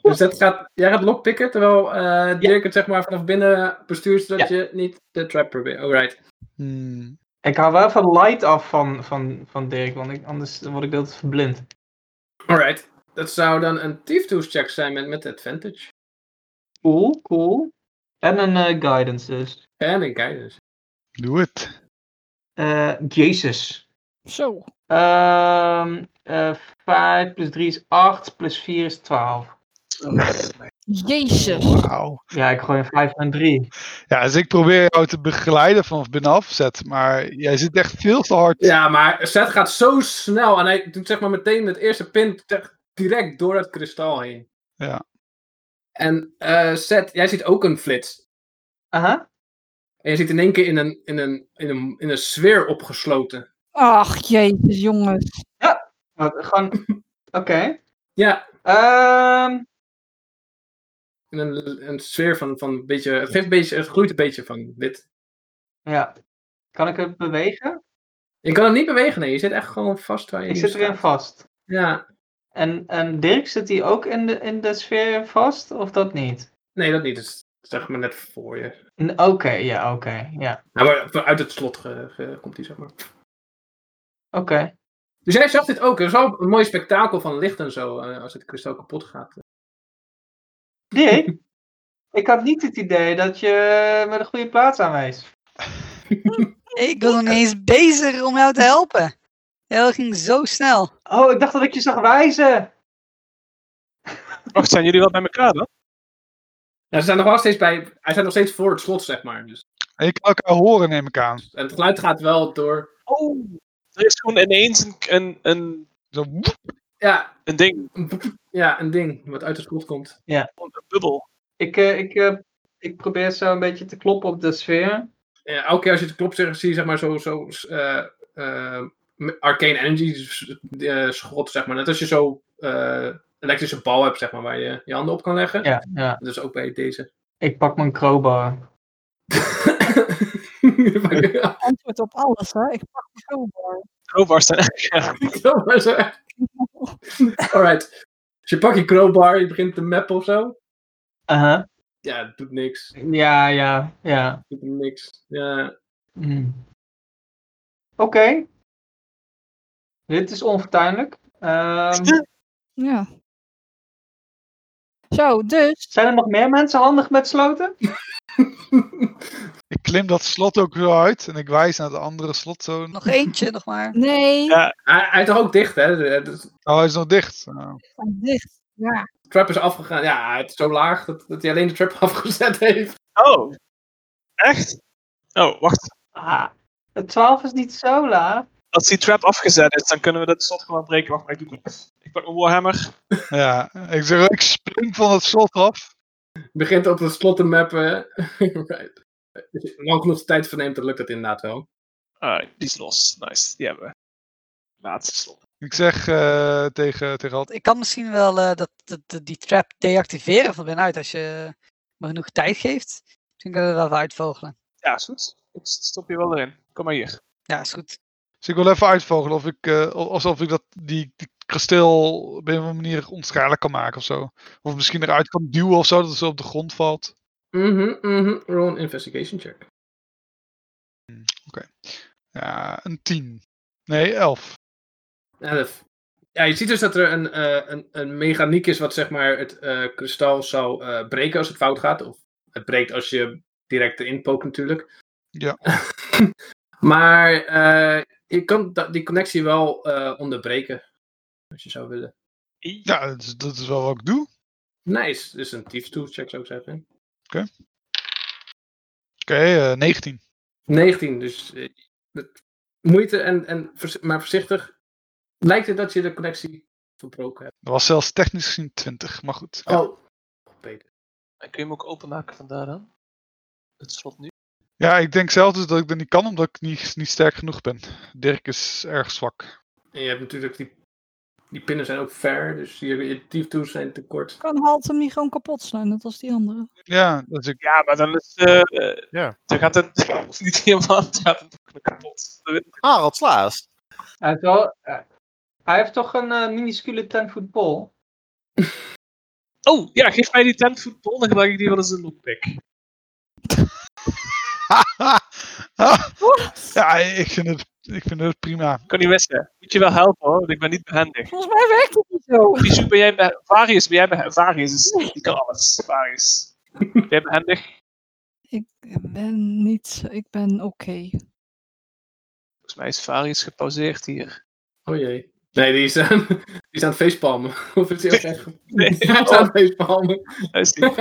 Speaker 4: dus dat gaat, jij gaat lockpicken, terwijl eh, Dirk het zeg maar vanaf binnen bestuurt, zodat je niet de trap probeert. Alright.
Speaker 1: Hmm.
Speaker 3: Ik hou wel even light af van, van, van Dirk, want ik, anders word ik deelt verblind.
Speaker 4: Alright. Dat zou dan een thief tools check zijn met, met advantage.
Speaker 3: Cool, cool. En een eh, guidance dus.
Speaker 4: En een guidance.
Speaker 1: Doe het.
Speaker 3: Eh, Jezus.
Speaker 2: Zo.
Speaker 3: Ehm eh 5 plus 3 is 8, plus 4 is 12.
Speaker 2: Jezus.
Speaker 1: Wauw.
Speaker 3: Ja, ik gooi een 5 en 3.
Speaker 1: Ja, dus ik probeer jou te begeleiden vanaf binnenaf, Zet. Maar jij zit echt veel te hard.
Speaker 4: Ja, maar Seth gaat zo snel en hij doet zeg maar meteen het eerste pin te- direct door dat kristal heen.
Speaker 1: Ja.
Speaker 4: En eh Seth, jij ziet ook een flits.
Speaker 3: Aha.
Speaker 4: En je ziet in één keer in een, in een, in een, in een sfeer opgesloten.
Speaker 2: Ach, jezus, jongens.
Speaker 3: Wat, Oh, gewoon. Oké.
Speaker 4: Ja,
Speaker 3: Ehm,
Speaker 4: in een, een sfeer van, van een beetje, het, geeft een beetje, het gloeit een beetje van wit.
Speaker 3: ja. Kan ik het bewegen?
Speaker 4: Je kan hem niet bewegen, nee. Je zit echt gewoon vast waar je
Speaker 3: Ik
Speaker 4: nu
Speaker 3: zit erin
Speaker 4: staat.
Speaker 3: vast.
Speaker 4: Ja,
Speaker 3: En, en Dirk, zit hij ook in de, in de sfeer vast of dat niet?
Speaker 4: nee, dat niet. Dat is zeg maar net voor je.
Speaker 3: N- Oké, ja, oké. ja,
Speaker 4: Hij wordt uit het slot ge- ge- komt hij, zeg maar.
Speaker 3: oké.
Speaker 4: Dus jij zag dit ook. Er is al een mooi spektakel van licht en zo. eh, Als het kristal kapot gaat.
Speaker 3: Dirk, ik had niet het idee dat je met een goede plaats aanwees.
Speaker 8: Ik was nog niet eens bezig om jou te helpen. Dat ging zo snel.
Speaker 3: Oh, ik dacht dat ik je zag wijzen.
Speaker 5: Wacht, zijn jullie wel bij elkaar dan?
Speaker 4: Nou, ze zijn nog wel steeds bij. Hij staat nog steeds voor het slot, zeg maar. Dus,
Speaker 1: En je kan elkaar horen, neem ik aan.
Speaker 4: en het geluid gaat wel door.
Speaker 5: Oh, er is gewoon ineens een, een, een,
Speaker 1: Zo, woep.
Speaker 4: Ja,
Speaker 5: een ding,
Speaker 4: ja, een ding wat uit het slot komt.
Speaker 5: een bubbel.
Speaker 3: Ik, eh, ik, eh, ik probeer zo een beetje te kloppen op de sfeer.
Speaker 4: Ja, Eh, elke keer als je het klopt, zeg- zie je zeg maar zo. zo eh, eh, m- arcane energy s- eh, schot, zeg maar. Net als je zo. eh, elektrische bal hebt, zeg maar. Waar je je handen op kan leggen.
Speaker 3: Ja, ja.
Speaker 4: Dat is ook bij deze.
Speaker 3: Ik pak mijn crowbar.
Speaker 2: Antwoord op alles, hè. Ik pak de crowbar.
Speaker 5: Crowbars zijn ja,
Speaker 4: Zo, maar zo. Alright. Dus je pakt je crowbar, je begint te mappen of zo.
Speaker 3: Aha.
Speaker 4: Ja, het doet niks. Het
Speaker 3: Ja, ja, ja.
Speaker 4: doet niks. Ja.
Speaker 3: Hmm. Oké. Dit is onvertuinlijk. Ehm,
Speaker 2: Ja. Zo, dus.
Speaker 3: zijn er nog meer mensen handig met sloten?
Speaker 1: ik klim dat slot ook weer uit en ik wijs naar de andere slot zo.
Speaker 8: Nog eentje, nog maar.
Speaker 2: Nee.
Speaker 5: Ja.
Speaker 4: Hij, hij is toch ook dicht, hè? Dus, eh, De, de
Speaker 1: Oh, hij is nog dicht. Oh.
Speaker 2: Van dicht. Ja.
Speaker 4: trap is afgegaan. Ja, het is zo laag dat, dat hij alleen de trap afgezet heeft.
Speaker 5: Oh, echt? Oh, wacht.
Speaker 3: Ah, de 12 is niet zo laag.
Speaker 5: Als die trap afgezet is, dan kunnen we dat slot gewoon breken. Wacht, maar ik doe het. Ik pak mijn warhammer.
Speaker 1: Ja, ik zeg, ik spring van het slot af.
Speaker 4: Begint op het slot te mappen. right. Als je lang genoeg de tijd verneemt, dan lukt dat inderdaad wel.
Speaker 5: Ah, die is los. Nice, die hebben we. Laatste slot.
Speaker 1: Ik zeg eh, tegen, tegen Alt,
Speaker 8: Ik kan misschien wel eh, dat, dat- dat- die trap deactiveren van binnenuit als je me genoeg tijd geeft. Misschien kunnen we dat wel uitvogelen.
Speaker 5: Ja, is goed. Ik stop je wel erin. Kom maar hier.
Speaker 8: Ja, is goed.
Speaker 1: Dus ik wil even uitvogelen of ik, eh, of- alsof ik dat, die, die kasteel op een of andere manier onschadelijk kan maken of zo. Of misschien eruit kan duwen of zo, dat het zo op de grond valt.
Speaker 4: Mhm, mhm. Roll an investigation check.
Speaker 1: Ja, een 10. Nee, 11.
Speaker 4: Elf. Ja, je ziet dus dat er een, eh, een, een mechaniek is wat zeg maar het eh, kristal zou eh, breken als het fout gaat. Of het breekt als je direct erin pookt natuurlijk.
Speaker 1: Ja.
Speaker 4: maar eh, je kan da- die connectie wel eh, onderbreken. Als je zou willen.
Speaker 1: Ja, dat is, dat is wel wat ik doe.
Speaker 4: Nice. Dus een thieves tool check zou ik zeggen.
Speaker 1: Oké, eh, 19.
Speaker 4: 19, dus eh, met moeite en, en vers- maar voorzichtig. Lijkt het dat je de connectie verbroken hebt.
Speaker 1: Dat was zelfs technisch gezien 20, maar goed.
Speaker 4: Oh. Peter.
Speaker 5: En kun je hem ook openmaken vandaar dan? Het slot nu.
Speaker 1: Ja, ik denk zelf dus dat ik dat niet kan, omdat ik niet, niet sterk genoeg ben. Dirk is erg zwak.
Speaker 4: En je hebt natuurlijk die, die pinnen zijn ook ver, dus je, je tief tools zijn te kort.
Speaker 2: Kan Halt hem niet gewoon kapot slaan, net als die andere?
Speaker 1: Ja, dus ik,
Speaker 5: Ja, maar dan is. eh, eh,
Speaker 6: Ja.
Speaker 5: Dan gaat het niet helemaal. Dan gaat het ook kapot. Dan weet ik-
Speaker 6: Harald Slaas.
Speaker 3: Hij heeft, wel, eh, hij heeft toch een eh, minuscule 10 foot pole?
Speaker 5: Oh, ja, geef mij die tent voetbal. Dan gebruik ik die wel eens een looppick.
Speaker 1: ja, ik vind het, ik vind het prima.
Speaker 5: Kan niet missen. Moet je wel helpen hoor, want ik ben niet behendig.
Speaker 2: Volgens mij werkt het niet zo.
Speaker 5: Bijou, ben jij be- Varius, ben jij be- Varius is... Die kan alles. Varius. Ben jij behendig?
Speaker 2: Ik ben niet, ik ben oké.
Speaker 5: Volgens mij is Varius gepauzeerd hier.
Speaker 4: Oh jee. Nee, die is aan, die is aan het feestpalmen. Of is hij ook echt...
Speaker 5: Nee.
Speaker 4: Hij is aan het feestpalmen.
Speaker 5: Oh, Hij is niet.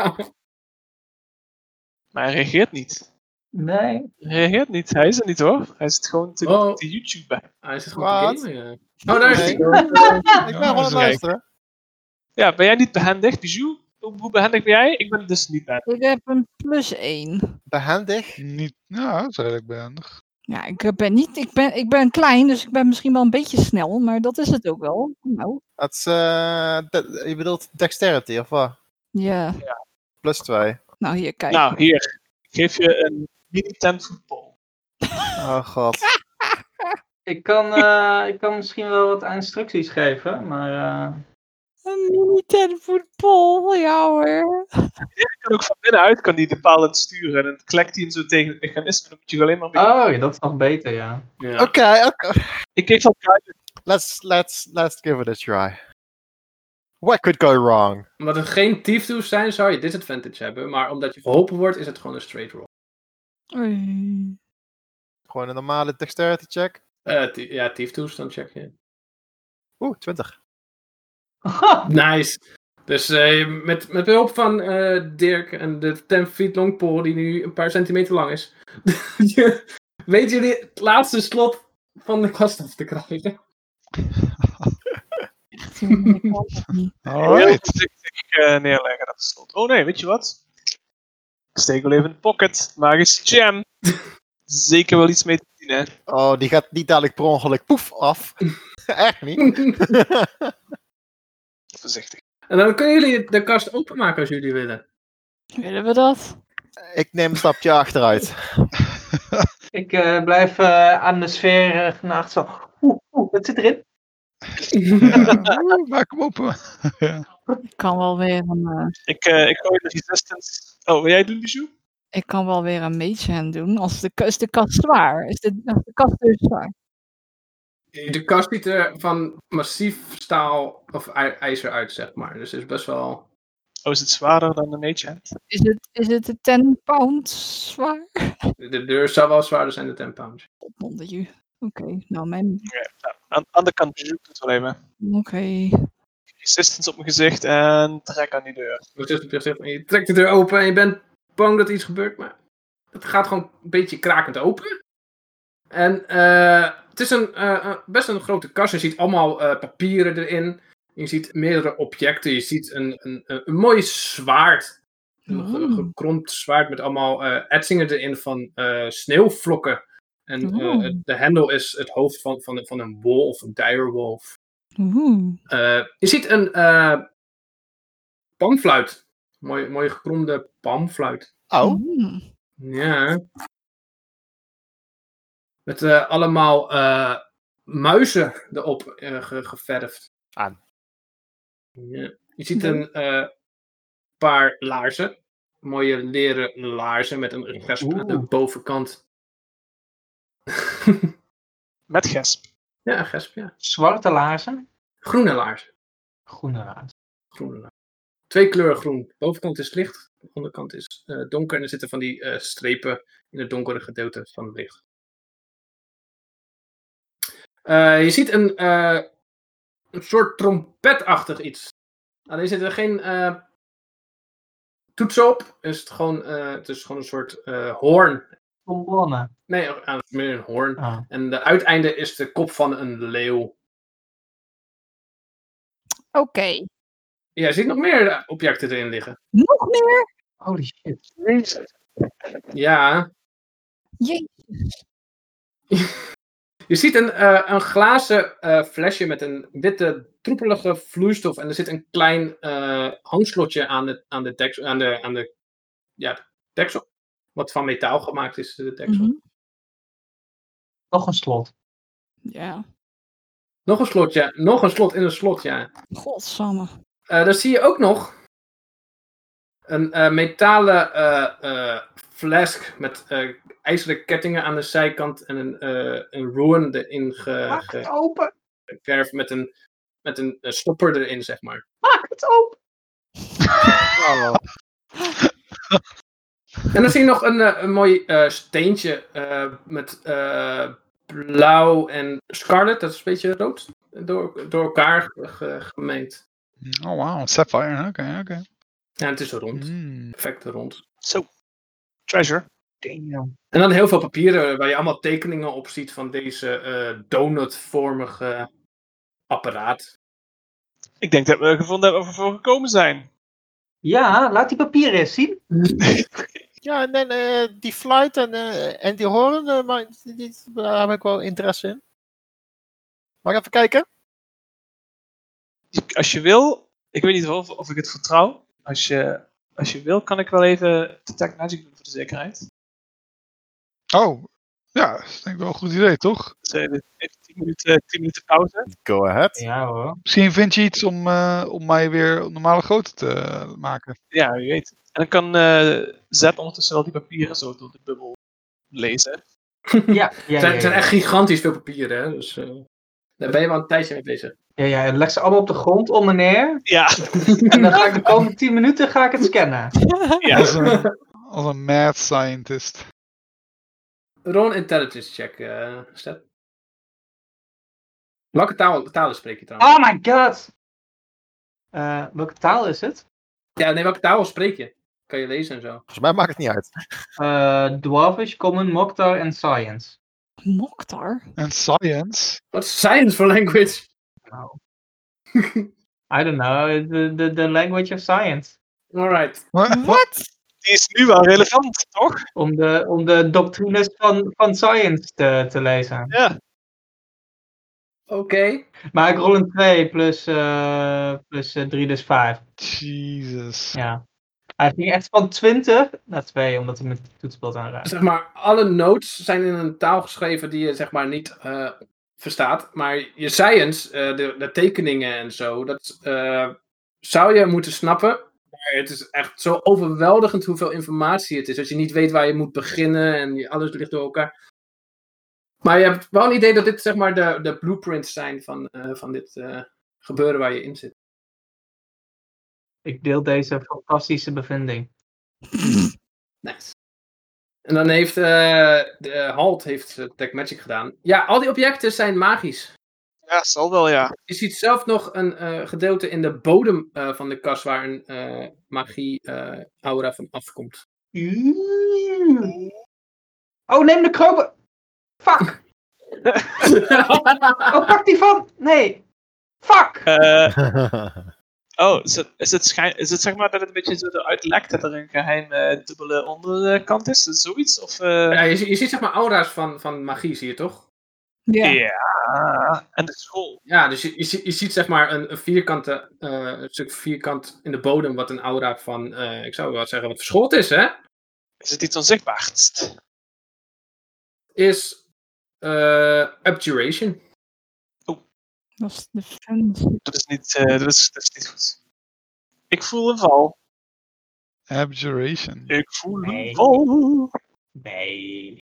Speaker 5: Maar hij reageert niet.
Speaker 3: Nee.
Speaker 5: Hij reageert niet. Hij is er niet hoor. Hij zit gewoon te,
Speaker 4: Oh.
Speaker 5: te YouTuben.
Speaker 4: Hij zit gewoon
Speaker 6: Wat?
Speaker 4: te gamen, ja. Oh, daar is hij.
Speaker 6: Ik ben gewoon aan het
Speaker 1: Kijk.
Speaker 6: luisteren.
Speaker 5: Ja, ben jij niet behendig, Bijou? Hoe, hoe behendig ben jij? Ik ben dus niet behendig.
Speaker 2: Ik heb een plus 1.
Speaker 6: Behendig.
Speaker 1: Niet, ja, dat is redelijk behendig.
Speaker 2: Ja, ik ben niet, ik ben, ik ben klein, dus ik ben misschien wel een beetje snel, maar dat is het ook wel. Nou,
Speaker 6: Dat is, eh, de- je bedoelt dexterity of wat?
Speaker 2: ja.
Speaker 6: Plus 2.
Speaker 2: Nou, hier, kijk.
Speaker 5: Nou, hier. Ik geef je een mini tent voetbal.
Speaker 6: Oh god.
Speaker 3: Ik kan, eh, ik kan misschien wel wat instructies geven, maar... eh,
Speaker 2: Een mini ten voetbal, ja hoor.
Speaker 5: Je kan ook van binnenuit kan die de paal het sturen. En dan klekt hij hem zo tegen het mechanisme. Dan moet je alleen maar... een beetje-
Speaker 3: Oh, ja, dat is nog beter, ja.
Speaker 6: Oké,
Speaker 4: Ja.
Speaker 6: oké.
Speaker 5: Ik keek van
Speaker 6: Let's, let's, let's give it a try. What could go wrong?
Speaker 4: Omdat er geen tief tools zijn, zou je disadvantage hebben. Maar omdat je geholpen wordt, is het gewoon een straight roll.
Speaker 2: Oei.
Speaker 6: Gewoon een normale dexterity check.
Speaker 4: Eh, ti- ja, tief tools, dan check je.
Speaker 6: Oeh, 20.
Speaker 4: Nice. Dus eh, met, met behulp van eh, Dirk en de 10 feet long pole, die nu een paar centimeter lang is, je- weet jullie het laatste slot van de kast af te krijgen.
Speaker 2: Echt, jongen, ik kan dat niet.
Speaker 5: heel
Speaker 1: Alright.
Speaker 5: voorzichtig eh, neerleggen dat slot. Oh nee, weet je wat? Ik steek wel even in de pocket. Magisch jam. Zeker wel iets mee te zien, hè?
Speaker 6: Oh, die gaat niet dadelijk per ongeluk poef af. Echt niet.
Speaker 5: Voorzichtig.
Speaker 4: en dan kunnen jullie de kast openmaken als jullie willen.
Speaker 2: Willen we dat?
Speaker 6: Ik neem een stapje achteruit.
Speaker 3: Ik eh, blijf eh, aan de sfeer eh, genaagd zo. Oeh, oeh, wat zit erin?
Speaker 1: Ja, oeh, maak hem open. ja.
Speaker 2: Ik kan wel weer een, eh,
Speaker 5: Ik, eh ik gooi de resistance. Oh, wil jij het doen, Bijou?
Speaker 2: ik kan wel weer een mage hand doen. Als de, is de kast zwaar? Is de, als de kast dus zwaar?
Speaker 4: De kast ziet er van massief staal of ij- ijzer uit, zeg maar. Dus het is best wel...
Speaker 5: Oh, is het zwaarder dan een mage hand?
Speaker 2: Is het, is het de 10 pound zwaar?
Speaker 4: De deur zou wel zwaarder zijn dan 10 pounds.
Speaker 2: Potmonder je. Oké, nou mijn...
Speaker 5: Aan aan de kant, Bijou, doe het wel even.
Speaker 2: Oké.
Speaker 5: Resistance op mijn gezicht en trek aan die deur.
Speaker 4: Dus het gezicht- en je trekt de deur open en je bent bang dat er iets gebeurt, maar het gaat gewoon een beetje krakend open. En eh, het is een, eh, eh, best een grote kast. Je ziet allemaal eh, papieren erin. Je ziet meerdere objecten. Je ziet een, een, een, een mooi zwaard. Een ge-
Speaker 2: Oh.
Speaker 4: gekromd zwaard met allemaal eh, etsingen erin van eh, sneeuwvlokken. En eh,
Speaker 2: Oh.
Speaker 4: het- de hendel is het hoofd van, van, een- van een wolf, een direwolf.
Speaker 2: Oeh.
Speaker 4: Eh, je ziet een eh panfluit Mooie, mooie gekromde palmfluit.
Speaker 6: Oh,
Speaker 2: Mm.
Speaker 4: Ja. Met eh, allemaal eh, muizen erop eh, ge- geverfd.
Speaker 6: Aan.
Speaker 4: Ja. Je ziet een eh, paar laarzen. Mooie leren laarzen met een gesp aan de
Speaker 3: Oeh.
Speaker 4: bovenkant.
Speaker 5: Met gesp.
Speaker 4: ja, een gesp, ja.
Speaker 3: Zwarte laarzen?
Speaker 4: Groene laarzen.
Speaker 3: Groene laarzen.
Speaker 4: Groene laarzen. Twee kleuren groen. De bovenkant is licht, de onderkant is eh, donker. En er zitten van die eh, strepen in het donkere gedeelte van het licht. Eh, je ziet een, eh, een soort trompetachtig iets. Alleen zit er geen eh toetsen op. Is het, gewoon, eh, het is gewoon een soort eh, hoorn.
Speaker 3: Trombonnen.
Speaker 4: Nee, eh, het is meer een hoorn.
Speaker 3: Ah.
Speaker 4: En de uiteinde is de kop van een leeuw.
Speaker 2: Oké,
Speaker 4: Ja, je ziet nog meer eh, objecten erin liggen.
Speaker 2: nog meer?
Speaker 3: Holy shit.
Speaker 4: Ja,
Speaker 2: Jee.
Speaker 4: Je ziet een, eh, een glazen eh, flesje met een witte, troepelige vloeistof. En er zit een klein eh, hangslotje aan de, aan de, deksel, aan de, aan de ja, de deksel. Wat van metaal gemaakt is, de deksel.
Speaker 2: Mhm.
Speaker 3: Nog een slot.
Speaker 2: Ja,
Speaker 4: Nog een slot, ja. Nog een slot in een slot, ja.
Speaker 2: godsamme.
Speaker 4: Eh, dan zie je ook nog een eh, metalen eh, eh, flesk met eh, ijzeren kettingen aan de zijkant en een, eh een ruin erin ge,
Speaker 3: Maak
Speaker 4: ge-
Speaker 3: het open.
Speaker 4: geverfd met een, met een eh, stopper erin, zeg maar.
Speaker 3: Maak het open.
Speaker 4: En dan zie je nog een, eh, een mooi eh, steentje eh, met eh, blauw en scarlet. Dat is een beetje rood door, door elkaar ge- ge- gemengd.
Speaker 1: Oh, wow, Sapphire. Oké, oké.
Speaker 4: Ja, het is rond.
Speaker 1: Mm.
Speaker 4: Perfect rond.
Speaker 5: Zo. Treasure.
Speaker 3: Damn.
Speaker 4: En dan heel veel papieren waar je allemaal tekeningen op ziet van deze eh, donutvormige apparaat.
Speaker 5: Ik denk dat we gevonden hebben waar we voor gekomen zijn.
Speaker 3: Ja, laat die papieren eens zien.
Speaker 6: ja, en, dan, eh, die flight en, eh, en die horen, eh, maar die- die- daar heb ik wel interesse in. Mag ik even kijken?
Speaker 5: Als je wil, ik weet niet of, of ik het vertrouw. Als je, als je wil, kan ik wel even Detect Magic doen voor de zekerheid.
Speaker 1: Oh, ja, dat is denk ik wel een goed idee, toch?
Speaker 5: Dus eh, even 10 minuten, 10 minuten pauze.
Speaker 6: Go ahead.
Speaker 3: Ja hoor.
Speaker 1: Misschien vind je iets om, eh, om mij weer op normale grootte te eh, maken.
Speaker 5: Ja, wie weet. En dan kan eh Zet ondertussen wel die papieren zo door de bubbel lezen.
Speaker 3: Ja, ja,
Speaker 4: Het
Speaker 3: ja,
Speaker 4: zijn, het zijn
Speaker 3: ja.
Speaker 4: echt gigantisch veel papieren, hè? Dus, eh, daar ben je wel een tijdje mee bezig.
Speaker 3: ja, ja. Leg ze allemaal op de grond onder neer.
Speaker 5: Ja,
Speaker 3: En dan ga ik de komende 10 minuten ga ik het scannen.
Speaker 1: Als
Speaker 5: ja.
Speaker 1: een, als een mad scientist.
Speaker 4: Ron intelligence check, eh Stef. Welke taal, talen spreek je trouwens?
Speaker 3: Oh my god. Eh, welke taal is het?
Speaker 4: Ja, nee, welke taal spreek je? Kan je lezen en zo.
Speaker 6: Volgens mij maakt het niet uit.
Speaker 3: Eh Dwarfish, Common, Moktar en Science.
Speaker 2: Moktar?
Speaker 1: En science?
Speaker 4: Wat is science for language?
Speaker 3: I don't know, the, the, the language of science.
Speaker 4: Alright.
Speaker 1: Wa- wa-
Speaker 2: Wat?
Speaker 5: Die is nu wel relevant, toch?
Speaker 3: Om de, om de doctrines van, van science te, te lezen.
Speaker 5: Ja.
Speaker 4: Oké.
Speaker 3: Maar ik rol een 2 plus, eh, plus 3, dus 5.
Speaker 1: Jesus.
Speaker 3: Ja. Hij ging echt van 20 naar 2, omdat hij met het toetsenbord aanraakt.
Speaker 4: Zeg maar, alle notes zijn in een taal geschreven die je zeg maar niet eh, verstaat. Maar je science, eh, de, de tekeningen en zo, dat eh, zou je moeten snappen. Maar het is echt zo overweldigend hoeveel informatie het is. Dat je niet weet waar je moet beginnen en je- alles ligt door elkaar. Maar je hebt wel een idee dat dit zeg maar de, de blueprints zijn van, eh, van dit eh, gebeuren waar je in zit.
Speaker 3: Ik deel deze fantastische bevinding.
Speaker 4: Nice. En dan heeft eh, de Halt heeft eh, Tech Magic gedaan. Ja, al die objecten zijn magisch.
Speaker 5: Ja, zal wel, ja.
Speaker 4: Je ziet zelf nog een eh, gedeelte in de bodem eh, van de kas waar een eh, magie eh, aura van afkomt.
Speaker 3: Oh, neem de kropen! Fuck! Oh, pak die van! Nee! Fuck!
Speaker 5: Eh, oh, is het, is, het schijn, is het zeg maar dat het een beetje zo eruit lekt dat er een geheim eh, dubbele onderkant is? Is het Zoiets? Of, eh,
Speaker 4: Ja, je, zie- je ziet zeg maar aura's van, van magie, zie je toch?
Speaker 2: Ja.
Speaker 5: Ja. En de school.
Speaker 4: Ja, dus je, je, ziet- je ziet zeg maar een, een vierkante, eh, een stuk vierkant in de bodem wat een aura van, eh, ik zou wel zeggen, wat verschold is, hè?
Speaker 5: Is het iets onzichtbaars?
Speaker 4: Is eh, abjuration.
Speaker 2: Dat is de fancy.
Speaker 5: Dat is niet, eh, dat is, dat is niet goed. Ik voel een val.
Speaker 1: Abjuration.
Speaker 5: Ik voel
Speaker 3: Nee.
Speaker 5: een val.
Speaker 3: Nee.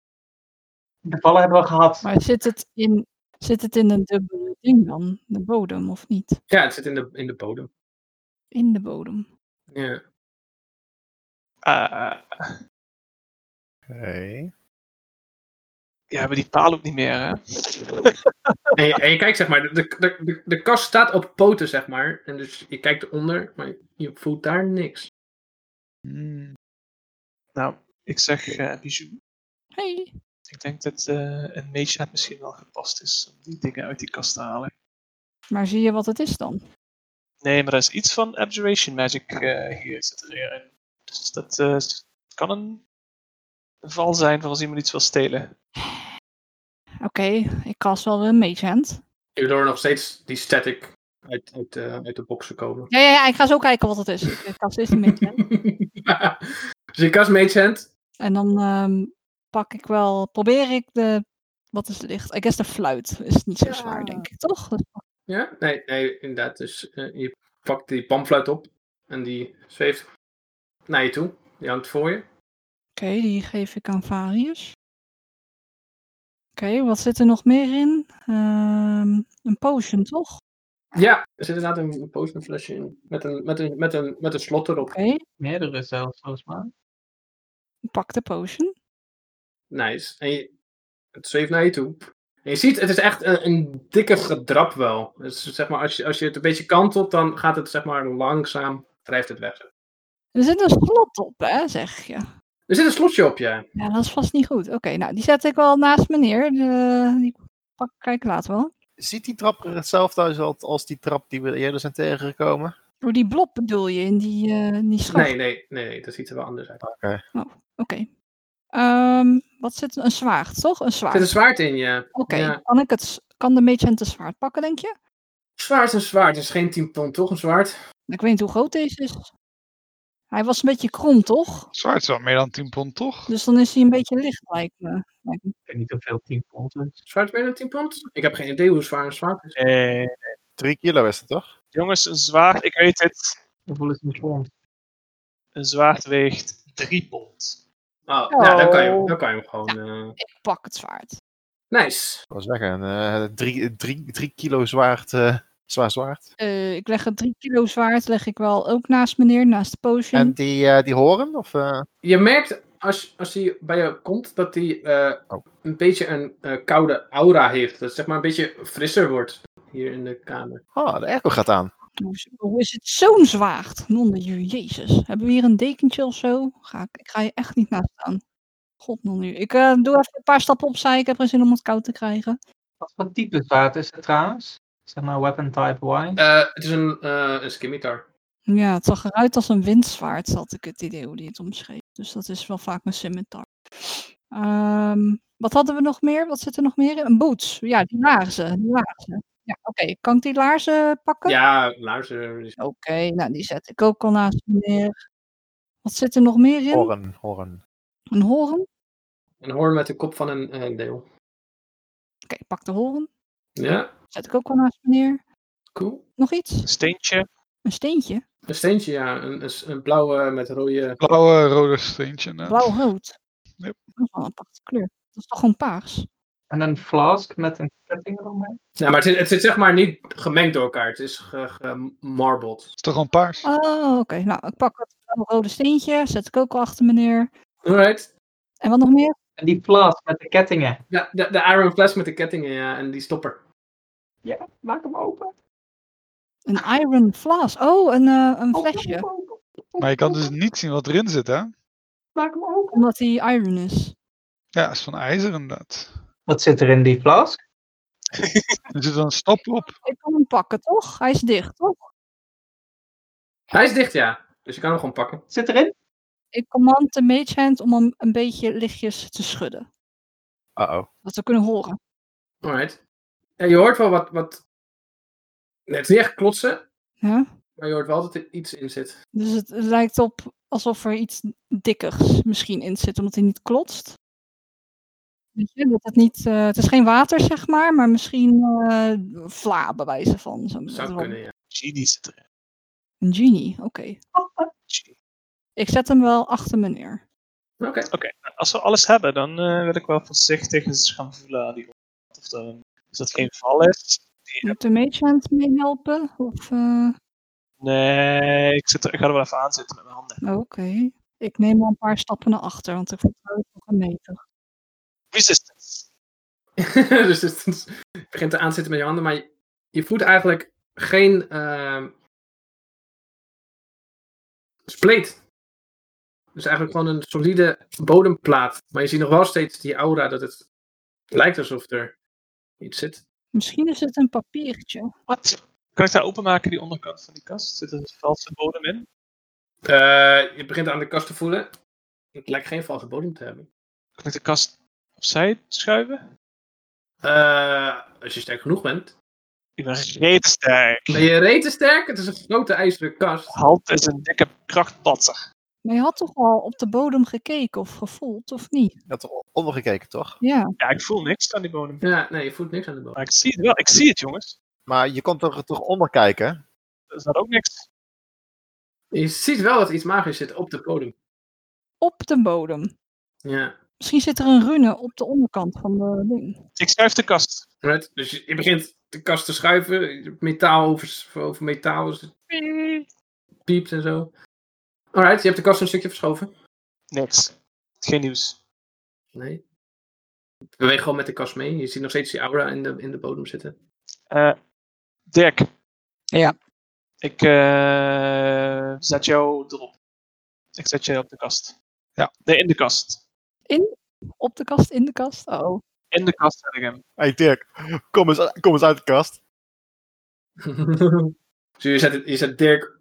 Speaker 3: De vallen hebben we gehad.
Speaker 2: Maar zit het, in, zit het in een dubbele ding dan? De bodem of niet?
Speaker 4: Ja, het zit in de, in de bodem.
Speaker 2: In de bodem.
Speaker 4: Ja.
Speaker 5: Ah,
Speaker 6: Oké.
Speaker 5: ja, hebben die paal ook niet meer, hè?
Speaker 4: En, je, en je kijkt zeg maar, de, de, de, de kast staat op poten zeg maar. En dus je kijkt eronder, maar je voelt daar niks.
Speaker 1: Hmm.
Speaker 5: Nou, ik zeg eh bijou.
Speaker 2: Hey.
Speaker 5: Ik denk dat eh, een mage het misschien wel gepast is om die dingen uit die kast te halen.
Speaker 2: Maar zie je wat het is dan?
Speaker 5: Nee, maar er is iets van abjuration magic eh, hier zit er weer in. Dus dat eh, kan een, een val zijn voor als iemand iets wil stelen.
Speaker 2: Oké, ik cast wel een mage hand.
Speaker 4: Je hoort nog steeds die static uit, uit, eh, uit de boxen komen.
Speaker 2: Ja, ja, ja, ik ga zo kijken wat het is. Ik eh, cast eerst een mage hand.
Speaker 4: dus je kast Mage Hand.
Speaker 2: En dan ehm, pak ik wel, probeer ik de, wat is het licht? Ik guess de fluit is niet zo zwaar, denk ik, toch? Dat-
Speaker 4: Ja? Nee, nee, inderdaad. Dus eh, je pakt die pamfluit op en die zweeft naar je toe. Die hangt voor je.
Speaker 2: Oké, die geef ik aan Varius. Oké, wat zit er nog meer in? Ehm, een potion, toch?
Speaker 4: Ja, er zit inderdaad een, een potionflesje in. Met een, met, een, met, een, met een slot erop.
Speaker 2: Oké,
Speaker 3: Meerdere zelfs, volgens mij.
Speaker 2: pak de potion.
Speaker 4: Nice. En je, het zweeft naar je toe. En je ziet, het is echt een, een dikke gedrap wel. Dus zeg maar, als je, als je het een beetje kantelt, dan gaat het zeg maar langzaam, drijft het weg.
Speaker 2: Er zit een slot op, hè, zeg je.
Speaker 4: Er zit een slotje op, ja.
Speaker 2: Ja, dat is vast niet goed. Oké, nou, die zet ik wel naast me neer. De- die pak, kijk ik later wel.
Speaker 6: Ziet die trap er hetzelfde uit als- als die trap die we eerder zijn tegengekomen?
Speaker 2: Door Oh, die blob bedoel je, in die, eh in die schacht?
Speaker 4: Nee, nee, nee, nee, dat ziet er wel anders uit.
Speaker 2: Oké. Ehm, wat zit Een zwaard, toch? Een
Speaker 4: Er
Speaker 2: zwaard.
Speaker 4: zit een zwaard in, ja.
Speaker 2: Oké,
Speaker 4: ja.
Speaker 2: kan ik het... s- Kan de mage hand een zwaard pakken, denk je?
Speaker 4: Zwaard is een zwaard, is geen 10 pond, toch? Een zwaard?
Speaker 2: Nou, Ik weet niet hoe groot deze is. Hij was een beetje krom, toch?
Speaker 1: Zwaard is wel meer dan 10 pond, toch?
Speaker 2: Dus dan is hij een beetje licht, lijkt me. Lijkt me.
Speaker 3: Ik weet niet hoeveel 10 pond is.
Speaker 4: Zwaard meer dan 10 pond? Ik heb geen idee hoe zwaar een zwaard is.
Speaker 5: Eh,
Speaker 6: Drie kilo is het toch?
Speaker 5: jongens, een zwaard, ik weet het.
Speaker 3: Hoeveel is een pond?
Speaker 5: Een zwaard weegt 3 pond.
Speaker 4: Oh, nou, dan kan je,
Speaker 2: Oh.
Speaker 4: dan kan je hem gewoon... eh,
Speaker 2: Ik pak het zwaard.
Speaker 4: Nice.
Speaker 6: Ik wou zeggen, eh, drie, drie, drie kilo zwaard, eh, zwaar zwaard.
Speaker 2: Eh, ik leg het drie kilo zwaard, leg ik wel ook naast me neer, naast de potion.
Speaker 6: En die, eh, die horen? Of, eh,
Speaker 4: Je merkt als, als hij bij je komt dat hij eh,
Speaker 6: Oh.
Speaker 4: een beetje een eh, koude aura heeft. Dat het zeg maar een beetje frisser wordt hier in de kamer.
Speaker 6: Oh, de echo gaat aan.
Speaker 2: Hoe Oh, is- Hoe is het zo'n zwaard? Nonde, ju- jezus. Hebben we hier een dekentje of zo? Ga ik, ik ga je echt niet naast staan. God, nu. Ik eh, doe even een paar stappen opzij. Ik heb geen zin om het koud te krijgen.
Speaker 3: Wat voor type zwaard is het trouwens? Zeg maar weapon type Y.
Speaker 4: Eh, het is een, eh een skimitar.
Speaker 2: Ja, het zag eruit als een windzwaard, had ik het idee hoe die het omschreef. Dus dat is wel vaak een scimitar. Ehm, wat hadden we nog meer? Wat zit er nog meer in? Een boots. Ja, die laarzen. Die laarzen. Ja, oké. Kan ik die laarzen pakken?
Speaker 4: Ja, luister. is-
Speaker 2: Oké, nou die zet ik ook al naast me neer. Wat zit er nog meer in?
Speaker 6: Horen, horen.
Speaker 2: Een horen? Oké,
Speaker 4: Een hoorn met de kop van een eh, leeuw.
Speaker 2: pak de horen.
Speaker 4: Ja,
Speaker 2: Zet ik ook wel naast me neer.
Speaker 4: cool.
Speaker 2: Nog iets?
Speaker 5: Een steentje.
Speaker 2: Een steentje?
Speaker 4: Een steentje, ja. Een, een, s- een blauwe met rode...
Speaker 1: Blauwe, rode steentje. inderdaad.
Speaker 2: Blauw-rood.
Speaker 1: Yep.
Speaker 2: Dat is wel een prachtige kleur. Dat is toch gewoon paars?
Speaker 3: En een flask met een ketting eromheen.
Speaker 4: Ja, maar het zit, het zit zeg maar niet gemengd door elkaar. Het is ge- gemarbeld.
Speaker 1: Is toch gewoon paars?
Speaker 2: Oh, oké. Nou, ik pak het blauw-rode steentje. Zet ik ook al achter me neer.
Speaker 4: Alright.
Speaker 2: En wat nog meer?
Speaker 3: En die flask met de kettingen.
Speaker 4: Ja, de, de iron fles met de kettingen, ja. En die stopper.
Speaker 3: Ja, maak hem open.
Speaker 2: Een iron flas. Oh, een, eh, een
Speaker 3: Open,
Speaker 2: flesje.
Speaker 3: open, open.
Speaker 1: Maar je kan dus
Speaker 3: Open,
Speaker 1: niet zien wat erin zit, hè?
Speaker 3: Maak hem open.
Speaker 2: Omdat die iron is.
Speaker 1: Ja, is van ijzer inderdaad.
Speaker 3: Wat zit er in die flask?
Speaker 1: Er zit wel een stop op.
Speaker 2: Ik kan hem pakken, toch? Hij is dicht, toch?
Speaker 4: Hij is dicht, ja. Dus je kan hem gewoon pakken.
Speaker 3: Zit erin?
Speaker 2: Ik command de mage hand om hem een beetje lichtjes te schudden.
Speaker 6: Uh-oh.
Speaker 2: Dat we kunnen horen.
Speaker 4: Alright. En je hoort wel wat, wat... Nee, het is niet echt klotsen,
Speaker 2: Ja?
Speaker 4: maar je hoort wel dat er iets in zit.
Speaker 2: Dus het lijkt op alsof er iets dikkers misschien in zit, omdat hij niet klotst. Weet je, dat het, niet, eh, het is geen water, zeg maar, maar misschien eh vla bewijzen van. Zo,
Speaker 4: Zou kunnen, ja.
Speaker 5: Genie zit erin.
Speaker 2: Een genie, oké.
Speaker 5: Genie.
Speaker 2: Ik zet hem wel achter me neer.
Speaker 4: Oké.
Speaker 5: nou, Als we alles hebben, dan eh, wil ik wel voorzichtig eens gaan voelen aan die onderkant. Of er een- Als dat geen val is. Die,
Speaker 2: Moet de meestand meehelpen? Of, eh,
Speaker 5: nee, ik, zit er, ik ga er wel even aan zitten met mijn handen.
Speaker 2: oh, Oké. Ik neem wel een paar stappen naar achter, want ik vertrouw het nog een meter.
Speaker 5: Resistance.
Speaker 4: dus het, het begint te aanzitten met je handen, maar je, je voelt eigenlijk geen ehm spleet. Dus eigenlijk gewoon een solide bodemplaat. Maar je ziet nog wel steeds die aura dat het lijkt alsof er iets zit.
Speaker 2: Misschien is het een papiertje.
Speaker 5: Wat? Kan ik daar openmaken, die onderkant van die kast? Zit er een valse bodem in?
Speaker 4: Eh, je begint aan de kast te voelen. Het lijkt geen valse bodem te hebben.
Speaker 5: Kan ik de kast opzij schuiven?
Speaker 4: Eh, als je sterk genoeg bent.
Speaker 5: Ik ben reeds sterk.
Speaker 4: Ben je reet te sterk? Het is een grote ijzeren kast.
Speaker 5: Halt is een dikke krachtpatser.
Speaker 2: Maar je had toch al op de bodem gekeken of gevoeld, of niet?
Speaker 6: Je had er ondergekeken, toch?
Speaker 2: Ja.
Speaker 5: Ja, ik voel niks aan die bodem.
Speaker 4: Ja, nee, je voelt niks aan de bodem.
Speaker 5: Maar ik zie het wel. Ik zie het, jongens.
Speaker 6: Maar je kon er toch onder kijken?
Speaker 5: Er staat ook niks.
Speaker 4: Je ziet wel dat iets magisch zit op de bodem.
Speaker 2: Op de bodem.
Speaker 4: Ja.
Speaker 2: Misschien zit er een rune op de onderkant van de ding.
Speaker 5: Ik schuif de kast.
Speaker 4: Right? Dus je, je begint de kast te schuiven, metaal over, over metaal, dus het piept en zo. Alright, je hebt de kast een stukje verschoven.
Speaker 5: Niks. Geen nieuws.
Speaker 4: Nee. Beweeg gewoon met de kast mee. Je ziet nog steeds die aura in de, in de bodem zitten.
Speaker 5: Eh, Dirk.
Speaker 8: Ja.
Speaker 5: Ik eh, zet jou erop. Ik zet je op de kast.
Speaker 1: Ja.
Speaker 5: Nee, in de kast.
Speaker 2: Op de kast, in de kast? Oh.
Speaker 5: In de kast zet ik hem.
Speaker 6: hey Dirk, kom eens, kom eens uit de kast.
Speaker 4: dus je zet, het- je zet Dirk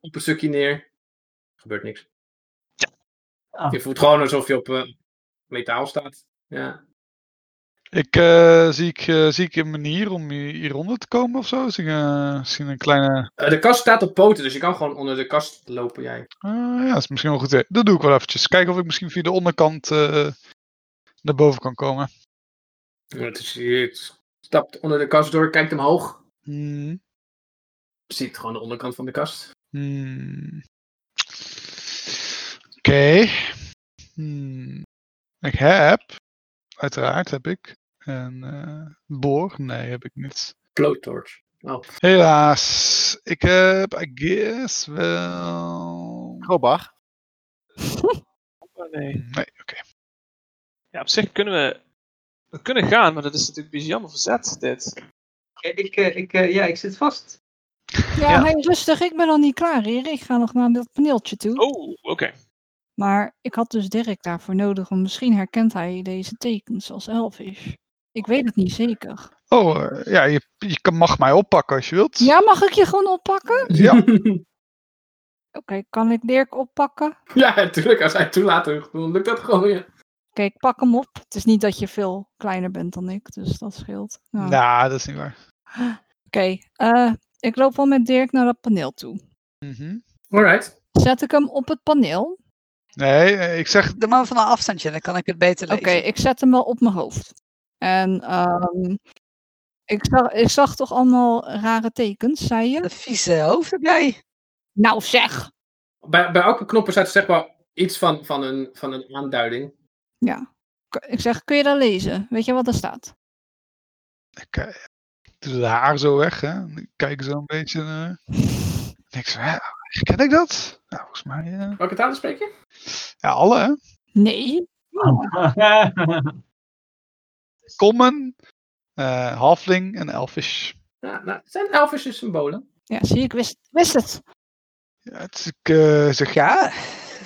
Speaker 4: op een stukje neer. Gebeurt niks.
Speaker 3: Ah.
Speaker 4: Je voelt gewoon alsof je op eh, metaal staat. Ja.
Speaker 1: Ik, eh, zie, ik, eh, zie ik een manier om hier- hieronder te komen of zo? Is ik, eh, misschien een kleine.
Speaker 4: Eh, de kast staat op poten, dus je kan gewoon onder de kast lopen jij.
Speaker 1: Ah, ja, is misschien wel goed. idee. Dat doe ik wel eventjes. Kijken of ik misschien via de onderkant eh, naar boven kan komen.
Speaker 4: Ja, Het is, Dus je stapt onder de kast door, kijkt omhoog.
Speaker 1: Hmm,
Speaker 4: ziet gewoon de onderkant van de kast.
Speaker 1: hmm. Oké. Hmm. Ik heb. Uiteraard heb ik. Een eh, boor? Nee, heb ik niet.
Speaker 4: Blowtorch. Oh.
Speaker 1: Helaas. Ik heb, I guess, wel.
Speaker 6: Grobar.
Speaker 5: Oh, nee.
Speaker 1: Nee, oké.
Speaker 5: Ja, op zich kunnen we... We kunnen gaan, maar dat is natuurlijk een beetje jammer verzet, dit.
Speaker 3: Ja, ik, eh, ik, eh, ja, ik zit vast.
Speaker 2: Ja,
Speaker 5: Ja.
Speaker 2: hey, rustig, ik ben nog niet klaar hier. Ik ga nog naar dat paneeltje toe.
Speaker 5: Oh, oké.
Speaker 2: Maar ik had dus Dirk daarvoor nodig, want misschien herkent hij deze tekens als elfish. Ik weet het niet zeker.
Speaker 1: Oh, eh, ja, je, je kan, mag mij oppakken als je wilt.
Speaker 2: Ja, mag ik je gewoon oppakken?
Speaker 1: Ja,
Speaker 2: Oké, kan ik Dirk oppakken?
Speaker 4: ja, natuurlijk. Als hij toelaat, dan lukt dat gewoon. Ja.
Speaker 2: Oké, ik pak hem op. Het is niet dat je veel kleiner bent dan ik, dus dat scheelt. Ja.
Speaker 1: Nou, dat is niet waar.
Speaker 2: Oké, eh, ik loop wel met Dirk naar dat paneel toe.
Speaker 1: Mhm.
Speaker 4: Alright.
Speaker 2: Zet ik hem op het paneel?
Speaker 1: Nee, eh, ik zeg.
Speaker 8: Doe maar van een afstandje, dan kan ik het beter
Speaker 2: Oké,
Speaker 8: lezen.
Speaker 2: ik zet hem wel op mijn hoofd. En ehm, ik, zag, ik zag toch allemaal rare tekens, zei je?
Speaker 8: Een vieze hoofd heb jij.
Speaker 2: Nou zeg!
Speaker 4: Bij, bij elke knopper staat zeg maar iets van, van, een, van een aanduiding.
Speaker 2: Ja. K- Ik zeg, kun je dat lezen? Weet je wat er staat?
Speaker 1: Ik, eh, ik doe de haar zo weg, hè? en Ik kijk zo een beetje. eh, en ik zeg, hè, ken ik dat? Nou, volgens mij. eh,
Speaker 4: Welke taal spreek je?
Speaker 1: ja, alle, hè?
Speaker 2: Nee.
Speaker 3: Oh.
Speaker 1: Common, eh Halfling en Elfish.
Speaker 4: Ja, nou, het zijn Elvische symbolen.
Speaker 2: Ja, zie, ik wist, wist het.
Speaker 1: Ja, het is- ik eh, zeg, ja.
Speaker 8: Ja,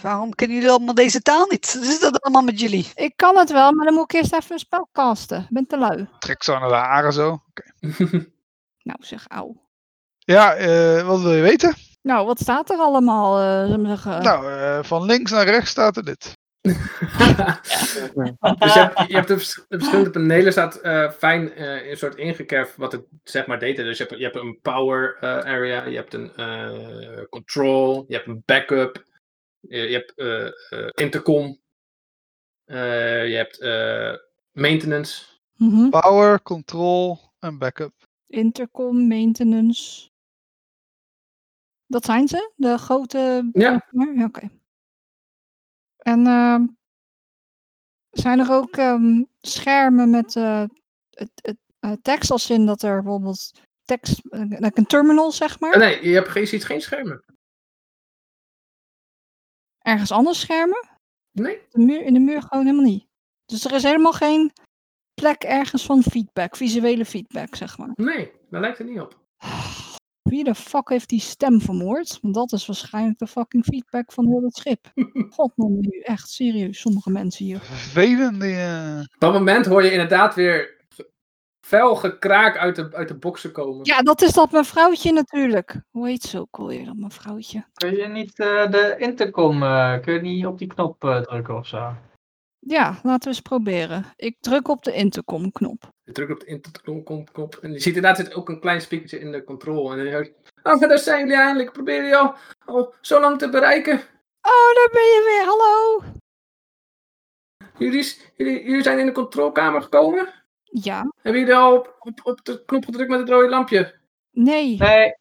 Speaker 8: waarom kennen jullie allemaal deze taal niet? Wat is dat allemaal met jullie?
Speaker 2: Ik kan het wel, maar dan moet ik eerst even een spel casten. Ik ben te lui.
Speaker 1: trek zo naar de haren zo. Oké.
Speaker 2: Nou zeg, auw.
Speaker 1: Ja, eh, wat wil je weten?
Speaker 2: Nou, wat staat er allemaal? eh, zullen we zeggen?
Speaker 1: Nou, eh, van links naar rechts staat er dit.
Speaker 4: Dus je hebt, je hebt de, vers- de verschillende panelen staat eh, fijn eh in soort ingekerfd wat het zeg maar deed. Dus je hebt, je hebt een power eh, area, je hebt een eh, control, je hebt een backup, je, je hebt eh, eh, intercom, eh, je hebt eh, maintenance.
Speaker 2: Mhm.
Speaker 1: Power, control en backup.
Speaker 2: Intercom, maintenance. Dat zijn ze, de grote.
Speaker 4: Ja.
Speaker 2: Ja, Oké. En ehm, zijn er ook ehm, schermen met eh, het, het, eh, tekst als in dat er bijvoorbeeld tekst, eh, like een terminal zeg maar,
Speaker 4: Eh, nee, je, hebt, geen- je ziet geen schermen.
Speaker 2: ergens anders schermen?
Speaker 4: Nee.
Speaker 2: De muur, in de muur gewoon helemaal niet. Dus er is helemaal geen plek ergens van feedback, visuele feedback zeg maar.
Speaker 4: Nee, daar lijkt het niet op.
Speaker 2: Wie de fuck heeft die stem vermoord? Want dat is waarschijnlijk de fucking feedback van heel het schip. God, man, nu echt serieus, sommige mensen hier.
Speaker 1: Vervelende. eh,
Speaker 4: Op dat moment hoor je inderdaad weer fel gekraak uit de, uit de boksen komen.
Speaker 2: Ja, dat is dat mevrouwtje natuurlijk. Hoe heet ze ook alweer, dat mevrouwtje?
Speaker 3: Kun je niet eh, de intercom, eh, kun je niet op die knop eh, drukken of zo?
Speaker 2: Ja, laten we eens proberen. Ik druk op de intercom-knop.
Speaker 4: Je drukt op de intercomknop en je ziet inderdaad zit ook een klein spiekertje in de control. En dan hoor je, oh, daar zijn jullie eindelijk. Ik probeer je al, al zo lang te bereiken.
Speaker 2: Oh, daar ben je weer, hallo!
Speaker 4: Jullie, is- jullie, jullie zijn in de controlkamer gekomen.
Speaker 2: Ja,
Speaker 4: Hebben jullie al op, op, op de knop gedrukt met het rode lampje?
Speaker 2: nee.
Speaker 3: Nee,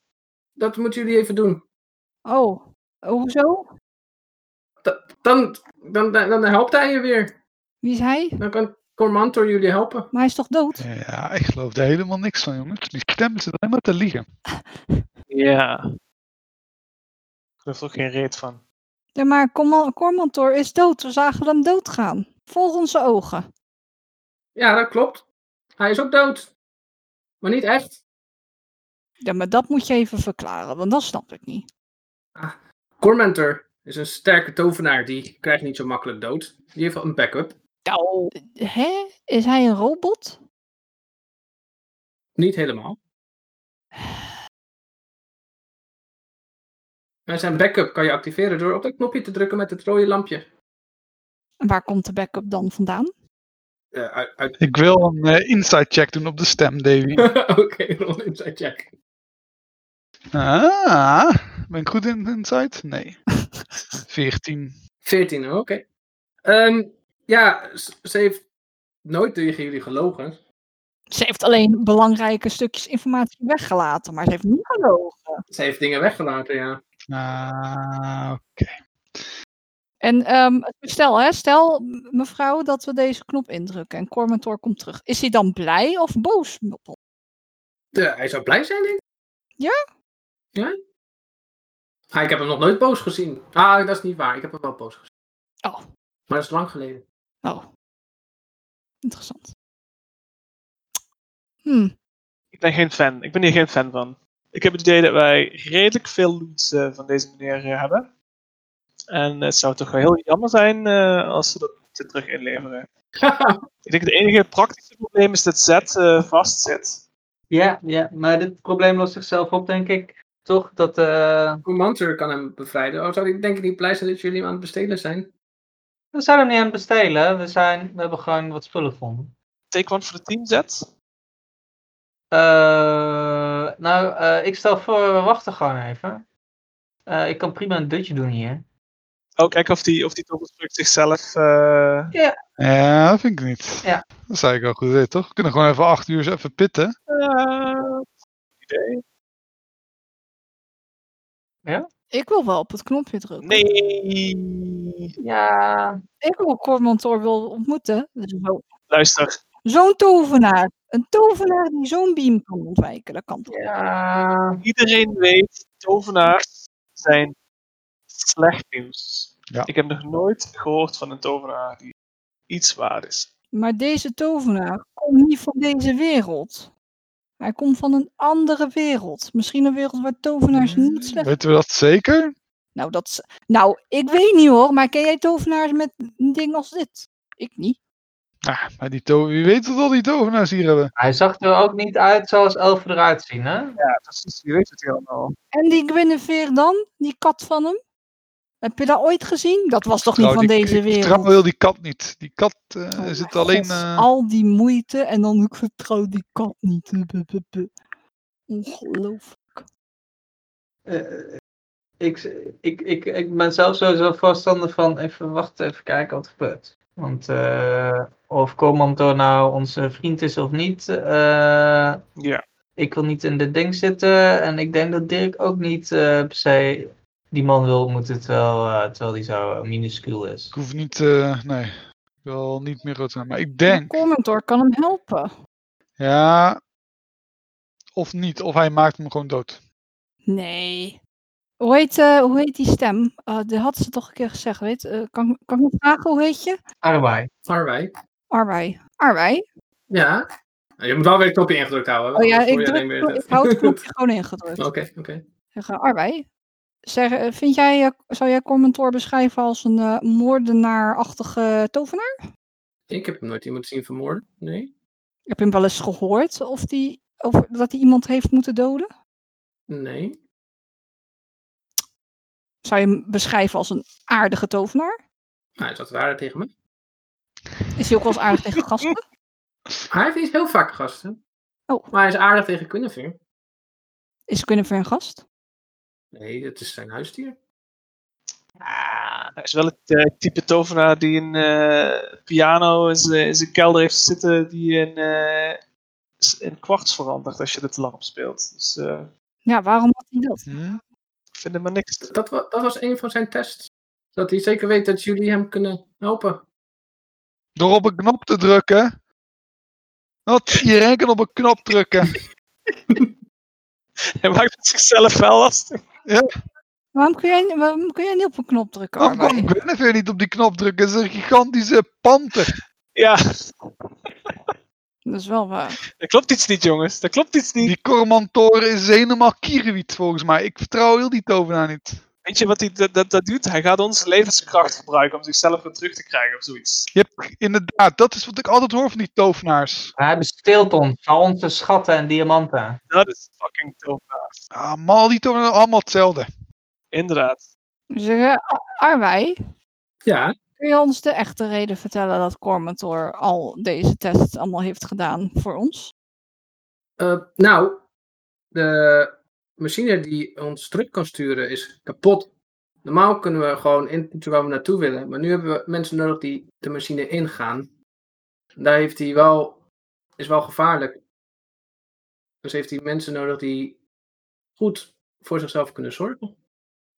Speaker 4: Dat moeten jullie even doen.
Speaker 2: Oh, hoezo?
Speaker 4: Dan, dan, dan, dan helpt hij je weer.
Speaker 2: Wie is hij?
Speaker 4: Dan kan Cormantor jullie helpen.
Speaker 2: Maar hij is toch dood?
Speaker 1: Ja, ik geloof daar helemaal niks van, jongens. Die stem zit alleen maar te liegen.
Speaker 5: Ja. Ik geloof er ook geen reet van.
Speaker 2: Ja, maar Corma- Cormantor is dood. We zagen hem doodgaan. Volgens onze ogen.
Speaker 4: Ja, dat klopt. Hij is ook dood. Maar niet echt.
Speaker 2: Ja, maar dat moet je even verklaren, want dat snap ik niet.
Speaker 4: Cormantor is een sterke tovenaar. Die krijgt niet zo makkelijk dood. Die heeft wel een backup.
Speaker 2: Hè? Is hij een robot?
Speaker 4: Niet helemaal. En zijn backup kan je activeren door op dat knopje te drukken met het rode lampje.
Speaker 2: En waar komt de backup dan vandaan?
Speaker 4: Eh, uit, uit...
Speaker 1: Ik wil een eh inside check doen op de stem, Davy.
Speaker 4: Oké, rol inside check.
Speaker 1: Ah, ben ik goed in inside? Nee. 14.
Speaker 4: 14, oké. Ehm, ja, s- ze heeft nooit tegen jullie gelogen.
Speaker 2: Ze heeft alleen belangrijke stukjes informatie weggelaten, maar ze heeft niet gelogen.
Speaker 4: Ze heeft dingen weggelaten, ja.
Speaker 1: Ah, oké.
Speaker 2: En ehm, stel, hè, stel m- mevrouw dat we deze knop indrukken en Cormantor komt terug. Is hij dan blij of boos?
Speaker 4: De- hij zou blij zijn, denk ik.
Speaker 2: Ja?
Speaker 4: Ja? Ah, ik heb hem nog nooit boos gezien. Ah, dat is niet waar. Ik heb hem wel boos gezien.
Speaker 2: Oh,
Speaker 4: Maar dat is lang geleden.
Speaker 2: oh. Interessant. Hm.
Speaker 5: Ik ben geen fan. Ik ben hier geen fan van. Ik heb het idee dat wij redelijk veel loot eh, van deze meneer eh, hebben. En het zou toch wel heel jammer zijn eh, als ze dat terug inleveren. Ik denk het enige praktische probleem is dat Z eh vast zit.
Speaker 3: ja, ja, maar dit probleem lost zichzelf op, denk ik. Toch? Dat, eh,
Speaker 4: Commander kan hem bevrijden. Oh, zou ik denk ik niet blij zijn dat jullie hem aan het bestelen zijn?
Speaker 3: we zijn hem niet aan het bestelen. We, zijn, we hebben gewoon wat spullen gevonden.
Speaker 5: Take one voor de team, Z.
Speaker 3: Eh, nou, eh, ik stel voor, we wachten gewoon even. Eh, ik kan prima een dutje doen hier.
Speaker 5: Oh, kijk of die, of die toverstruct zichzelf... eh,
Speaker 1: Ja, dat vind ik niet.
Speaker 3: Ja.
Speaker 1: Dat is eigenlijk wel goed, idee, toch? We kunnen gewoon even acht uur eens even pitten.
Speaker 5: eh, idee.
Speaker 2: Ik wil wel op het knopje drukken.
Speaker 5: Nee!
Speaker 3: Ja,
Speaker 2: Ik wil Cormantor wil ontmoeten. Dat is wel-
Speaker 5: Luister,
Speaker 2: Zo'n tovenaar. Een tovenaar die zo'n beam kan ontwijken. Dat kan toch?
Speaker 3: ja.
Speaker 5: iedereen weet, tovenaars zijn slecht nieuws.
Speaker 1: Ja.
Speaker 5: Ik heb nog nooit gehoord van een tovenaar die iets waard is.
Speaker 2: Maar deze tovenaar komt niet van deze wereld. Hij komt van een andere wereld. Misschien een wereld waar tovenaars
Speaker 1: Hmm.
Speaker 2: niet slecht
Speaker 1: Weten we dat zeker?
Speaker 2: Nou, dat is... nou, ik weet niet hoor, maar ken jij tovenaars met een ding als dit? Ik niet.
Speaker 1: Ah, maar die to- wie weet wat al die tovenaars hier hebben.
Speaker 3: Hij zag er ook niet uit zoals elfen eruit zien, hè?
Speaker 5: Ja, precies. Je weet het helemaal.
Speaker 2: En die Guinevere dan, die kat van hem? Heb je dat ooit gezien? Dat was toch niet
Speaker 1: Trouw,
Speaker 2: van
Speaker 1: Nou, die-
Speaker 2: deze
Speaker 1: ik
Speaker 2: wereld?
Speaker 1: vertrouw heel die kat niet. Die kat eh,
Speaker 2: Oh
Speaker 1: is
Speaker 2: mijn
Speaker 1: het alleen.
Speaker 2: god,
Speaker 1: eh,
Speaker 2: Al die moeite en dan ik vertrouw die kat niet. Bu- bu- bu- bu. Ongelooflijk.
Speaker 3: Eh, ik, ik, ik, ik ben zelf sowieso voorstander van even wachten, even kijken wat er gebeurt. Want eh, of Comanto nou onze vriend is of niet, eh,
Speaker 5: Ja.
Speaker 3: ik wil niet in dit ding zitten. En ik denk dat Dirk ook niet eh, per se die man wil ontmoeten terwijl, eh, terwijl die zo minuscuul is.
Speaker 1: Ik hoef niet. eh, nee. Ik wil niet meer rood zijn. Maar ik denk.
Speaker 2: Commentor kan hem helpen.
Speaker 1: Ja. Of niet. Of hij maakt hem gewoon dood.
Speaker 2: Nee. Hoe heet, eh, hoe heet die stem? Eh die had ze toch een keer gezegd, weet eh, kan, kan ik nog vragen, hoe heet je?
Speaker 3: Arwai.
Speaker 4: Farway.
Speaker 2: Arwei. Arwei?
Speaker 4: Ja. Nou, Je moet wel weer het knopje ingedrukt houden.
Speaker 2: Oh ja,
Speaker 4: anders
Speaker 2: ik,
Speaker 4: hoor je alleen
Speaker 2: druk,
Speaker 4: weer het-
Speaker 2: ik hou het Oh. knopje gewoon ingedrukt.
Speaker 4: Oké, oké.
Speaker 2: Zeg, eh, Arwei, zeg, eh, vind jij, eh, zou jij Commentor beschrijven als een eh, moordenaarachtige tovenaar?
Speaker 4: Ik heb nooit iemand zien vermoorden. Nee.
Speaker 2: Ik heb hem wel eens gehoord of die, of dat hij iemand heeft moeten doden.
Speaker 4: Nee. Nou,
Speaker 2: Zou je hem beschrijven als een aardige tovenaar?
Speaker 4: Nou, hij zat rare tegen me.
Speaker 2: Is hij ook wel eens aardig tegen gasten?
Speaker 4: Hij heeft niet heel vaak gasten.
Speaker 2: Oh.
Speaker 4: Maar hij is aardig tegen Guinevere.
Speaker 2: Is Guinevere een gast?
Speaker 4: Nee, dat is zijn huisdier.
Speaker 5: Ah, dat is wel het eh, type tovenaar die een eh, piano in zijn in zijn kelder heeft zitten, die in, eh, s- in kwarts verandert als je het lamp speelt. Dus eh,
Speaker 2: Ja, waarom had hij dat?
Speaker 1: Hm?
Speaker 5: ik vind hem maar niks.
Speaker 4: Dat, wa- dat was een van zijn tests. Dat hij zeker weet dat jullie hem kunnen helpen.
Speaker 1: Door op een knop te drukken. Wat? Iedereen kan op een knop drukken.
Speaker 5: Hij maakt het zichzelf wel lastig.
Speaker 2: Waarom kun jij, waarom kun jij niet op een knop drukken?
Speaker 1: Waarom
Speaker 2: Arwei?
Speaker 1: kan Guinevere niet op die knop drukken? Het is een gigantische panter.
Speaker 5: Ja,
Speaker 2: Dat is wel waar.
Speaker 5: dat klopt iets niet, jongens. Dat klopt iets niet.
Speaker 1: Die Cormantoren is helemaal kierenwiet volgens mij. Ik vertrouw heel die tovenaar niet.
Speaker 5: Weet je wat hij dat, dat, dat doet? Hij gaat onze levenskracht gebruiken om zichzelf weer terug te krijgen of zoiets.
Speaker 1: Je hebt, inderdaad, dat is wat ik altijd hoor van die tovenaars.
Speaker 3: Hij besteelt ons, al onze schatten en diamanten.
Speaker 5: Dat is fucking tovenaar.
Speaker 1: Ah, maar al die tovenaars zijn allemaal hetzelfde.
Speaker 5: Inderdaad.
Speaker 2: Zeg, eh, Ar- Arwei,
Speaker 4: Ja.
Speaker 2: kun je ons de echte reden vertellen dat Cormentor al deze tests allemaal heeft gedaan voor ons?
Speaker 4: eh, nou, de machine die ons terug kan sturen is kapot. Normaal kunnen we gewoon intoetsen waar we naartoe willen. Maar nu hebben we mensen nodig die de machine ingaan. Daar heeft hij wel... Is wel gevaarlijk. Dus heeft hij mensen nodig die goed voor zichzelf kunnen zorgen.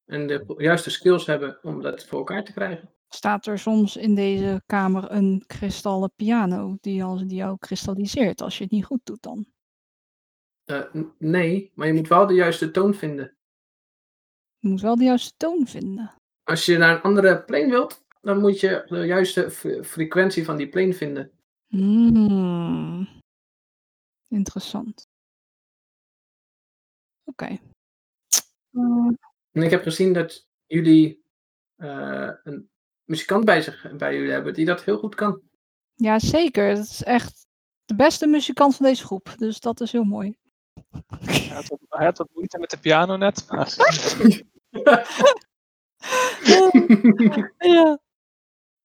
Speaker 4: En de juiste skills hebben om dat voor elkaar te krijgen.
Speaker 2: Staat er soms in deze kamer een kristallen piano die, als, die jou kristalliseert als je het niet goed doet dan?
Speaker 4: Eh, n- nee, maar je moet wel de juiste toon vinden.
Speaker 2: Je moet wel de juiste toon vinden.
Speaker 4: Als je naar een andere plane wilt, dan moet je de juiste fre- frequentie van die plane vinden.
Speaker 2: Hmm. Interessant. Oké. Eh,
Speaker 4: En ik heb gezien dat jullie eh, een muzikant bij, zich, bij jullie hebben die dat heel goed kan.
Speaker 2: ja, zeker. Dat is echt de beste muzikant van deze groep. Dus dat is heel mooi.
Speaker 5: Hij had wat, hij had wat moeite met de piano net. Maar...
Speaker 2: ja.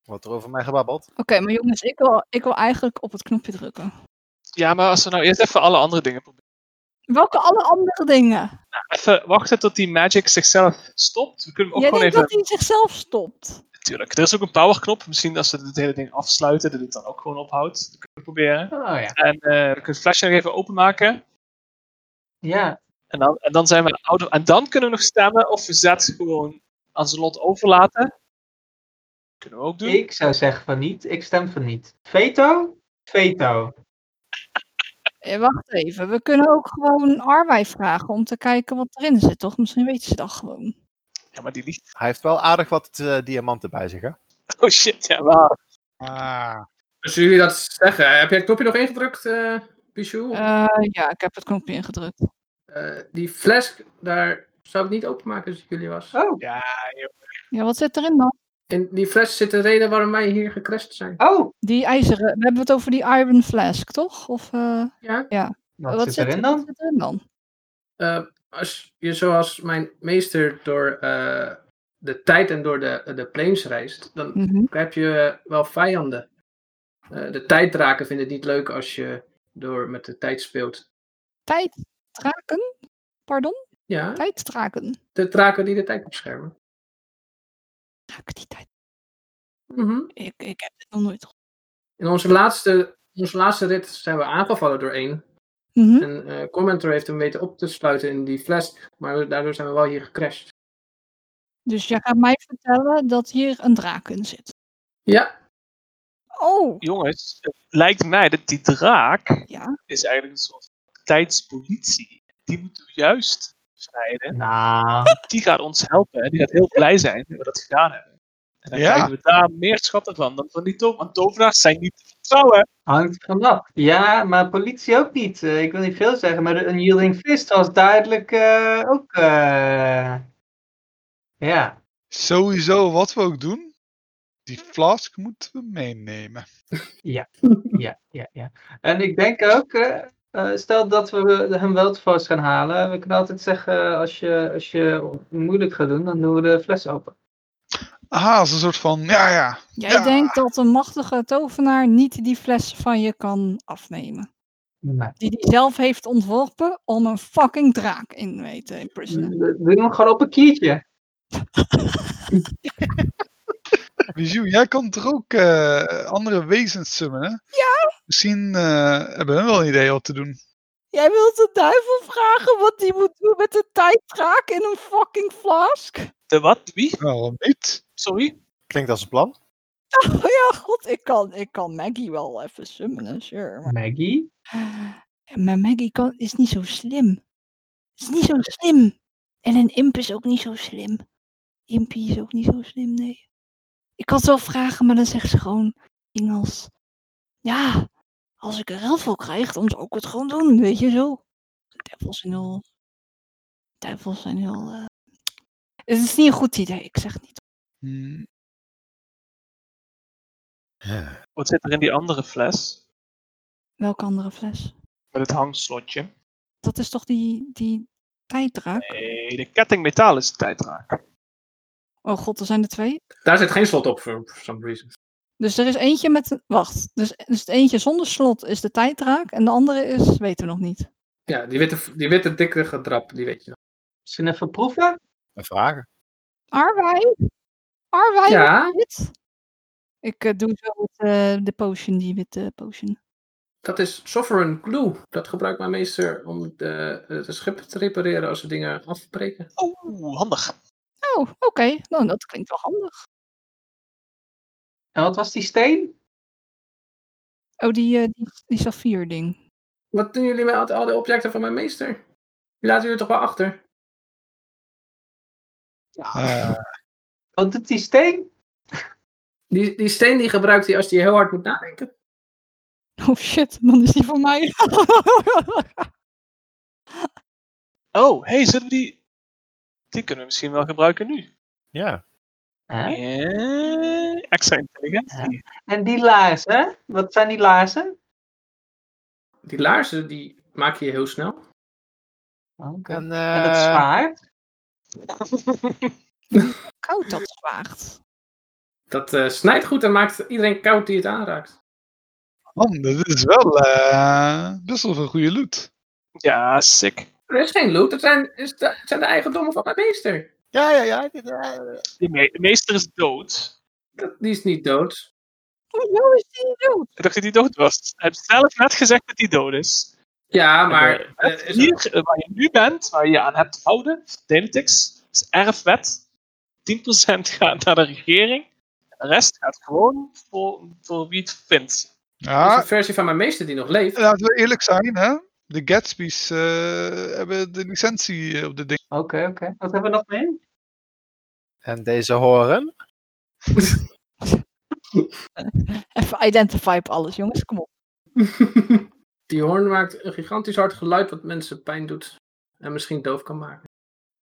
Speaker 6: Wordt er over mij gebabbeld?
Speaker 2: Oké, maar jongens, ik wil, ik wil eigenlijk op het knopje drukken.
Speaker 5: Ja, maar als we nou eerst even alle andere dingen proberen.
Speaker 2: Welke alle andere dingen?
Speaker 5: Even wachten tot die magic zichzelf stopt. We kunnen hem ook
Speaker 2: Jij
Speaker 5: gewoon
Speaker 2: denkt
Speaker 5: even...
Speaker 2: dat hij zichzelf stopt.
Speaker 5: Natuurlijk. Er is ook een powerknop. Misschien als we het hele ding afsluiten, dat het dan ook gewoon ophoudt. Dat kunnen we proberen.
Speaker 3: Oh ja.
Speaker 5: En eh, we kunnen het flesje nog even openmaken.
Speaker 3: Ja,
Speaker 5: En dan, en dan zijn we out of- En dan kunnen we nog stemmen of we zet gewoon aan zijn lot overlaten. Kunnen we ook doen.
Speaker 3: ik zou zeggen van niet. Ik stem van niet. Veto? Veto.
Speaker 2: Eh, wacht even, we kunnen ook gewoon Arwei vragen om te kijken wat erin zit, toch? Misschien weten ze dat gewoon.
Speaker 5: Ja, maar die ligt.
Speaker 6: Hij heeft wel aardig wat eh, diamanten bij zich, hè?
Speaker 5: Oh shit, ja, waar.
Speaker 1: Ah,
Speaker 4: Dus Als jullie dat zeggen, heb je het knopje nog ingedrukt, eh Pichou?
Speaker 2: Eh, ja, ik heb het knopje ingedrukt.
Speaker 4: Eh, die fles, daar zou ik niet openmaken als ik jullie was.
Speaker 3: Oh,
Speaker 2: Ja, wat zit erin dan?
Speaker 4: In die fles zit de reden waarom wij hier gecrashed zijn.
Speaker 3: oh.
Speaker 2: Die ijzeren, we hebben het over die Iron Flask, toch? Of eh,
Speaker 4: Ja?
Speaker 3: Wat, zit erin dan?
Speaker 2: Wat zit erin dan?
Speaker 4: Eh, als je zoals mijn meester door eh, de tijd en door de, de planes reist, dan
Speaker 2: Mhm.
Speaker 4: heb je wel vijanden. Eh, de tijddraken vinden het niet leuk als je door met de tijd speelt.
Speaker 2: Tijddraken? Pardon?
Speaker 4: Ja,
Speaker 2: Tijddraken.
Speaker 4: de draken die de tijd beschermen.
Speaker 2: Draken die tijd.
Speaker 4: Mhm.
Speaker 2: Ik, ik heb dit nog nooit gehoord.
Speaker 4: In onze laatste, onze laatste rit zijn we aangevallen door één.
Speaker 2: Mhm.
Speaker 4: En eh Commentor heeft hem weten op te sluiten in die fles, maar daardoor zijn we wel hier gecrashed.
Speaker 2: Dus jij gaat mij vertellen dat hier een draak in zit.
Speaker 4: Ja,
Speaker 2: Oh,
Speaker 5: Jongens, het lijkt mij dat die draak
Speaker 2: Ja.
Speaker 5: is eigenlijk een soort tijdspolitie. Die moeten we juist snijden.
Speaker 3: Nou,
Speaker 5: Die gaat ons helpen. en Die gaat heel blij zijn dat we dat gedaan hebben. En dan
Speaker 1: Ja.
Speaker 5: krijgen we daar meer schatten van dan van die tovenaars. Want tovenaars zijn niet te vertrouwen.
Speaker 3: hangt vanaf. Ja, maar politie ook niet. Eh, ik wil niet veel zeggen, maar de Unyielding Fist was duidelijk eh, ook. eh, ja.
Speaker 1: Sowieso, wat we ook doen, die flask moeten we meenemen.
Speaker 3: Ja, ja, ja. En ik denk ook, eh, eh, stel dat we hem wel tevoorschijn gaan halen. We kunnen altijd zeggen, als je, als je moeilijk gaat doen, dan doen we de fles open.
Speaker 1: Aha, als een soort van, ja ja.
Speaker 2: jij
Speaker 1: ja.
Speaker 2: denkt dat een machtige tovenaar niet die fles van je kan afnemen.
Speaker 3: Nee.
Speaker 2: Die die zelf heeft ontworpen om een fucking draak in weet te imprisonen.
Speaker 3: Doe doe hem gewoon op een kiertje.
Speaker 1: Bijou, jij kan toch ook eh, andere wezens summonen? Ja. Misschien eh, hebben we wel een idee wat te doen.
Speaker 2: Jij wilt de duivel vragen wat die moet doen met de tijddraak in een fucking flask?
Speaker 5: De wat? Wie?
Speaker 1: Waarom niet?
Speaker 5: Sorry?
Speaker 6: Klinkt als een plan.
Speaker 2: Oh ja, god, ik kan, ik kan Maggie wel even summonen, sure. Maar,
Speaker 3: Maggie?
Speaker 2: maar Maggie kan, is niet zo slim. Is niet zo slim. En een imp is ook niet zo slim. Impie is ook niet zo slim, nee. Ik kan het wel vragen, maar dan zegt ze gewoon dingen als... Ja, als ik er heel veel krijg, dan zou ik het gewoon doen, weet je zo. De duivels zijn heel... Duivels zijn heel... eh, Het is niet een goed idee, ik zeg het niet.
Speaker 1: Hmm,
Speaker 5: Wat zit er in die andere fles?
Speaker 2: Welke andere fles?
Speaker 5: Met het hangslotje.
Speaker 2: Dat is toch die, die tijddraak?
Speaker 5: Nee, de ketting metaal is de tijddraak.
Speaker 2: Oh god, er zijn er twee.
Speaker 4: daar zit geen slot op voor for some reason.
Speaker 2: Dus er is eentje met een... Wacht. Dus, dus het eentje zonder slot is de tijddraak. En de andere is... Weten we nog niet.
Speaker 4: Ja, die witte, die witte dikke gedrap, die weet je nog.
Speaker 3: Misschien even proeven?
Speaker 6: Een vragen.
Speaker 2: Arwijn? Arwijn?
Speaker 4: Ja,
Speaker 2: Dit? Ik eh, doe zo met eh, de potion, die witte potion.
Speaker 4: dat is Sovereign Glue. Dat gebruikt mijn meester om de, eh, de schip te repareren als ze dingen afbreken.
Speaker 5: Oeh, handig.
Speaker 2: Oh, oké. Nou, dat klinkt wel handig.
Speaker 3: En wat was die steen?
Speaker 2: Oh, die, eh, die, die saffier ding.
Speaker 4: Wat doen jullie met al die- al die objecten van mijn meester? Die laten jullie toch wel achter?
Speaker 1: eh,
Speaker 3: Wat doet die steen?
Speaker 4: Die, die steen die gebruikt hij als hij heel hard moet nadenken.
Speaker 2: Oh shit, dan is die van mij.
Speaker 5: Oh, hey, zullen we die... Die kunnen we misschien wel gebruiken nu.
Speaker 6: Ja.
Speaker 3: Hè?
Speaker 5: Eh, Extra intelligentie.
Speaker 3: En die laarzen? Wat zijn die laarzen?
Speaker 4: Die laarzen die maak je heel snel.
Speaker 3: Oké.
Speaker 6: En,
Speaker 3: En dat
Speaker 6: eh,
Speaker 3: zwaard?
Speaker 2: Koud dat zwaard.
Speaker 4: Dat eh, snijdt goed en maakt iedereen koud die het aanraakt.
Speaker 1: man, dit is wel eh, best wel een goede loot.
Speaker 5: Ja, sick.
Speaker 4: Er is geen loot, dat zijn, is de, het zijn de eigendommen van mijn meester.
Speaker 6: Ja, ja, ja. dit, eh,
Speaker 5: De, me- de meester is dood.
Speaker 4: Dat- Die is niet dood.
Speaker 2: Hoezo is die dood?
Speaker 5: Ik dacht dat hij dood was. Hij heeft zelf net gezegd dat hij dood is.
Speaker 4: Ja, maar...
Speaker 5: En,
Speaker 4: eh,
Speaker 5: eh,
Speaker 4: is
Speaker 5: hier, eh, waar je nu bent, waar je je aan hebt te houden, Denetix, is erfwet. 10% gaat naar de regering. De rest gaat gewoon voor, voor wie het vindt.
Speaker 4: Er is
Speaker 1: Ja,
Speaker 4: een versie van mijn meester die nog leeft.
Speaker 1: laten we eerlijk zijn, hè? De Gatsby's eh, hebben de licentie eh, op dit ding.
Speaker 3: Oké, oké. Wat hebben we nog meer?
Speaker 6: En deze horen.
Speaker 2: Even identify op alles, jongens. Kom op.
Speaker 4: Die hoorn maakt een gigantisch hard geluid wat mensen pijn doet. En misschien doof kan maken.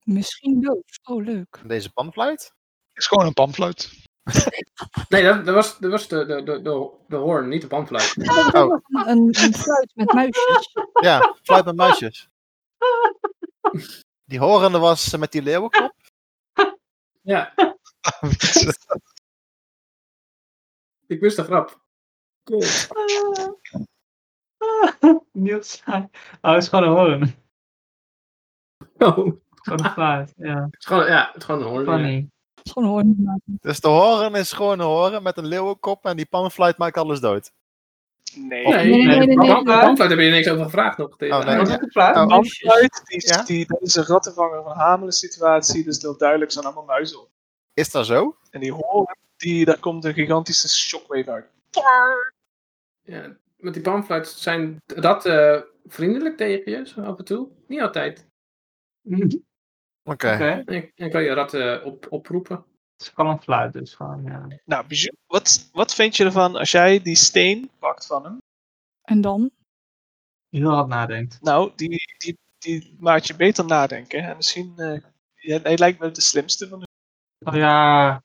Speaker 2: Misschien doof. Oh, leuk.
Speaker 6: En deze panfluit.
Speaker 1: is gewoon een pamfluit.
Speaker 4: Nee, dat, dat was, dat was de, de, de, de, de hoorn, niet de bandfluit.
Speaker 6: Oh.
Speaker 2: Een, een, een fluit met muisjes.
Speaker 6: Ja, fluit met muisjes. Die horende was eh, met die leeuwenkop.
Speaker 4: Ja. Ik wist de grap. Cool.
Speaker 3: Niels. zei- Oh, het is gewoon een hoorn. Het
Speaker 4: Oh,
Speaker 3: is Gewoon een fluit. Ja,
Speaker 4: het is gewoon, ja, het is gewoon een hoorn. ja.
Speaker 3: funny.
Speaker 2: Het is gewoon hoorn.
Speaker 6: Dus de horen is gewoon een horen met een leeuwenkop en die panfluit maakt alles dood.
Speaker 5: Nee.
Speaker 4: Nee, nee, nee.
Speaker 2: nee, nee, nee.
Speaker 4: Pamfluit heb je niks over gevraagd nog. tegen
Speaker 6: Oh, nee.
Speaker 4: haar.
Speaker 3: Was het een fluit?
Speaker 6: Oh.
Speaker 5: Amfluit, die, is-
Speaker 6: Ja?
Speaker 5: die, dat is een rattenvanger van Hamelen situatie, dus dat duidelijk zijn allemaal muizen op.
Speaker 6: Is dat zo?
Speaker 5: En die horen, die, daar komt een gigantische shockwave uit.
Speaker 4: Ja, met die pamfluit zijn dat eh, vriendelijk tegen je, zo af en toe. Niet altijd.
Speaker 6: Oké.
Speaker 3: Oké.
Speaker 4: En, en kan je ratten op, oproepen.
Speaker 3: Het is gewoon een fluit, dus gewoon, ja.
Speaker 5: Nou, Bijou, wat, wat vind je ervan als jij die steen pakt van hem?
Speaker 2: En dan?
Speaker 3: Heel hard nadenkt.
Speaker 5: Nou, die, die, die maakt je beter nadenken. En misschien, eh, ja, hij lijkt me de slimste van de,
Speaker 3: Oh ja,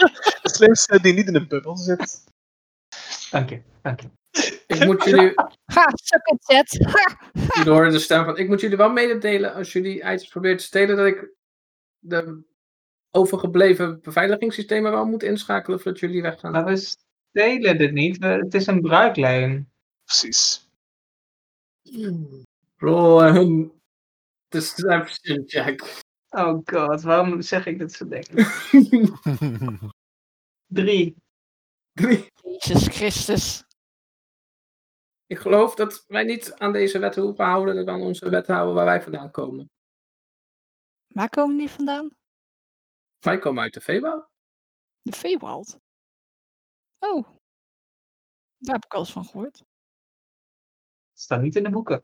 Speaker 5: de slimste die niet in een bubbel zit.
Speaker 3: dank je, dank je.
Speaker 4: Ik moet jullie,
Speaker 2: Ha, suck it, Zet. Ha!
Speaker 4: jullie horen de stem van, ik moet jullie wel mededelen als jullie items proberen te stelen, dat ik de overgebleven beveiligingssystemen wel moet inschakelen voordat jullie weggaan.
Speaker 3: Maar we stelen dit niet, we- het is een bruikleen.
Speaker 5: Precies.
Speaker 4: Roll een deception check.
Speaker 3: Oh god, waarom zeg ik dit soort dingen? Drie.
Speaker 4: Drie.
Speaker 2: Jezus Christus.
Speaker 4: Ik geloof dat wij niet aan deze wet hoeven houden, dat we aan onze wet houden waar wij vandaan komen.
Speaker 2: Waar komen die vandaan?
Speaker 4: Wij komen uit de Febo.
Speaker 2: De Feywild. Oh. Daar heb ik al eens van gehoord.
Speaker 3: Het staat niet in de boeken.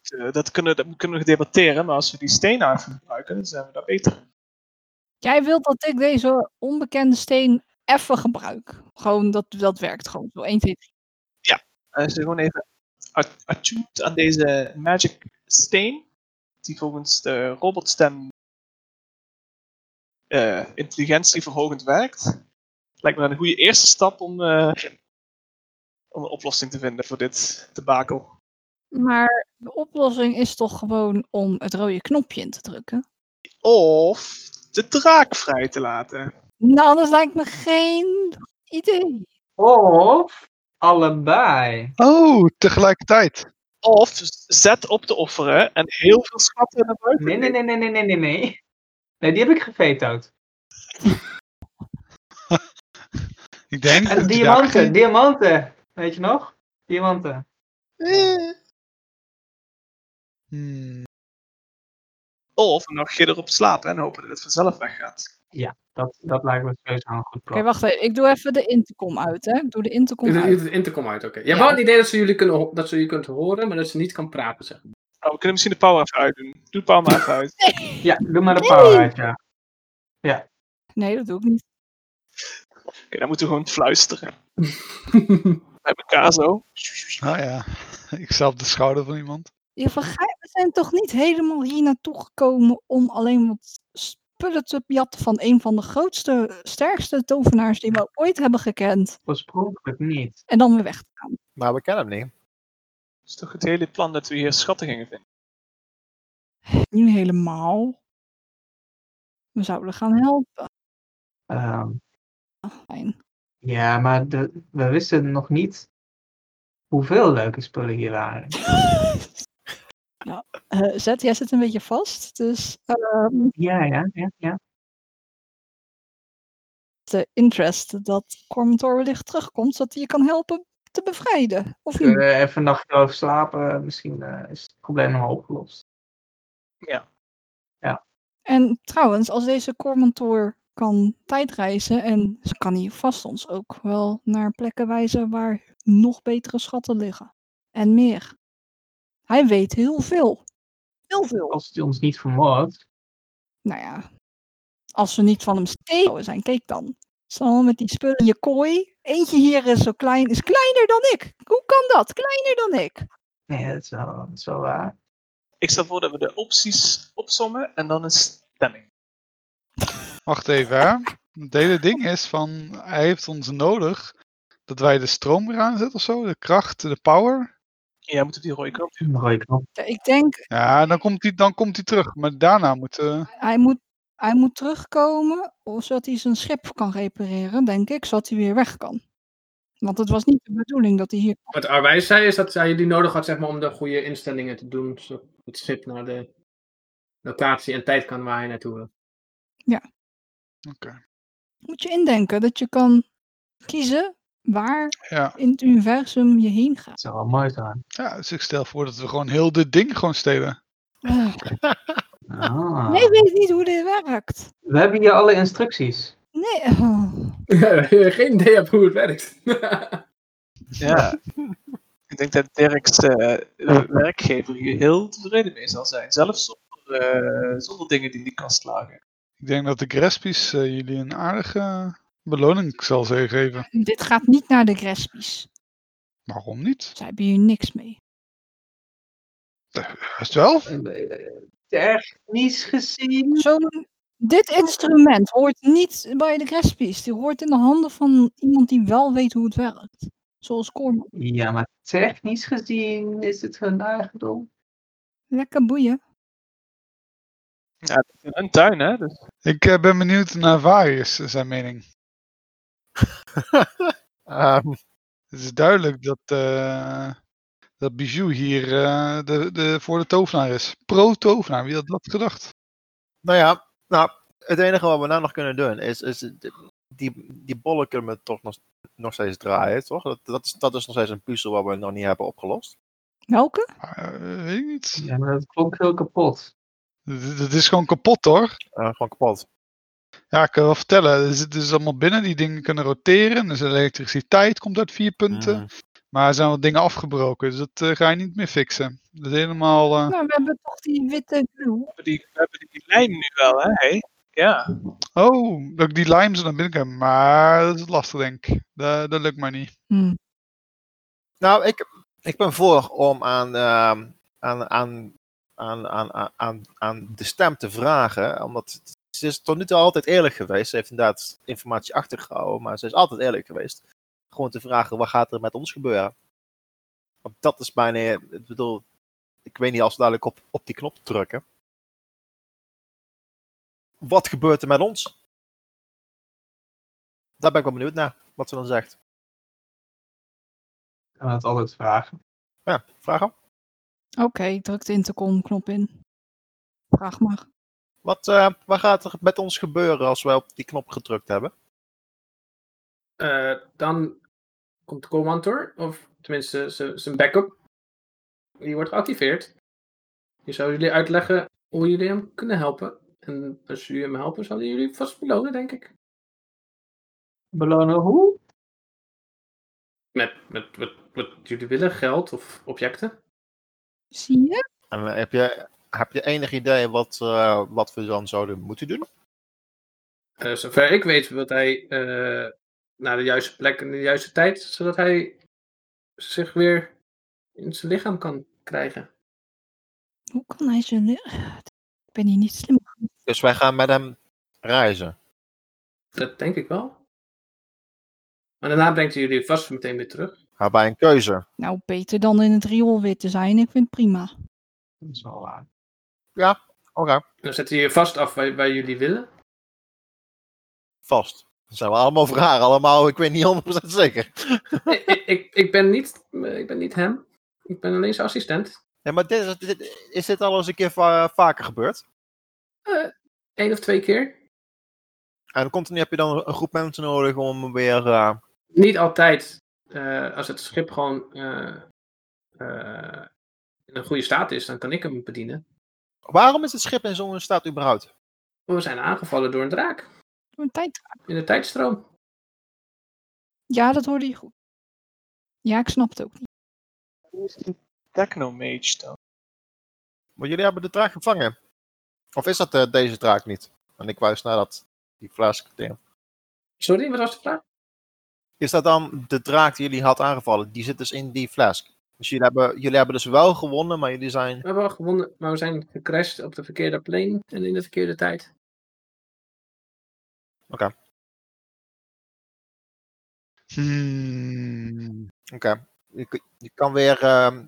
Speaker 5: Eh, dat, kunnen, dat kunnen we debatteren, maar als we die steen daarvoor gebruiken, dan zijn we daar beter. in.
Speaker 2: Jij wilt dat ik deze onbekende steen even gebruik. Gewoon, dat, dat werkt gewoon. Zo 1, 2, 3.
Speaker 5: Hij is gewoon Eh, even att- attuned aan deze magic steen, die volgens de robotstem eh intelligentie verhogend werkt. Lijkt me een goede eerste stap om, eh, om een oplossing te vinden voor dit debakel.
Speaker 2: Maar de oplossing is toch gewoon om het rode knopje in te drukken?
Speaker 5: Of de draak vrij te laten.
Speaker 2: Nou, dat lijkt me geen idee.
Speaker 3: Of allebei.
Speaker 1: Oh, tegelijkertijd.
Speaker 5: Of zet op te offeren en heel veel schatten naar buiten.
Speaker 3: Nee, nee, nee, nee, nee, nee, nee, nee. Nee, die heb ik gevetood.
Speaker 1: Ik denk.
Speaker 3: En
Speaker 1: dat die
Speaker 3: diamanten,
Speaker 1: daar-
Speaker 3: diamanten. Weet je nog? Diamanten.
Speaker 1: Hmm,
Speaker 5: Of nog je erop slaat en hopen dat het vanzelf weggaat.
Speaker 3: Dat, dat lijkt me sowieso een goed
Speaker 2: Oké,
Speaker 3: plan.
Speaker 2: wacht even. Ik doe even de intercom uit, hè. Ik doe de intercom
Speaker 4: Jullie-
Speaker 2: uit.
Speaker 4: jullie- intercom uit, oké. Je hebt wel het idee dat ze jullie kunnen, ho- dat ze jullie kunt horen, maar dat ze niet kan praten, zeg maar.
Speaker 5: Nou, we kunnen misschien de power even uitdoen. Doe de power maar even uit.
Speaker 3: Ja, doe maar de power uit, ja.
Speaker 2: Nee, dat doe ik niet.
Speaker 5: Oké, dan moeten we gewoon fluisteren. Bij elkaar zo.
Speaker 1: Nou ja, ik sta op de schouder van iemand.
Speaker 2: Je vergeet, we zijn toch niet helemaal hier naartoe gekomen om alleen wat spullen te jatten van een van de grootste, sterkste tovenaars die we ooit hebben gekend.
Speaker 3: Oorspronkelijk niet.
Speaker 2: En dan weer weg te gaan.
Speaker 6: Maar Nou, we kennen hem niet.
Speaker 5: Het is toch het hele plan dat we hier schatten gingen vinden.
Speaker 2: Nu helemaal. We zouden gaan helpen.
Speaker 3: Ehm,
Speaker 2: Ah, Fijn.
Speaker 3: ja, maar de, we wisten nog niet hoeveel leuke spullen hier waren.
Speaker 2: Eh, Zet, jij zit een beetje vast. Dus ehm,
Speaker 3: Ja, ja, ja, ja.
Speaker 2: de interest dat Cormentor wellicht terugkomt, zodat hij je kan helpen te bevrijden. Of niet?
Speaker 3: Kunnen we even een nachtje over slapen? Misschien eh, is het probleem nog wel opgelost.
Speaker 2: En trouwens, als deze Cormantor kan tijdreizen en ze kan hij vast ons ook wel naar plekken wijzen waar nog betere schatten liggen. En meer. Hij weet heel veel. Heel veel.
Speaker 3: Als hij ons niet vermoordt.
Speaker 2: Nou ja, als we niet van hem stelen zijn, kijk dan. Zal met die spullen in je kooi. Eentje hier is zo klein, is kleiner dan ik. Hoe kan dat? Kleiner dan ik.
Speaker 3: Nee, dat is wel, dat is wel waar.
Speaker 5: Ik stel voor dat we de opties opsommen en dan een stemming.
Speaker 1: Wacht even, hè. Het hele ding is van, hij heeft ons nodig dat wij de stroom weer aanzetten of zo, de kracht, de power.
Speaker 5: En jij moet op die rode knop.
Speaker 3: Een rode knop.
Speaker 2: Ja, Ik denk,
Speaker 1: Ja, dan komt hij, dan komt hij terug. Maar daarna moeten.
Speaker 2: hij moet, Hij moet terugkomen of zodat hij zijn schip kan repareren, denk ik, zodat hij weer weg kan. Want het was niet de bedoeling dat hij hier.
Speaker 4: Wat Arwijs zei is dat zij die nodig had zeg maar, om de goede instellingen te doen. Zodat het schip naar de locatie en tijd kan waar hij naartoe wil.
Speaker 1: Oké.
Speaker 2: Moet je indenken dat je kan kiezen waar
Speaker 1: Ja.
Speaker 2: in het universum je heen gaat.
Speaker 3: Het zou wel mooi zijn.
Speaker 1: ja, dus ik stel voor dat we gewoon heel dit ding gewoon stelen.
Speaker 2: Ah,
Speaker 3: Ah.
Speaker 2: nee, ik weet niet hoe dit werkt.
Speaker 3: We hebben hier alle instructies.
Speaker 2: Nee. oh.
Speaker 4: Geen idee op hoe het werkt.
Speaker 5: Ja. ik denk dat Dirk's eh, werkgever hier heel tevreden mee zal zijn. Zelfs zonder, eh, zonder dingen die in die kast lagen.
Speaker 1: Ik denk dat de Grespies eh, jullie een aardige beloning zal ze geven.
Speaker 2: Dit gaat niet naar de Grespies.
Speaker 1: Waarom niet?
Speaker 2: Zij hebben hier niks mee.
Speaker 1: Juist wel.
Speaker 3: Eh, Technisch gezien.
Speaker 2: Zo'n- dit instrument hoort niet bij de Grespies. Die hoort in de handen van iemand die wel weet hoe het werkt. Zoals Corman.
Speaker 3: Ja, maar technisch gezien is het hun eigendom.
Speaker 2: Lekker boeien.
Speaker 5: Een tuin, hè? Dus
Speaker 1: Ik eh, ben benieuwd naar Varius eh, zijn mening.
Speaker 6: Ehm,
Speaker 1: Het is duidelijk dat, eh, dat Bijou hier eh, de, de, voor de tovenaar is. Pro-tovenaar, wie had dat gedacht?
Speaker 6: nou ja, nou, het enige wat we nou nog kunnen doen is, is de- die, die bollen kunnen we toch nog, nog steeds draaien, toch? Dat, dat, is, dat is nog steeds een puzzel wat we nog niet hebben opgelost.
Speaker 2: Welke?
Speaker 1: Eh, weet ik niet.
Speaker 3: Ja, maar dat klonk heel kapot.
Speaker 1: D- Dat is gewoon kapot hoor.
Speaker 6: Eh, gewoon kapot.
Speaker 1: Ja, ik kan wel vertellen. Er zit dus allemaal binnen. Die dingen kunnen roteren. Dus elektriciteit komt uit vier punten.
Speaker 6: Mm.
Speaker 1: Maar er zijn wat dingen afgebroken. Dus dat eh, ga je niet meer fixen. Dat is helemaal... eh,
Speaker 2: Nou, we hebben toch die witte glue.
Speaker 5: we hebben die, we hebben die lijn nu wel, hè? Hey? Ja.
Speaker 1: Oh, dat ik die limes er naar binnen kan. Maar dat is lastig denk ik. Dat, dat lukt mij niet.
Speaker 2: Hm.
Speaker 6: Nou, ik, ik ben voor om aan, ehm, aan, aan, aan, aan, aan- aan, aan de stem te vragen. Omdat ze is tot nu toe altijd eerlijk geweest. Ze heeft inderdaad informatie achtergehouden, maar ze is altijd eerlijk geweest. Gewoon te vragen, wat gaat er met ons gebeuren? Want dat is mijn... eh, Ik bedoel, ik weet niet als we dadelijk op, op die knop drukken. Wat gebeurt er met ons? Daar ben ik wel benieuwd naar, wat ze dan zegt.
Speaker 3: Ik kan het altijd vragen.
Speaker 6: Ja, vraag hem.
Speaker 2: Oké, ik druk de intercomknop in. Vraag maar.
Speaker 6: Wat, eh, wat gaat er met ons gebeuren als wij op die knop gedrukt hebben?
Speaker 4: Eh, dan komt Comantor, of tenminste z- zijn backup. Die wordt geactiveerd. Je zou jullie uitleggen hoe jullie hem kunnen helpen. En als jullie hem helpen, zouden jullie vast belonen, denk ik.
Speaker 3: Belonen hoe?
Speaker 4: Met, met wat, wat jullie willen, geld of objecten.
Speaker 2: Zie je?
Speaker 6: En eh, heb je, heb je enig idee wat, eh, wat we dan zouden moeten doen?
Speaker 4: Eh, zover ik weet wil hij eh, naar de juiste plek en de juiste tijd, zodat hij zich weer in zijn lichaam kan krijgen.
Speaker 2: Hoe kan hij zijn... li- Ik ben hier niet slim.
Speaker 6: Dus wij gaan met hem reizen.
Speaker 4: Dat denk ik wel. Maar daarna brengt hij jullie vast meteen weer terug.
Speaker 6: Hebben wij een keuze?
Speaker 2: Nou, beter dan in het riool weer te zijn. Ik vind het prima.
Speaker 3: Dat is wel waar.
Speaker 6: Oké,
Speaker 4: En dan zet hij je vast af waar, waar jullie willen.
Speaker 6: vast. Dan zijn we allemaal voor haar, allemaal, ik weet niet 100% zeker.
Speaker 4: ik, ik- ik, ik, ben niet, eh, ik ben niet hem. Ik ben alleen zijn assistent.
Speaker 6: Nee, maar dit, is- dit- is dit al eens een keer va- vaker gebeurd?
Speaker 4: Eén of twee keer.
Speaker 6: En continu heb je dan een groep mensen nodig om weer... eh,
Speaker 4: Niet altijd eh, als het schip gewoon eh, eh, in een goede staat is, dan kan ik hem bedienen.
Speaker 6: Waarom is het schip in zo'n staat überhaupt?
Speaker 4: Maar we zijn aangevallen door een draak
Speaker 2: Een tijd.
Speaker 4: in de tijdstroom.
Speaker 2: Ja, dat hoorde je goed. Ja, ik snap het ook niet.
Speaker 5: Hoe is die Technomage dan?
Speaker 6: Want jullie hebben de draak gevangen. Of is dat eh, deze draak niet? En ik wijs naar dat, die fles ding.
Speaker 4: Sorry, wat was de vraag?
Speaker 6: Is dat dan de draak die jullie had aangevallen? Die zit dus in die fles. Dus jullie hebben, jullie hebben dus wel gewonnen, maar jullie zijn...
Speaker 4: We hebben wel gewonnen, maar we zijn gecrashed op de verkeerde plane en in de verkeerde tijd.
Speaker 1: Hmm.
Speaker 6: Oké. Je, kun- je kan weer ehm,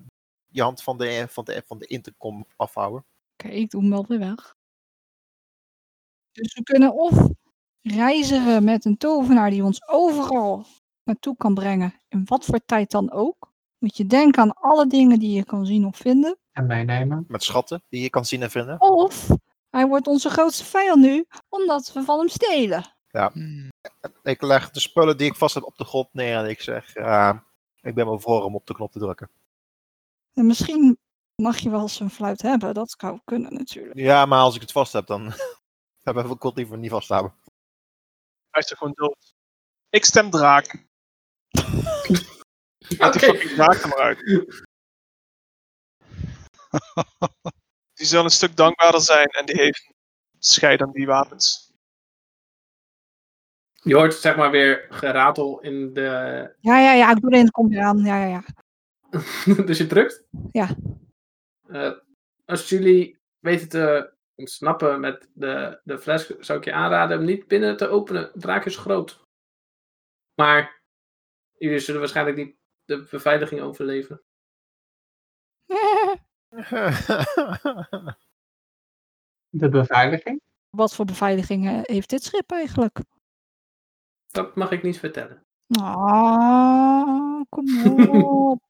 Speaker 6: je hand van de, van, de, van de intercom afhouden.
Speaker 2: Oké, ik doe hem wel weer weg. Dus we kunnen of reizigen met een tovenaar die ons overal naartoe kan brengen, in wat voor tijd dan ook. Moet je denken aan alle dingen die je kan zien of vinden.
Speaker 3: En meenemen.
Speaker 6: Met schatten die je kan zien en vinden.
Speaker 2: Of hij wordt onze grootste vijand nu, omdat we van hem stelen.
Speaker 1: Hmm.
Speaker 6: Ik leg de spullen die ik vast heb op de grond neer en ik zeg, eh, ik ben wel voor om op de knop te drukken.
Speaker 2: En misschien mag je wel zijn fluit hebben, dat zou kunnen natuurlijk.
Speaker 6: Ja, maar als ik het vast heb, dan hebben we het liever niet vasthouden.
Speaker 5: Hij is toch gewoon dood. Ik stem draak. Laat die
Speaker 4: Oké.
Speaker 5: fucking draak er maar uit. Die zal een stuk dankbaarder zijn en die heeft scheid aan die wapens.
Speaker 4: Je hoort zeg maar weer geratel in de...
Speaker 2: Ja, ja, ja, ik doe er een kom aan. Ja, ja, ja.
Speaker 4: dus je drukt?
Speaker 2: Ja.
Speaker 4: Eh, als jullie weten te ontsnappen met de, de fles, zou ik je aanraden om niet binnen te openen. Het raak is groot. Maar jullie zullen waarschijnlijk niet de beveiliging overleven.
Speaker 3: De beveiliging.
Speaker 2: Wat voor beveiliging eh, heeft dit schip eigenlijk?
Speaker 4: Dat mag ik niet vertellen.
Speaker 2: Ah, kom op.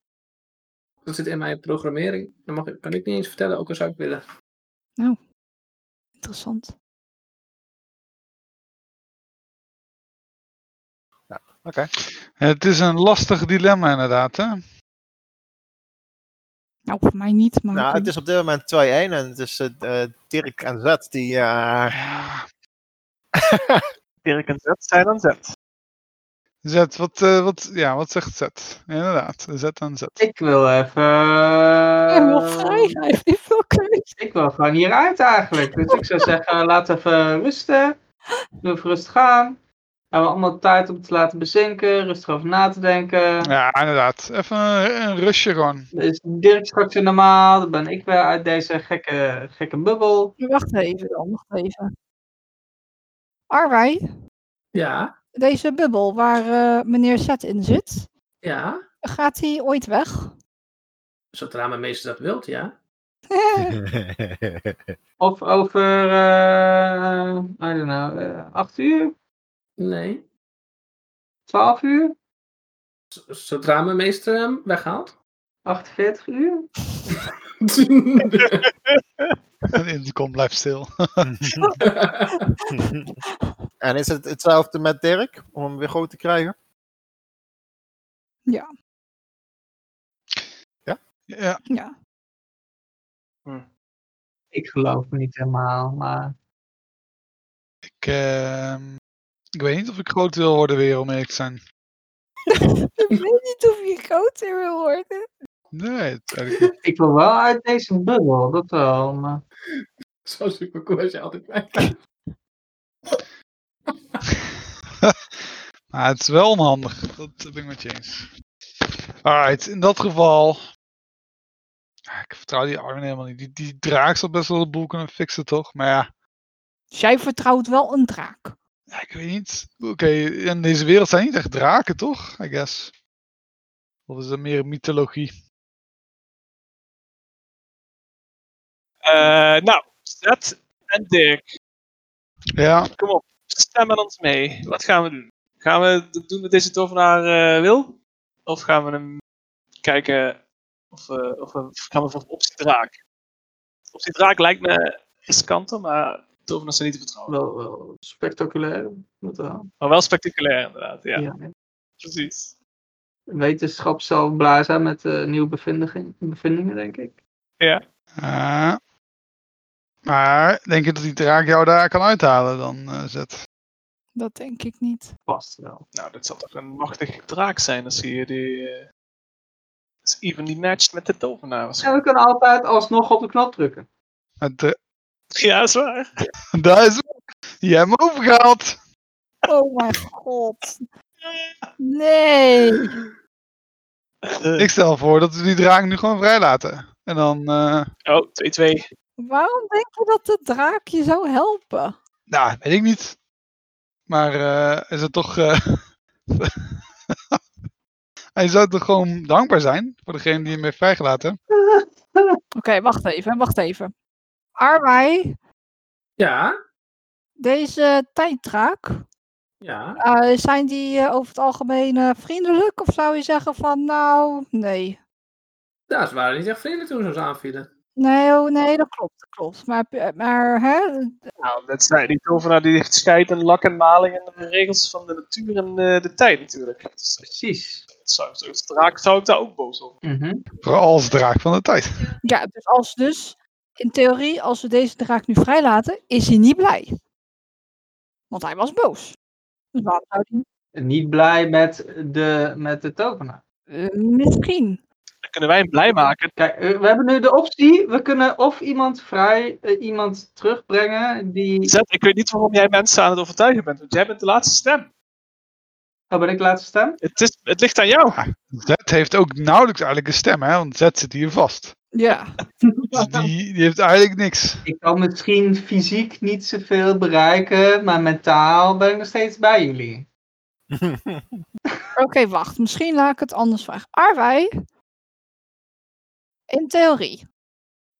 Speaker 4: Dat zit in mijn programmering. Dat mag ik, kan ik niet eens vertellen, ook al zou ik willen.
Speaker 2: Interessant.
Speaker 1: Het is een lastig dilemma inderdaad, hè?
Speaker 2: Nou, voor mij niet, maar...
Speaker 6: nou,
Speaker 2: oké.
Speaker 6: het is op dit moment 2-1 en het is eh, eh, Dirk en Zet die... eh,
Speaker 1: Ja.
Speaker 5: Dirk en Zet zijn aan Zet.
Speaker 1: Zet, wat, eh, wat, ja, wat zegt Zet? Inderdaad, Zet aan Zet.
Speaker 3: Ik wil even.
Speaker 2: Hij
Speaker 6: eh,
Speaker 2: wil vrij, hij heeft niet veel keus.
Speaker 3: Ik wil gewoon hieruit eigenlijk. Dus ik zou zeggen, laat even rusten. Doe even rustig aan. Hebben we allemaal tijd om te laten bezinken, rustig over na te denken.
Speaker 1: Ja, inderdaad. Even een, een rustje gewoon.
Speaker 3: Dus Dirk straks weer normaal, dan ben ik weer uit deze gekke, gekke bubbel.
Speaker 2: Wacht even dan, wacht even. Arwij,
Speaker 4: Ja,
Speaker 2: deze bubbel waar eh, meneer Zet in zit,
Speaker 4: ja.
Speaker 2: gaat hij ooit weg?
Speaker 4: Zodra mijn meester dat wilt, ja.
Speaker 3: Of over, eh I don't know, eh, 8 uur,
Speaker 4: Nee.
Speaker 3: 12 uur,
Speaker 4: Z- Zodra mijn meester hem weghaalt.
Speaker 3: 48 uur.
Speaker 1: En Intercom blijft stil.
Speaker 6: en is het hetzelfde met Dirk, om hem weer groot te krijgen?
Speaker 1: Ja,
Speaker 2: Ja.
Speaker 3: Ik geloof me niet helemaal, maar
Speaker 1: ik, ehm, ik weet niet of ik groot wil worden weer, om eerlijk te zijn.
Speaker 2: Ik weet niet of je groter wil worden.
Speaker 1: Nee, dat weet ik niet.
Speaker 3: ik wil wel uit deze bubbel, dat wel. Maar...
Speaker 4: Zo super cool als je altijd bij
Speaker 1: Maar het is wel onhandig. Dat ben ik met je eens. Alright, in dat geval... Ja, Ik vertrouw die Armin helemaal niet. Die, die draak zal best wel de boel kunnen fixen, toch? Maar ja,
Speaker 2: Dus jij vertrouwt wel een draak.
Speaker 1: ja, ik weet niet. Oké, in deze wereld zijn niet echt draken, toch? I guess. Of is dat meer mythologie?
Speaker 5: Eh, nou, Zet en Dirk,
Speaker 1: Ja,
Speaker 5: kom op. Stem aan ons mee. Wat gaan we doen? Gaan we doen wat deze tovenaar eh, wil? Of gaan we hem kijken of, eh, of we gaan we voor optie draak? Optie draak lijkt me riskanter, maar tovenaars zijn niet te vertrouwen.
Speaker 3: Wel, wel spectaculair, dat wel.
Speaker 5: Maar wel spectaculair inderdaad, ja.
Speaker 3: Ja.
Speaker 5: Precies.
Speaker 3: Wetenschap zal blij zijn met eh, nieuwe bevindingen, bevindingen, denk ik.
Speaker 1: Ah. maar denk je dat die draak jou daar kan uithalen dan, eh Zet?
Speaker 2: Dat denk ik niet.
Speaker 3: Past wel.
Speaker 5: Nou, dat zal toch een machtig draak zijn als je die... eh is evenly matched met de tovenaar
Speaker 3: En we
Speaker 5: waarschijnlijk.
Speaker 3: kunnen altijd alsnog op de knop drukken.
Speaker 1: Het, eh,
Speaker 5: Ja, is waar.
Speaker 1: daar is Je hebt hem overgehaald!
Speaker 2: Oh mijn god. Nee.
Speaker 1: Ik stel voor dat we die draak nu gewoon vrijlaten. En dan, eh,
Speaker 5: Oh, 2-2.
Speaker 2: Waarom denk je dat de draak je zou helpen?
Speaker 1: nou, weet ik niet. Maar eh, is het toch... eh, Hij zou toch gewoon dankbaar zijn voor degene die hem heeft vrijgelaten?
Speaker 2: Oké, wacht even, wacht even. Arwij,
Speaker 4: Ja,
Speaker 2: Deze tijddraak,
Speaker 4: Ja.
Speaker 2: eh, zijn die eh, over het algemeen eh, vriendelijk? Of zou je zeggen van, nou, nee.
Speaker 4: ja, ze waren niet echt vriendelijk toen ze ons aanvielen.
Speaker 2: Nee, oh, nee, dat klopt, dat klopt. Maar, heb je- maar hè,
Speaker 5: Nou, dat zijn die tovenaar die heeft scheid en lak en maling en de regels van de natuur en eh, de tijd natuurlijk. Dus dat
Speaker 3: Precies.
Speaker 5: zou, als draak zou ik daar ook boos over.
Speaker 3: Mhm.
Speaker 1: Vooral als draak van de tijd.
Speaker 2: ja, dus als dus, in theorie, als we deze draak nu vrijlaten, is hij niet blij. Want hij was boos. Dus waarom zou hij...
Speaker 3: Niet blij met de, met de tovenaar.
Speaker 2: eh, misschien.
Speaker 5: Dan kunnen wij hem blij maken.
Speaker 3: Kijk, eh, we hebben nu de optie. We kunnen of iemand vrij, eh, iemand terugbrengen die...
Speaker 5: Zet, ik weet niet waarom jij mensen aan het overtuigen bent, want jij bent de laatste stem.
Speaker 3: Oh, ben ik laatste stem?
Speaker 5: Het, is, het ligt aan jou.
Speaker 1: Zet heeft ook nauwelijks eigenlijk een stem, hè? Want Zet zit hier vast.
Speaker 2: Ja.
Speaker 1: Dus die, die heeft eigenlijk niks.
Speaker 3: Ik kan misschien fysiek niet zoveel bereiken, maar mentaal ben ik nog steeds bij jullie.
Speaker 2: Oké, wacht. Misschien laat ik het anders vragen. Arwij, in theorie,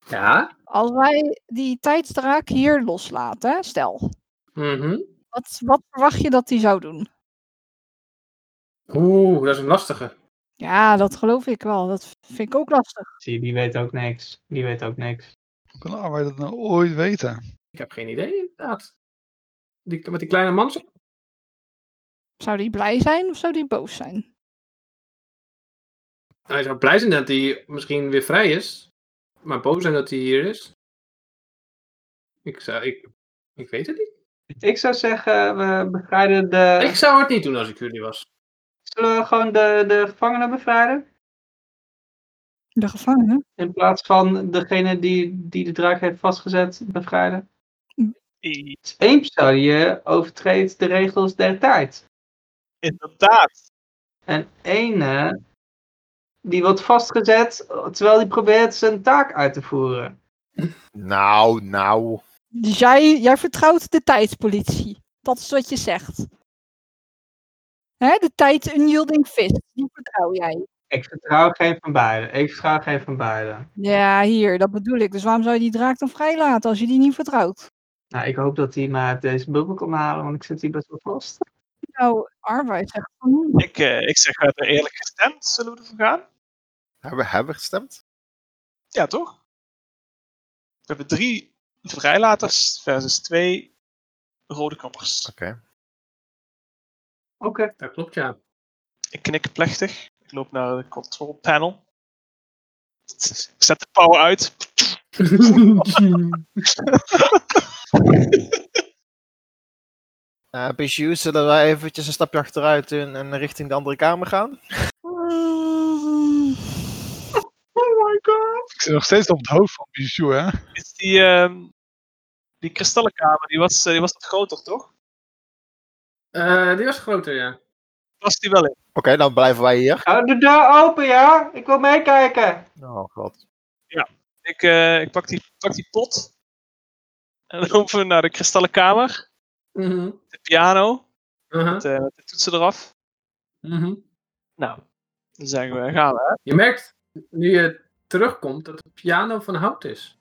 Speaker 4: Ja.
Speaker 2: als wij die tijdsdraak hier loslaten, hè, stel,
Speaker 4: Mhm.
Speaker 2: wat, wat verwacht je dat die zou doen?
Speaker 4: Oeh, dat is een lastige.
Speaker 2: Ja, dat geloof ik wel. Dat vind ik ook lastig.
Speaker 3: Zie, je, die weet ook niks. Die weet ook niks.
Speaker 1: Hoe kan Arwij dat nou ooit weten?
Speaker 4: Ik heb geen idee, inderdaad. Die, met die kleine man. zo-
Speaker 2: Zou die blij zijn of zou die boos zijn?
Speaker 4: Hij Nou, zou blij zijn dat hij misschien weer vrij is. Maar boos zijn dat hij hier is. Ik zou... Ik, ik weet het niet.
Speaker 3: Ik zou zeggen, we bevrijden de...
Speaker 4: Ik zou het niet doen als ik jullie was.
Speaker 3: Zullen we gewoon de, de gevangenen bevrijden?
Speaker 2: De gevangenen?
Speaker 3: In plaats van degene die, die de draak heeft vastgezet, bevrijden.
Speaker 5: I-
Speaker 3: Eén persoon je overtreedt de regels der tijd.
Speaker 5: Inderdaad.
Speaker 3: En ene die wordt vastgezet terwijl hij probeert zijn taak uit te voeren.
Speaker 6: Nou, nou.
Speaker 2: Dus jij, jij vertrouwt de tijdspolitie. Dat is wat je zegt. Hè, de tijd unyielding vis. Die vertrouw jij.
Speaker 3: Ik vertrouw geen van beiden. Ik vertrouw geen van beiden.
Speaker 2: Ja, hier, dat bedoel ik. Dus waarom zou je die draak dan vrijlaten als je die niet vertrouwt?
Speaker 3: Nou, ik hoop dat hij maar uit deze bubbel kan halen, want ik zit hier best wel vast.
Speaker 2: Nou, arbeid zegt van niet.
Speaker 5: Ik, eh, ik zeg, we hebben eerlijk gestemd. Zullen we ervoor gaan?
Speaker 6: Hebben, hebben we gestemd?
Speaker 5: Ja, toch? We hebben drie vrijlaters versus twee rode kappers.
Speaker 6: Oké.
Speaker 3: Oké.
Speaker 4: Dat klopt, ja.
Speaker 5: Ik knik plechtig. Ik loop naar de control panel. Ik zet de power uit.
Speaker 6: Eh Bijou, zullen wij eventjes een stapje achteruit doen en richting de andere kamer gaan?
Speaker 5: Oh my god.
Speaker 1: Ik zit nog steeds op het hoofd van Bijou, hè?
Speaker 5: Is die, ehm, die kristallenkamer, die was, eh, die was wat groter, toch?
Speaker 4: Eh, die was groter, ja.
Speaker 5: Past die wel in?
Speaker 6: Oké, dan blijven wij hier.
Speaker 3: Hou Oh, de deur open, ja? Ik wil meekijken.
Speaker 6: Oh god.
Speaker 5: Ik, eh, ik pak, die, pak die pot. En dan lopen we naar de kristallenkamer.
Speaker 4: Mhm.
Speaker 5: De piano.
Speaker 4: Aha.
Speaker 5: Met, eh, met de toetsen eraf.
Speaker 4: Mhm.
Speaker 5: Nou, dan zeggen we, gaan we. hè?
Speaker 4: Je merkt, nu je terugkomt, dat de piano van hout is.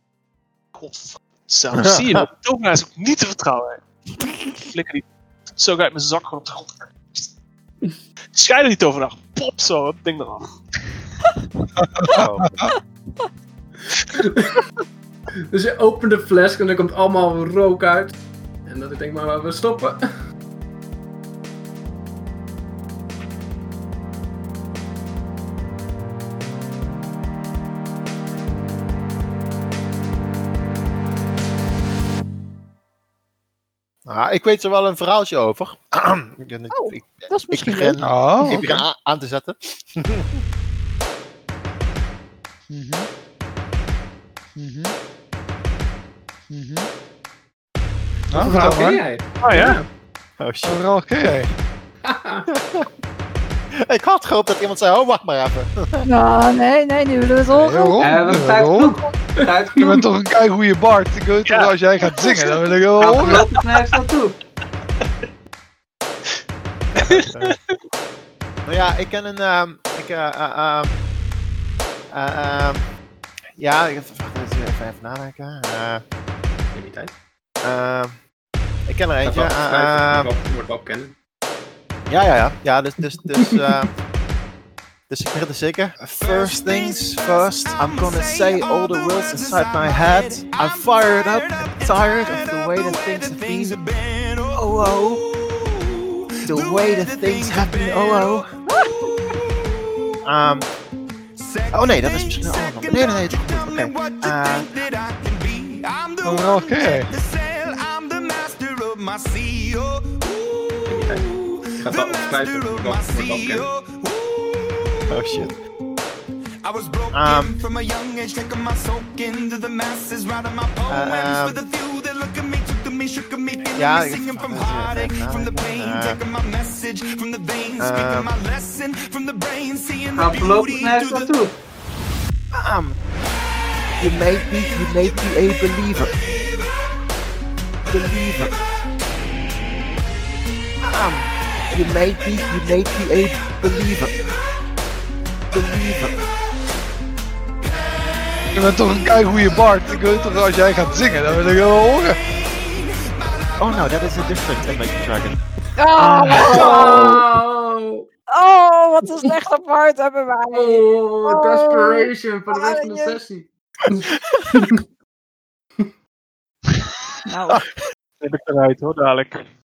Speaker 5: God, zelf zie je dat. De tovenaar is ook niet te vertrouwen. hè. Ik Flikker die zo uit mijn zak gewoon op de grond. Scheiden die tovenaar. nou. Pop zo, dat ding eraf.
Speaker 6: Oh.
Speaker 4: Dus je opent de fles en er komt allemaal rook uit. En dat ik denk, maar we stoppen.
Speaker 6: Ah, ik weet er wel een verhaaltje over. ik, ben-
Speaker 2: Oh,
Speaker 6: ik,
Speaker 2: Dat is
Speaker 6: ik
Speaker 2: misschien
Speaker 6: begin,
Speaker 2: leuk.
Speaker 1: Oh,
Speaker 6: ik
Speaker 1: oké.
Speaker 6: begin a- aan te zetten.
Speaker 1: Mhm. Mhm. Mhm. Nou, vertel maar.
Speaker 4: Verhaal ken jij?
Speaker 5: Oh ja.
Speaker 6: Oh,
Speaker 1: Wat
Speaker 6: shit.
Speaker 1: voor verhaal ken jij?
Speaker 6: Ik had gehoopt dat iemand zei, oh wacht maar even.
Speaker 2: Nou, nee, nee, nu willen we het
Speaker 1: Hey,
Speaker 2: horen.
Speaker 1: Ron,
Speaker 4: oh.
Speaker 3: Eh, we hebben tijd
Speaker 1: Ron,
Speaker 3: genoeg. Tijd
Speaker 1: Je bent
Speaker 3: genoeg.
Speaker 1: toch een kei goede Bart. Ik weet toch
Speaker 5: Ja.
Speaker 1: als jij gaat zingen, dan wil ik wel
Speaker 3: Nou, we
Speaker 1: horen.
Speaker 3: lopen nergens naartoe.
Speaker 6: Nou ja, ik ken een. ehm, ik, eh, eh, ehm, eh, ehm, ja, ik wacht, even, even nadenken. Eh,
Speaker 4: In die tijd.
Speaker 6: ehm, Ik ken er eentje.
Speaker 4: Wap-
Speaker 6: eh,
Speaker 4: Wap-
Speaker 6: eh,
Speaker 4: Wap- Wap- Wap kennen.
Speaker 6: ja, ja, ja. Ja, dus, dus, dus, eh, dus ik begin te zingen. First things first, I'm gonna say all the words inside my head. I'm fired up and tired of the way that things have been. Oh, oh. The way that things have been. Oh, oh. Um, oh nee, dat is misschien een andere. Nee, nee, nee. dat is goed. Oké. Eh,
Speaker 1: Oké.
Speaker 4: Ik ga dat opschrijven.
Speaker 8: Oh,
Speaker 4: Wap- Wap- Wap kennen.
Speaker 6: oh shit.
Speaker 9: I was broken
Speaker 6: Um,
Speaker 9: from a young age, taking my soul into the masses, writing my poems
Speaker 6: um,
Speaker 9: for the few that look at me, took to me, shook at me, feeling
Speaker 6: yeah,
Speaker 9: me,
Speaker 6: I-
Speaker 9: singing from
Speaker 6: uh,
Speaker 9: heartache,
Speaker 6: uh,
Speaker 9: from the pain,
Speaker 6: uh,
Speaker 9: taking my message from the veins,
Speaker 6: um,
Speaker 9: speaking my lesson from the brain, seeing the
Speaker 3: Ga
Speaker 9: beauty
Speaker 3: voorlopig nergens
Speaker 9: through the
Speaker 3: naartoe.
Speaker 6: Bam! Um, You made me, you made me a believer. Believer. Bam! You made me, you made me a believer. Believer.
Speaker 1: Je bent toch een keigoeie Bart. Ik weet toch, als jij gaat zingen, dan wil ik wel horen.
Speaker 6: Oh no, that is a different Imagine Dragon.
Speaker 2: Oh,
Speaker 4: Oh,
Speaker 2: oh, wat een slechte part hebben wij.
Speaker 4: oh, desperation voor de rest van de
Speaker 2: Oh, yes.
Speaker 4: sessie.
Speaker 2: Nou,
Speaker 5: Heb ik eruit hoor, dadelijk.